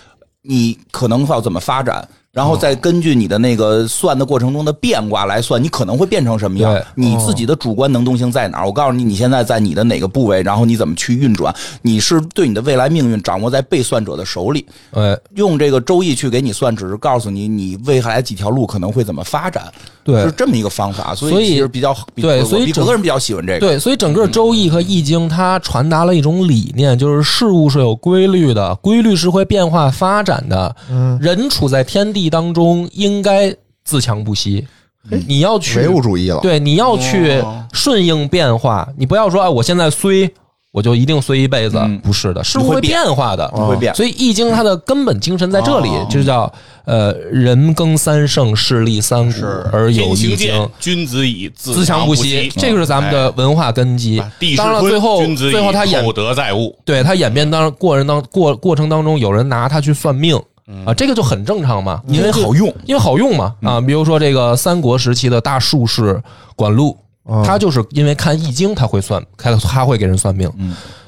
Speaker 2: 你可能要怎么发展。然后再根据你的那个算的过程中的变卦来算，你可能会变成什么样
Speaker 1: 对？
Speaker 2: 你自己的主观能动性在哪儿？我告诉你，你现在在你的哪个部位，然后你怎么去运转？你是对你的未来命运掌握在被算者的手里，
Speaker 1: 哎，
Speaker 2: 用这个周易去给你算，只是告诉你你未来几条路可能会怎么发展，
Speaker 1: 对
Speaker 2: 是这么一个方法，所
Speaker 1: 所以
Speaker 2: 其实比较比
Speaker 1: 对
Speaker 2: 我
Speaker 1: 所以
Speaker 2: 比
Speaker 1: 整
Speaker 2: 我个人比较喜欢这个，
Speaker 1: 对，所以整个《周易》和《易经》它传达了一种理念，就是事物是有规律的，规律是会变化发展的。嗯，人处在天地当中，应该自强不息。你要去
Speaker 4: 唯物主义了，
Speaker 1: 对，你要去
Speaker 3: 哦
Speaker 1: 顺应变化，你不要说啊，我现在衰，我就一定衰一辈子，
Speaker 2: 嗯
Speaker 1: 不是的，是
Speaker 2: 你会
Speaker 1: 会
Speaker 2: 变
Speaker 1: 变化的，哦
Speaker 2: 会变
Speaker 1: 所以《易经》它的根本精神在这里，就叫呃，人耕三盛，事立三古，而有
Speaker 3: 天
Speaker 1: 易
Speaker 3: 行
Speaker 1: 经
Speaker 3: 健。，君子以自
Speaker 1: 自强
Speaker 3: 不嗯
Speaker 1: 息，这个是咱们的文化根基
Speaker 3: 哎。地势
Speaker 1: 当然了，最后
Speaker 3: 坤君子以
Speaker 1: 最后他演
Speaker 3: 厚德载物，
Speaker 1: 对他演变当过人当过过程当中，有人拿他去算命啊，这个就很正常嘛，因为好
Speaker 2: 用，
Speaker 1: 因为好用嘛啊。比如说这个三国时期的大术士管路，他就是因为看易经，他会算，他他会给人算命。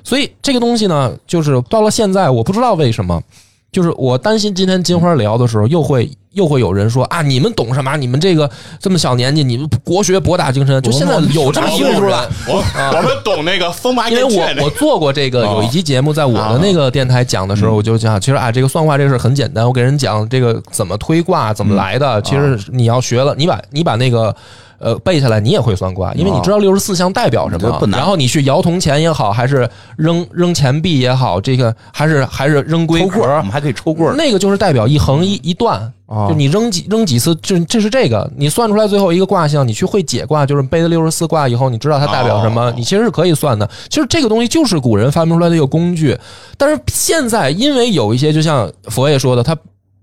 Speaker 1: 所以这个东西呢，就是到了现在，我不知道为什么。就是我担心今天金花聊的时候，又会又会有人说啊，你们懂什么？你们这个这么小年纪，你们国学博大精深，就现在有这么一个人
Speaker 3: 出来，我我们懂那个风马
Speaker 1: 因为
Speaker 3: 剑
Speaker 1: 我我做过这个
Speaker 2: 哦
Speaker 1: 有一期节目，在我的那个电台讲的
Speaker 2: 嗯
Speaker 1: 时候，我就讲，其实啊，这个算卦这个事儿很简单，我给人讲这个怎么推卦，
Speaker 2: 嗯
Speaker 1: 怎么来
Speaker 2: 哦
Speaker 1: 的。其实你要学了，你把你把那个。呃，背下来你也会算卦，因为你知道六十四象代表什
Speaker 2: 哦这
Speaker 1: 么
Speaker 2: 不。难
Speaker 1: 然后你去摇铜钱也好，还是扔扔钱币也好，这个还是还是扔龟
Speaker 2: 抽
Speaker 1: 壳
Speaker 2: 棍儿，我，们还可以抽棍儿，
Speaker 1: 那个就是代表一横一一段，
Speaker 4: 啊
Speaker 1: 就你扔几扔几次，这这是这个，你算出来最后一个卦象，你去会解卦，就是背了六十四卦以后，你知道它代表什么
Speaker 3: 哦，
Speaker 1: 你其实是可以算的。其实这个东西就是古人发明出来的一个工具，但是现在因为有一些就像佛爷说的，他。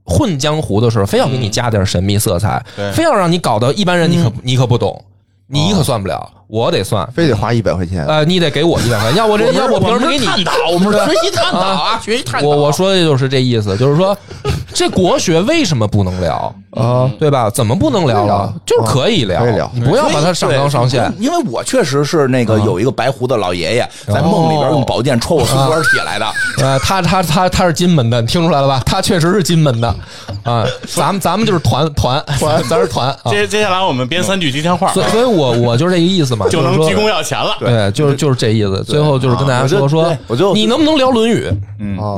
Speaker 1: 混江湖的时候，非要给你加点神秘色彩，
Speaker 3: 对
Speaker 1: 非要让你搞得一般人你可你可不懂，你可算不了，我得算，
Speaker 4: 非得花一百块钱，
Speaker 1: 呃，你得给我一百块，要我这要我凭什么给你
Speaker 2: 探讨，哦我们是学习探讨啊，学习探讨。
Speaker 1: 我我说的就是这意思，就是说， 这国学为什么不能聊啊？对吧？怎么不能聊了？就是可以聊，
Speaker 4: 可以聊
Speaker 1: 你不要把它上纲上线。嗯
Speaker 2: 因为我确实是那个有一个白胡子老爷爷在
Speaker 1: 哦
Speaker 2: 梦里边用宝剑戳我孙官铁来的，
Speaker 1: 呃，他他他他是金门的，你听出来了吧？他确实是金门的啊。咱们咱们就是团团团， 咱是团啊。
Speaker 3: 接接下来我们编三句吉祥话，
Speaker 1: 所以所以我我就是这个意思嘛，
Speaker 3: 就是能
Speaker 1: 说
Speaker 3: 鞠躬要钱了。
Speaker 1: 对，就是就是啊这意思。最后就是跟大家嗯
Speaker 2: 我就
Speaker 1: 说说
Speaker 2: 对我就，
Speaker 1: 你能不能聊《论语》？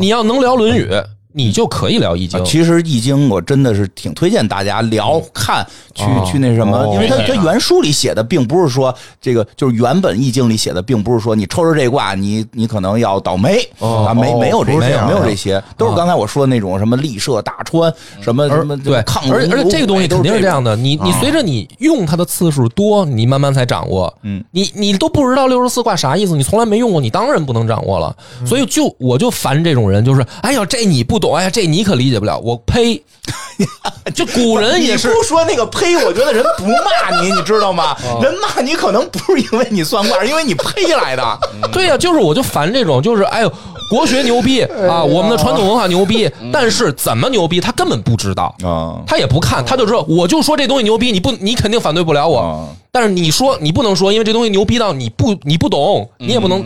Speaker 1: 你要能聊《论语》，你就可以聊易经
Speaker 2: 啊。其实《易经》我真的是挺推荐大家聊
Speaker 1: 嗯哦
Speaker 2: 看去去那什么，因为它它原书里写的并不是说这个，就是原本《易经》里写的并不是说你抽着这卦，你你可能要倒霉
Speaker 1: 哦
Speaker 2: 啊，没没有这
Speaker 4: 不是
Speaker 2: 些
Speaker 4: 这样
Speaker 2: 没
Speaker 4: 的
Speaker 2: 有这些，都是刚才我说的那种什么立设大川，什么什么
Speaker 1: 对，
Speaker 2: 抗
Speaker 1: 啊
Speaker 2: 哎
Speaker 1: 而且而且这个东西肯定是这样
Speaker 2: 的，
Speaker 1: 的，你你随着你用它的次数多，你慢慢才掌握。
Speaker 2: 嗯，
Speaker 1: 你你都不知道六十四卦啥意思，你从来没用过，你当然不能掌握了。
Speaker 2: 嗯
Speaker 1: 所以就我就烦这种人，就是哎呦这你不懂，哎呀这你可理解不了，我 呸！这古人也是
Speaker 2: 你不说那个呸，我觉得人不骂你，你知 道吗？
Speaker 1: 哦
Speaker 2: 人骂你可能不是因为你算卦，是因为你呸来的。
Speaker 1: 对呀、就是我就烦这种，就是哎呦，国学牛逼啊，我们的传统文化牛逼，但是怎么牛逼，他根本不知道
Speaker 2: 啊
Speaker 1: 他也不看，他就说我就说这东西牛逼，你不你肯定反对不了我
Speaker 2: 啊，
Speaker 1: 但是你说你不能说，因为这东西牛逼到你不你不懂，你也不能，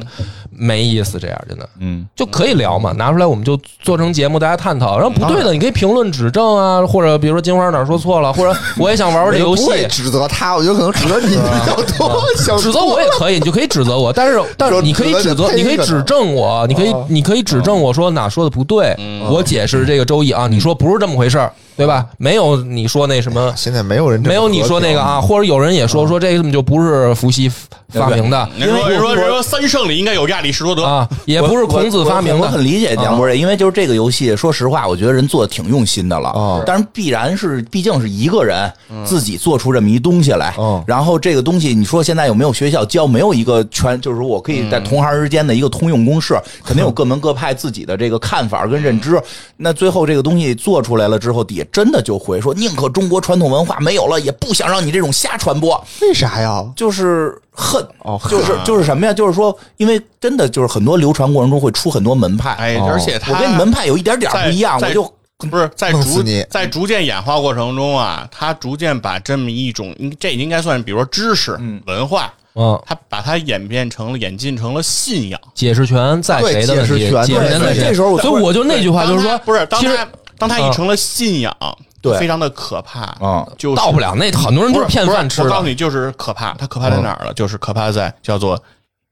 Speaker 1: 没意思，这样真的。
Speaker 2: 嗯，
Speaker 1: 就可以聊嘛，拿出来我们就做成节目，大家探讨。然后不对的，你可以评论指正啊，或者比如说金花哪儿说错了，或者我也想玩玩这游戏
Speaker 4: 我哎不，会指责他，我觉得可能指责你比较多，想
Speaker 1: 指责我也可以，你就可以指责我，但是但是你可以指责，你可以指正我，你可以你可以指正我说哪说的不对，我解释这个周易啊，你说不是这么回事儿，对吧？没有你说那什 么，
Speaker 4: 现在没有人这么
Speaker 1: 没有你说那个啊，或者有人也说说这个就不是伏羲发明的
Speaker 3: 人说人说
Speaker 2: 我
Speaker 3: 人说三圣里应该有亚里士多德，
Speaker 1: 啊，也
Speaker 2: 我
Speaker 1: 不是孔子发明
Speaker 2: 我我我
Speaker 1: 的啊
Speaker 2: 很理解梁博瑞，因为就是这个游戏，说实话，我觉得人做的挺用心的
Speaker 4: 哦
Speaker 2: 了。但是必然是，毕竟是一个人
Speaker 1: 嗯
Speaker 2: 自己做出这么一东西来
Speaker 1: 哦
Speaker 4: 嗯。
Speaker 2: 然后这个东西，你说现在有没有学校教？没有一个全，就是我可以
Speaker 1: 嗯
Speaker 2: 在同行之间的一个通用公式，肯定有各门各派自己的这个看法跟认
Speaker 1: 嗯
Speaker 2: 知。那最后这个东西做出来了之后，底下真的就会说，宁可中国传统文化没有了，也不想让你这种瞎传播。
Speaker 4: 格调为啥呀？
Speaker 2: 就是恨，
Speaker 1: 哦啊
Speaker 2: 就是就是什么呀？就是说，因为真的就是很多流传过程中会出很多门派，
Speaker 3: 哎
Speaker 2: 哦
Speaker 3: 而且他
Speaker 2: 我跟你门派有一点点
Speaker 3: 在
Speaker 2: 不一样，
Speaker 3: 在
Speaker 2: 我就
Speaker 3: 不是在
Speaker 4: 弄
Speaker 3: 逐
Speaker 4: 死你
Speaker 3: 在逐渐演化过程中啊，他逐渐把这么一种，应这应该算，比如说知识、文化，
Speaker 1: 嗯，
Speaker 3: 他把它演变成了演进成了信仰。
Speaker 1: 解释权在谁的问题？
Speaker 4: 对解
Speaker 1: 解
Speaker 4: 释权
Speaker 1: 释权在
Speaker 2: 对
Speaker 1: 谁？
Speaker 2: 这时候我
Speaker 1: 所以我就那句话就是
Speaker 3: 当
Speaker 1: 说
Speaker 3: 他，不是当
Speaker 1: 其实嗯
Speaker 3: 他当他已成了信仰，
Speaker 2: 对
Speaker 3: 非常的可怕
Speaker 2: 啊
Speaker 3: 就是
Speaker 1: 到不了那很多人
Speaker 3: 不
Speaker 1: 就是是骗
Speaker 3: 不是
Speaker 1: 饭吃
Speaker 3: 我
Speaker 1: 的嗯
Speaker 3: 告诉。你，就是可怕，它可怕在哪儿了？就是可怕在叫做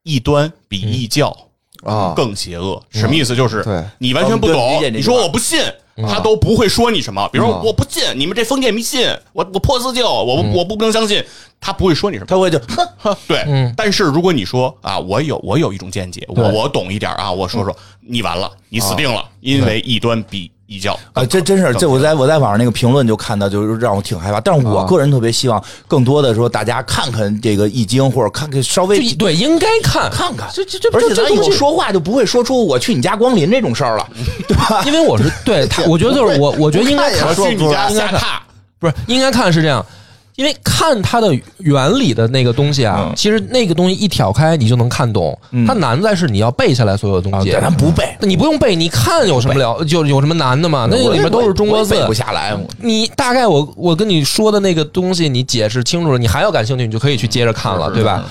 Speaker 3: 异端比异教
Speaker 1: 嗯
Speaker 4: 啊
Speaker 3: 更邪恶。什么意思？就是
Speaker 4: 对
Speaker 3: 你完全不
Speaker 2: 我们
Speaker 3: 懂
Speaker 2: 理解，这句话
Speaker 3: 你说我不信。他都不会说你什么，比如说我不信你们这封建迷信，我我破四旧，我不我不能相信，他不会说你什么，
Speaker 2: 他会 就哼
Speaker 3: 对，
Speaker 1: 嗯
Speaker 3: 但是如果你说啊，我有我有一种见解，我我懂一点啊，我说说，你完了，你死定了，因为异端比异教
Speaker 2: 啊，这真是这我在我在网上那个评论就看到，就是让我挺害怕。但是
Speaker 1: 啊
Speaker 2: 我个人特别希望更多的说大家看看这个《易经》，或者看看稍微
Speaker 1: 就一对，应该看
Speaker 2: 看看，
Speaker 1: 这这这
Speaker 2: 而且
Speaker 1: 这这
Speaker 2: 咱以
Speaker 1: 东西
Speaker 2: 后说话就不会说出我去你家光临这种事儿了，对吧？
Speaker 1: 因为我是对他，我觉得就是我，我觉得应该
Speaker 4: 不看也
Speaker 1: 看
Speaker 3: 我
Speaker 4: 说
Speaker 3: 去你家
Speaker 1: 应该
Speaker 3: 下
Speaker 1: 看
Speaker 3: 榻，
Speaker 1: 不是应该看是这样，因为看它的原理的那个东西
Speaker 2: 嗯
Speaker 1: 啊，其实那个东西一挑开你就能看懂，它难在是你要背下来所有东西
Speaker 2: 对，。咱不背，
Speaker 1: 你不用背，你看有什么了，就有什么难的嘛？那个里面都是中国字
Speaker 2: 我也，背不下来。我
Speaker 1: 你大概我我跟你说的那个东西，你解释清楚了，你还要感兴趣，你就可以去接着看了，对吧？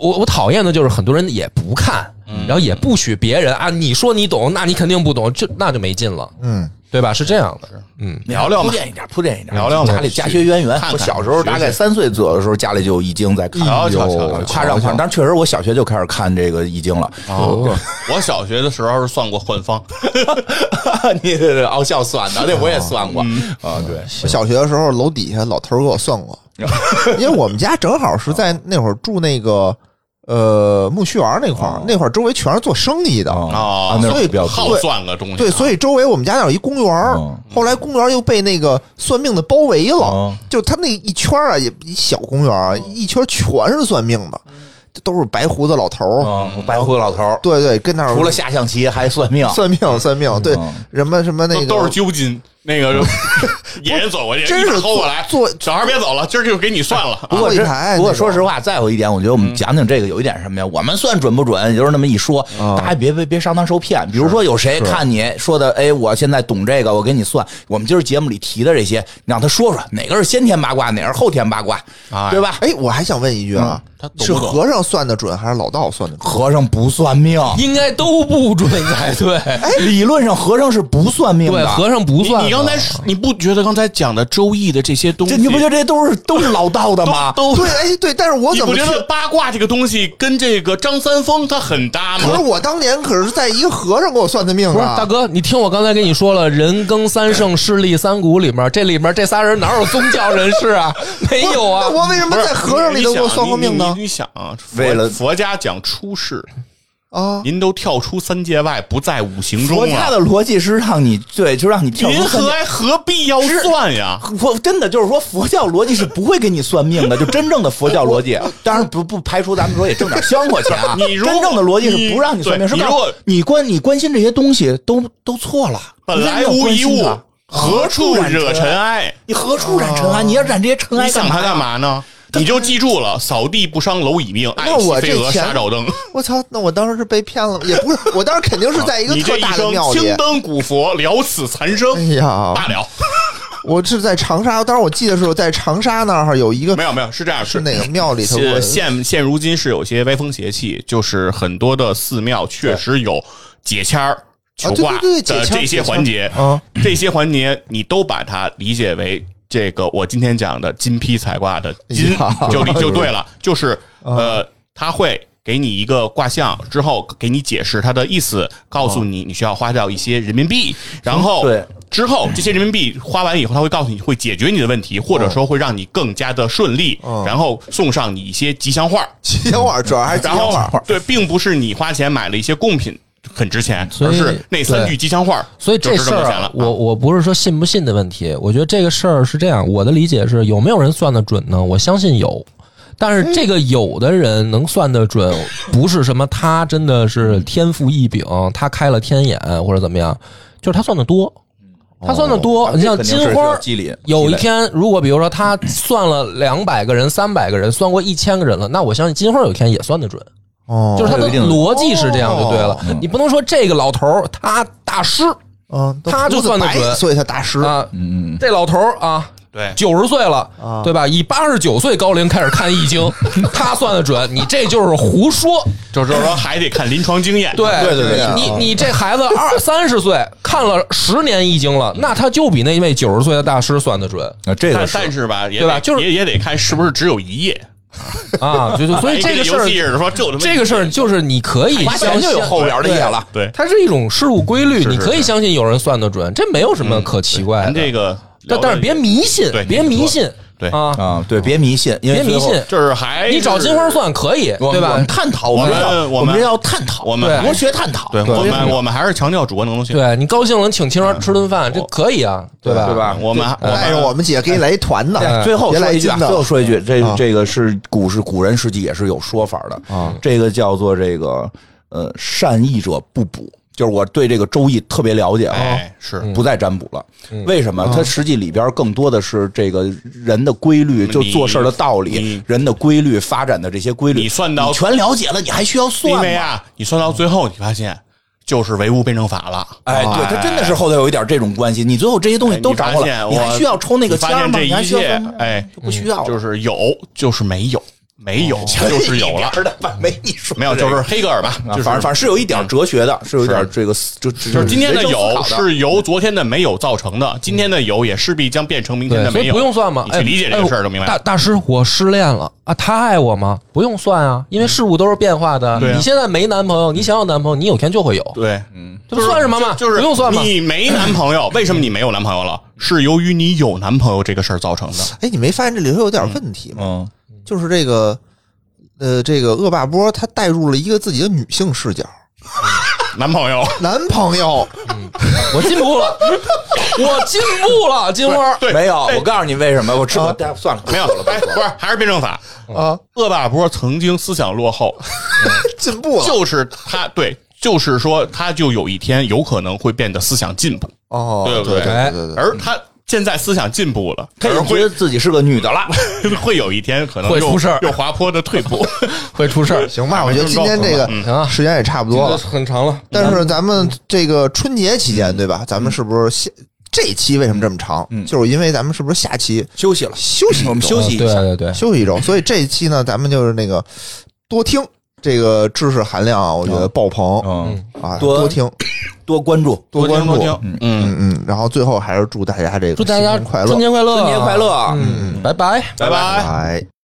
Speaker 1: 我我讨厌的就是很多人也不看，
Speaker 3: 嗯
Speaker 1: 然后也不许别人啊，你说你懂，那你肯定不懂，这那就没劲了，
Speaker 4: 嗯，
Speaker 1: 对吧？是这样的，嗯，
Speaker 2: 聊
Speaker 3: 聊嘛
Speaker 2: 铺垫一点，铺垫一点，
Speaker 3: 聊聊嘛
Speaker 2: 家里家学渊源
Speaker 3: 看。看
Speaker 2: 我小时候
Speaker 3: 学学
Speaker 2: 大概三岁左右的时候，家里就有易经在看，
Speaker 3: 瞧瞧瞧瞧
Speaker 2: 夸张夸张。但是确实，我小学就开始看这个易经了。
Speaker 3: 哦，我小学的时候是算过幻方，
Speaker 2: 你这是熬笑算的，那我也算过
Speaker 3: 哦
Speaker 2: 啊。对，
Speaker 4: 我小学的时候楼底下老头儿给我算 过，
Speaker 3: 哦
Speaker 4: 因为我们家正好是在那会儿住那个呃木须园那块儿，那会儿周围全是做生意的，
Speaker 3: 哦
Speaker 2: 啊，那
Speaker 4: 所以
Speaker 2: 比较
Speaker 3: 好算个东西，
Speaker 4: 对，所以周围我们家那有一公园儿
Speaker 3: 哦
Speaker 2: 嗯，
Speaker 4: 后来公园儿又被那个算命的包围了
Speaker 2: 嗯，
Speaker 4: 就他那一圈儿啊，也一小公园儿啊，一圈儿全是算命
Speaker 3: 嗯
Speaker 4: 的，都是白胡子老头
Speaker 3: 哦
Speaker 4: 儿，
Speaker 2: 啊，白胡子老头儿，
Speaker 4: 对对，跟那儿
Speaker 2: 除了下象棋还算命，
Speaker 4: 算命算命，对
Speaker 2: 嗯
Speaker 4: 什么什么那
Speaker 3: 哦都
Speaker 4: 个
Speaker 3: 都是揪筋，那个 野人走过去，
Speaker 4: 真
Speaker 3: 一把
Speaker 4: 是
Speaker 3: 薅过来，
Speaker 4: 做做
Speaker 3: 小孩别走了，今儿就给你算了。
Speaker 2: 不过
Speaker 4: 坐一
Speaker 2: 这
Speaker 4: 排啊那，
Speaker 2: 不过
Speaker 4: 种
Speaker 2: 说实话，再有一点，我觉得我
Speaker 3: 嗯
Speaker 2: 们讲讲这个有一点什么呀？我们算准不准，也就是那么一说，
Speaker 4: 啊
Speaker 2: 大家别别别上当受骗。比如说有谁看你说的，哎，我现在懂这个，我给你算。我们今儿节目里提的这些，你让他说说哪个是先天八卦，哪个是后天八卦
Speaker 3: 哎，
Speaker 2: 对吧？
Speaker 4: 哎，我还想问一句啊，
Speaker 3: 嗯他懂
Speaker 4: 是
Speaker 3: 不懂？
Speaker 4: 和尚算的准还是老道算的准？
Speaker 2: 和尚不算命，
Speaker 4: 哎
Speaker 1: 应该都不准才 对。
Speaker 2: 理论上和尚是不算命
Speaker 1: 对，
Speaker 2: 的。
Speaker 1: 和尚不
Speaker 3: 啊你
Speaker 1: 算的。
Speaker 3: 你刚才说你不觉得刚才讲的《周易》的这些东西，
Speaker 2: 这你不觉得这都是都是老道的吗？
Speaker 3: 都
Speaker 4: 对，哎对，但是我
Speaker 3: 你
Speaker 4: 怎
Speaker 3: 不
Speaker 4: 么
Speaker 3: 觉
Speaker 4: 听
Speaker 3: 得八卦这个东西跟这个张三丰他很搭
Speaker 4: 可是
Speaker 3: 吗？
Speaker 4: 我当年可是在一个和尚给我算的命啊！
Speaker 1: 不是大哥，你听我刚才跟你说了，人耕三圣，势力三股里面，这里面这仨人哪有宗教人士啊？ 没
Speaker 4: 不是
Speaker 1: 有啊
Speaker 4: 那。我为什么
Speaker 3: 不是
Speaker 4: 在和尚里头给我算过命
Speaker 3: 你
Speaker 4: 呢
Speaker 3: 你？你你想啊，佛
Speaker 2: 为了
Speaker 3: 佛家讲出世，
Speaker 4: 啊，
Speaker 3: 您都跳出三界外，不在五行
Speaker 2: 佛
Speaker 3: 中
Speaker 2: 家
Speaker 3: 了，
Speaker 2: 的逻辑是让你对，就让你跳出
Speaker 3: 您
Speaker 2: 三
Speaker 3: 何
Speaker 2: 界。
Speaker 3: 还何必要算呀？
Speaker 2: 我真的就是说，佛教逻辑是不会给你算命的，就真正的佛教 逻辑，当然不不排除咱们说也挣点香火钱啊。
Speaker 3: 你如果
Speaker 2: 真正的逻辑是不让你算命，
Speaker 3: 你
Speaker 2: 是吧
Speaker 3: 你如果？
Speaker 2: 你关你关心这些东西都都错了，
Speaker 3: 本来
Speaker 2: 你
Speaker 3: 无
Speaker 2: 为
Speaker 3: 一
Speaker 2: 什么要关心
Speaker 3: 物
Speaker 2: 它，
Speaker 3: 何处惹尘？埃？
Speaker 2: 啊你何处染尘埃？啊你要染这些尘埃
Speaker 3: 你想
Speaker 2: 干
Speaker 3: 他
Speaker 2: 嘛
Speaker 3: 干嘛呢？你就记住了，扫地不伤蝼蚁命，爱
Speaker 4: 那
Speaker 3: 惜
Speaker 4: 我
Speaker 3: 飞
Speaker 4: 这
Speaker 3: 蛾
Speaker 4: 钱
Speaker 3: 杀照灯。
Speaker 4: 我操！那我当时是被骗了吗，也不是，我当时肯定是在一个
Speaker 3: 啊你这
Speaker 4: 特
Speaker 3: 一
Speaker 4: 大的
Speaker 3: 生
Speaker 4: 庙里。
Speaker 3: 青灯古佛，了此残生
Speaker 4: 哎，
Speaker 3: 罢
Speaker 4: 呀，
Speaker 3: 了。
Speaker 4: 我是在长沙，当时我记得是我在长沙那儿有一个
Speaker 3: 没有没有，是这样
Speaker 4: 是哪个庙里头
Speaker 3: 是
Speaker 4: 我
Speaker 3: 现现如今是有些歪风邪气，就是很多的寺庙确实有解签儿、求卦
Speaker 4: 啊对对对解
Speaker 3: 的
Speaker 4: 签儿
Speaker 3: 这些环节
Speaker 4: 啊，
Speaker 3: 这些环节你都把它理解为这个我今天讲的金批彩卦的金
Speaker 4: 哎呀，啊
Speaker 3: 就理就对 了，就是呃，他会。给你一个卦象之后，给你解释它的意思，告诉你你需要花掉一些人民币，
Speaker 4: 嗯
Speaker 3: 然后
Speaker 2: 对
Speaker 3: 之后这些人民币花完以后，他会告诉你会解决你的问题，或
Speaker 4: 哦
Speaker 3: 者说会让你更加的顺利，
Speaker 1: 嗯
Speaker 3: 然后送上你一些吉祥话。
Speaker 4: 吉祥话，主要还是吉
Speaker 3: 然
Speaker 4: 祥
Speaker 3: 后
Speaker 4: 话。
Speaker 3: 对，并不是你花钱买了一些贡品很值钱，
Speaker 1: 所
Speaker 3: 而
Speaker 1: 以
Speaker 3: 是那三
Speaker 1: 对
Speaker 3: 句吉祥话，
Speaker 1: 所以这事
Speaker 3: 么
Speaker 1: 儿
Speaker 3: 多钱
Speaker 1: 啊
Speaker 3: 了，。
Speaker 1: 我我不是说信不信的问题，我觉得这个事儿是这样，我的理解是有没有人算得准呢？我相信有，但是这个有的人能算得准，不是什么他真的是天赋异禀，他开了天眼或者怎么样，就是他算的多，他算的多。你像金花儿，
Speaker 2: 积累
Speaker 1: 有一天，如果比如说他算了两百个人、三百个人，算过一千个人了，那我相信金花有一天也算得准。
Speaker 4: 哦，
Speaker 1: 就是他
Speaker 2: 有
Speaker 1: 的
Speaker 2: 一定的
Speaker 1: 逻辑是这样就对了，你不能说这个老头儿他大师
Speaker 4: 嗯，都
Speaker 1: 他就
Speaker 4: 胡子
Speaker 1: 算得
Speaker 4: 白
Speaker 1: 准
Speaker 4: 所以他大师。
Speaker 1: 啊，这老头儿啊。
Speaker 3: 对
Speaker 1: 九十岁了，对吧？以八十九岁高龄开始看易经，他算得准，你这就是胡说。
Speaker 3: 就是说还得看临床经验。
Speaker 1: 对
Speaker 2: 对对对
Speaker 3: 啊
Speaker 1: 你你这孩子二三十岁看了十年易经了，那他就比那位九十岁的大师算得 准
Speaker 2: 啊，这
Speaker 3: 但但是吧，也
Speaker 1: 对吧
Speaker 3: 得
Speaker 1: 就是
Speaker 3: 也也得看是不是只有一页。
Speaker 1: 啊！就就所以这
Speaker 3: 个
Speaker 1: 个事儿
Speaker 3: 游戏是说这有他妈
Speaker 1: 这个事儿就是你可以
Speaker 2: 花钱
Speaker 1: 相
Speaker 2: 就
Speaker 1: 信
Speaker 2: 有后边的页了。
Speaker 3: 对，
Speaker 1: 它是一种事物规律，
Speaker 3: 是嗯
Speaker 1: 你可以相信有人算得准，这没有什么可奇怪
Speaker 3: 咱
Speaker 1: 的。
Speaker 3: 这个聊
Speaker 1: 但
Speaker 3: 得
Speaker 1: 但是别迷信
Speaker 3: 对，
Speaker 1: 别迷信，
Speaker 3: 对
Speaker 1: 啊，
Speaker 2: 啊，对，别迷信，因为
Speaker 1: 别迷
Speaker 2: 最后
Speaker 1: 信。
Speaker 3: 就是 还
Speaker 1: 你找
Speaker 3: 哎是
Speaker 1: 金花算可以，
Speaker 2: 我们
Speaker 1: 对
Speaker 2: 我
Speaker 1: 吧
Speaker 2: 们？探讨，
Speaker 3: 我们
Speaker 2: 要
Speaker 3: 我
Speaker 2: 我
Speaker 3: 们
Speaker 2: 们要探讨，
Speaker 3: 我们还
Speaker 2: 博学探讨，
Speaker 3: 对
Speaker 2: 博
Speaker 3: 我
Speaker 2: 学探
Speaker 3: 们
Speaker 2: 讨
Speaker 3: 我们还是强调主观能动性，
Speaker 1: 对你高兴了，你请金花吃顿饭，这可以啊，对哎吧？
Speaker 2: 对吧？
Speaker 3: 我们还我们
Speaker 4: 带哎着我们姐给你来一团的，
Speaker 2: 哎最后
Speaker 4: 别
Speaker 2: 说
Speaker 4: 来
Speaker 2: 一
Speaker 4: 一
Speaker 2: 句啊，
Speaker 4: 斤
Speaker 2: 最后
Speaker 4: 的。
Speaker 2: 说一句，这
Speaker 4: 啊
Speaker 2: 这个是古是古人实际也是有说法的
Speaker 4: 啊，
Speaker 2: 这个叫做这个呃善易者不补，就是我对这个周易特别了解啊。
Speaker 3: 哎是
Speaker 2: 不再占卜了，为什么？它实际里边更多的是这个人的规律，就做事儿的道理
Speaker 3: 你，
Speaker 2: 人的规律发展的这些规律，
Speaker 3: 你算到
Speaker 2: 你全了解了，你还需要算
Speaker 3: 因为
Speaker 2: 吗？
Speaker 3: 啊，你算到最后，你发现就是唯物辩证法了。
Speaker 2: 哎，对，它真的是后头有一点这种关系。你最后这些东西
Speaker 3: 哎
Speaker 2: 都掌握
Speaker 3: 你发
Speaker 2: 了，
Speaker 3: 现
Speaker 2: 你还
Speaker 3: 我
Speaker 2: 需要抽那个
Speaker 3: 你发
Speaker 2: 签
Speaker 3: 现
Speaker 2: 儿吗？
Speaker 3: 这
Speaker 2: 你还
Speaker 3: 一
Speaker 2: 需要
Speaker 3: 切
Speaker 2: 抽吗，
Speaker 3: 哎，
Speaker 2: 不需要了，哦
Speaker 3: 就是有就是没有，没有 就是有了，
Speaker 2: 的，没你说
Speaker 3: 没有就是黑格尔吧，
Speaker 2: 啊，
Speaker 3: 就是
Speaker 2: 反正反正是有一点哲学的，是有一点
Speaker 3: 是
Speaker 2: 这个思就就
Speaker 3: 就是今天的
Speaker 2: 人生思
Speaker 3: 有
Speaker 2: 考的
Speaker 3: 是由昨天的没有造成的，今天的有也势必将变成明天
Speaker 1: 对，
Speaker 3: 的
Speaker 1: 所
Speaker 3: 没
Speaker 1: 以
Speaker 3: 有。
Speaker 1: 不用算嘛。
Speaker 3: 你
Speaker 1: 哎，
Speaker 3: 去理解这个事儿就明白
Speaker 1: 哎
Speaker 3: 了
Speaker 1: 大。大师，我失恋了啊，他爱我吗？不用算啊，因为事物都是变化的。
Speaker 3: 对啊
Speaker 1: 你现在没男朋友，你想有男朋友，你有天就会有，
Speaker 3: 对，嗯
Speaker 1: 这不算什么吗？
Speaker 3: 就是
Speaker 1: 不用算嘛。
Speaker 3: 你没男朋友，为什么你没有男朋友了？是由于你有男朋友这个事儿造成的。
Speaker 4: 哎，你没发现这里头有点问题吗？
Speaker 2: 嗯，
Speaker 4: 就是这个，呃，这个恶霸波他带入了一个自己的女性视角，
Speaker 3: 男朋友，
Speaker 4: 男朋
Speaker 2: 哦
Speaker 4: 友
Speaker 1: 我进步了，我进步了，金花。
Speaker 3: 对，
Speaker 2: 没有。我告诉你为什么，我吃我待算了，
Speaker 3: 没有，哎，不是，还是辩证法。
Speaker 4: 啊，
Speaker 3: 恶霸波曾经思想落后，
Speaker 4: 进步了
Speaker 3: 就是他对，就是说他就有一天有可能会变得思想进步，
Speaker 4: 哦，
Speaker 3: 对不
Speaker 4: 对
Speaker 3: 对
Speaker 4: 对对对，
Speaker 3: 而他现在思想进步了，
Speaker 2: 他已经觉得自己是个女的了。
Speaker 3: 会有一天可能
Speaker 1: 会
Speaker 3: 又
Speaker 1: 出事儿
Speaker 3: 又滑坡的退 步。
Speaker 1: 会出 事儿，
Speaker 4: 行吧，我觉得今天这
Speaker 1: 行
Speaker 4: 个
Speaker 1: 啊
Speaker 4: 时间也差不多了。
Speaker 1: 很长了。
Speaker 4: 但是咱们这个春节期间，对吧？咱们是不是先这期为什么这么长？
Speaker 2: 嗯
Speaker 4: 就是因为咱们是不是下期
Speaker 2: 休息了，
Speaker 4: 休息一周
Speaker 2: 我们休息一
Speaker 1: 对
Speaker 2: 下。
Speaker 1: 对对，
Speaker 4: 休息一周？所以这一期呢，咱们就是那个多听这个知识含量啊，我觉得爆棚
Speaker 2: 嗯，
Speaker 4: 啊，
Speaker 2: 多
Speaker 4: 多听
Speaker 2: 多关注，
Speaker 4: 多关
Speaker 3: 听多
Speaker 4: 注，
Speaker 3: 听，嗯，
Speaker 4: 嗯嗯。然后最后还是祝大家这个
Speaker 1: 祝大家
Speaker 4: 新年快乐，
Speaker 2: 啊
Speaker 1: 春节快乐，
Speaker 2: 春节快乐，
Speaker 1: 嗯，拜拜。
Speaker 3: 拜拜
Speaker 4: 拜。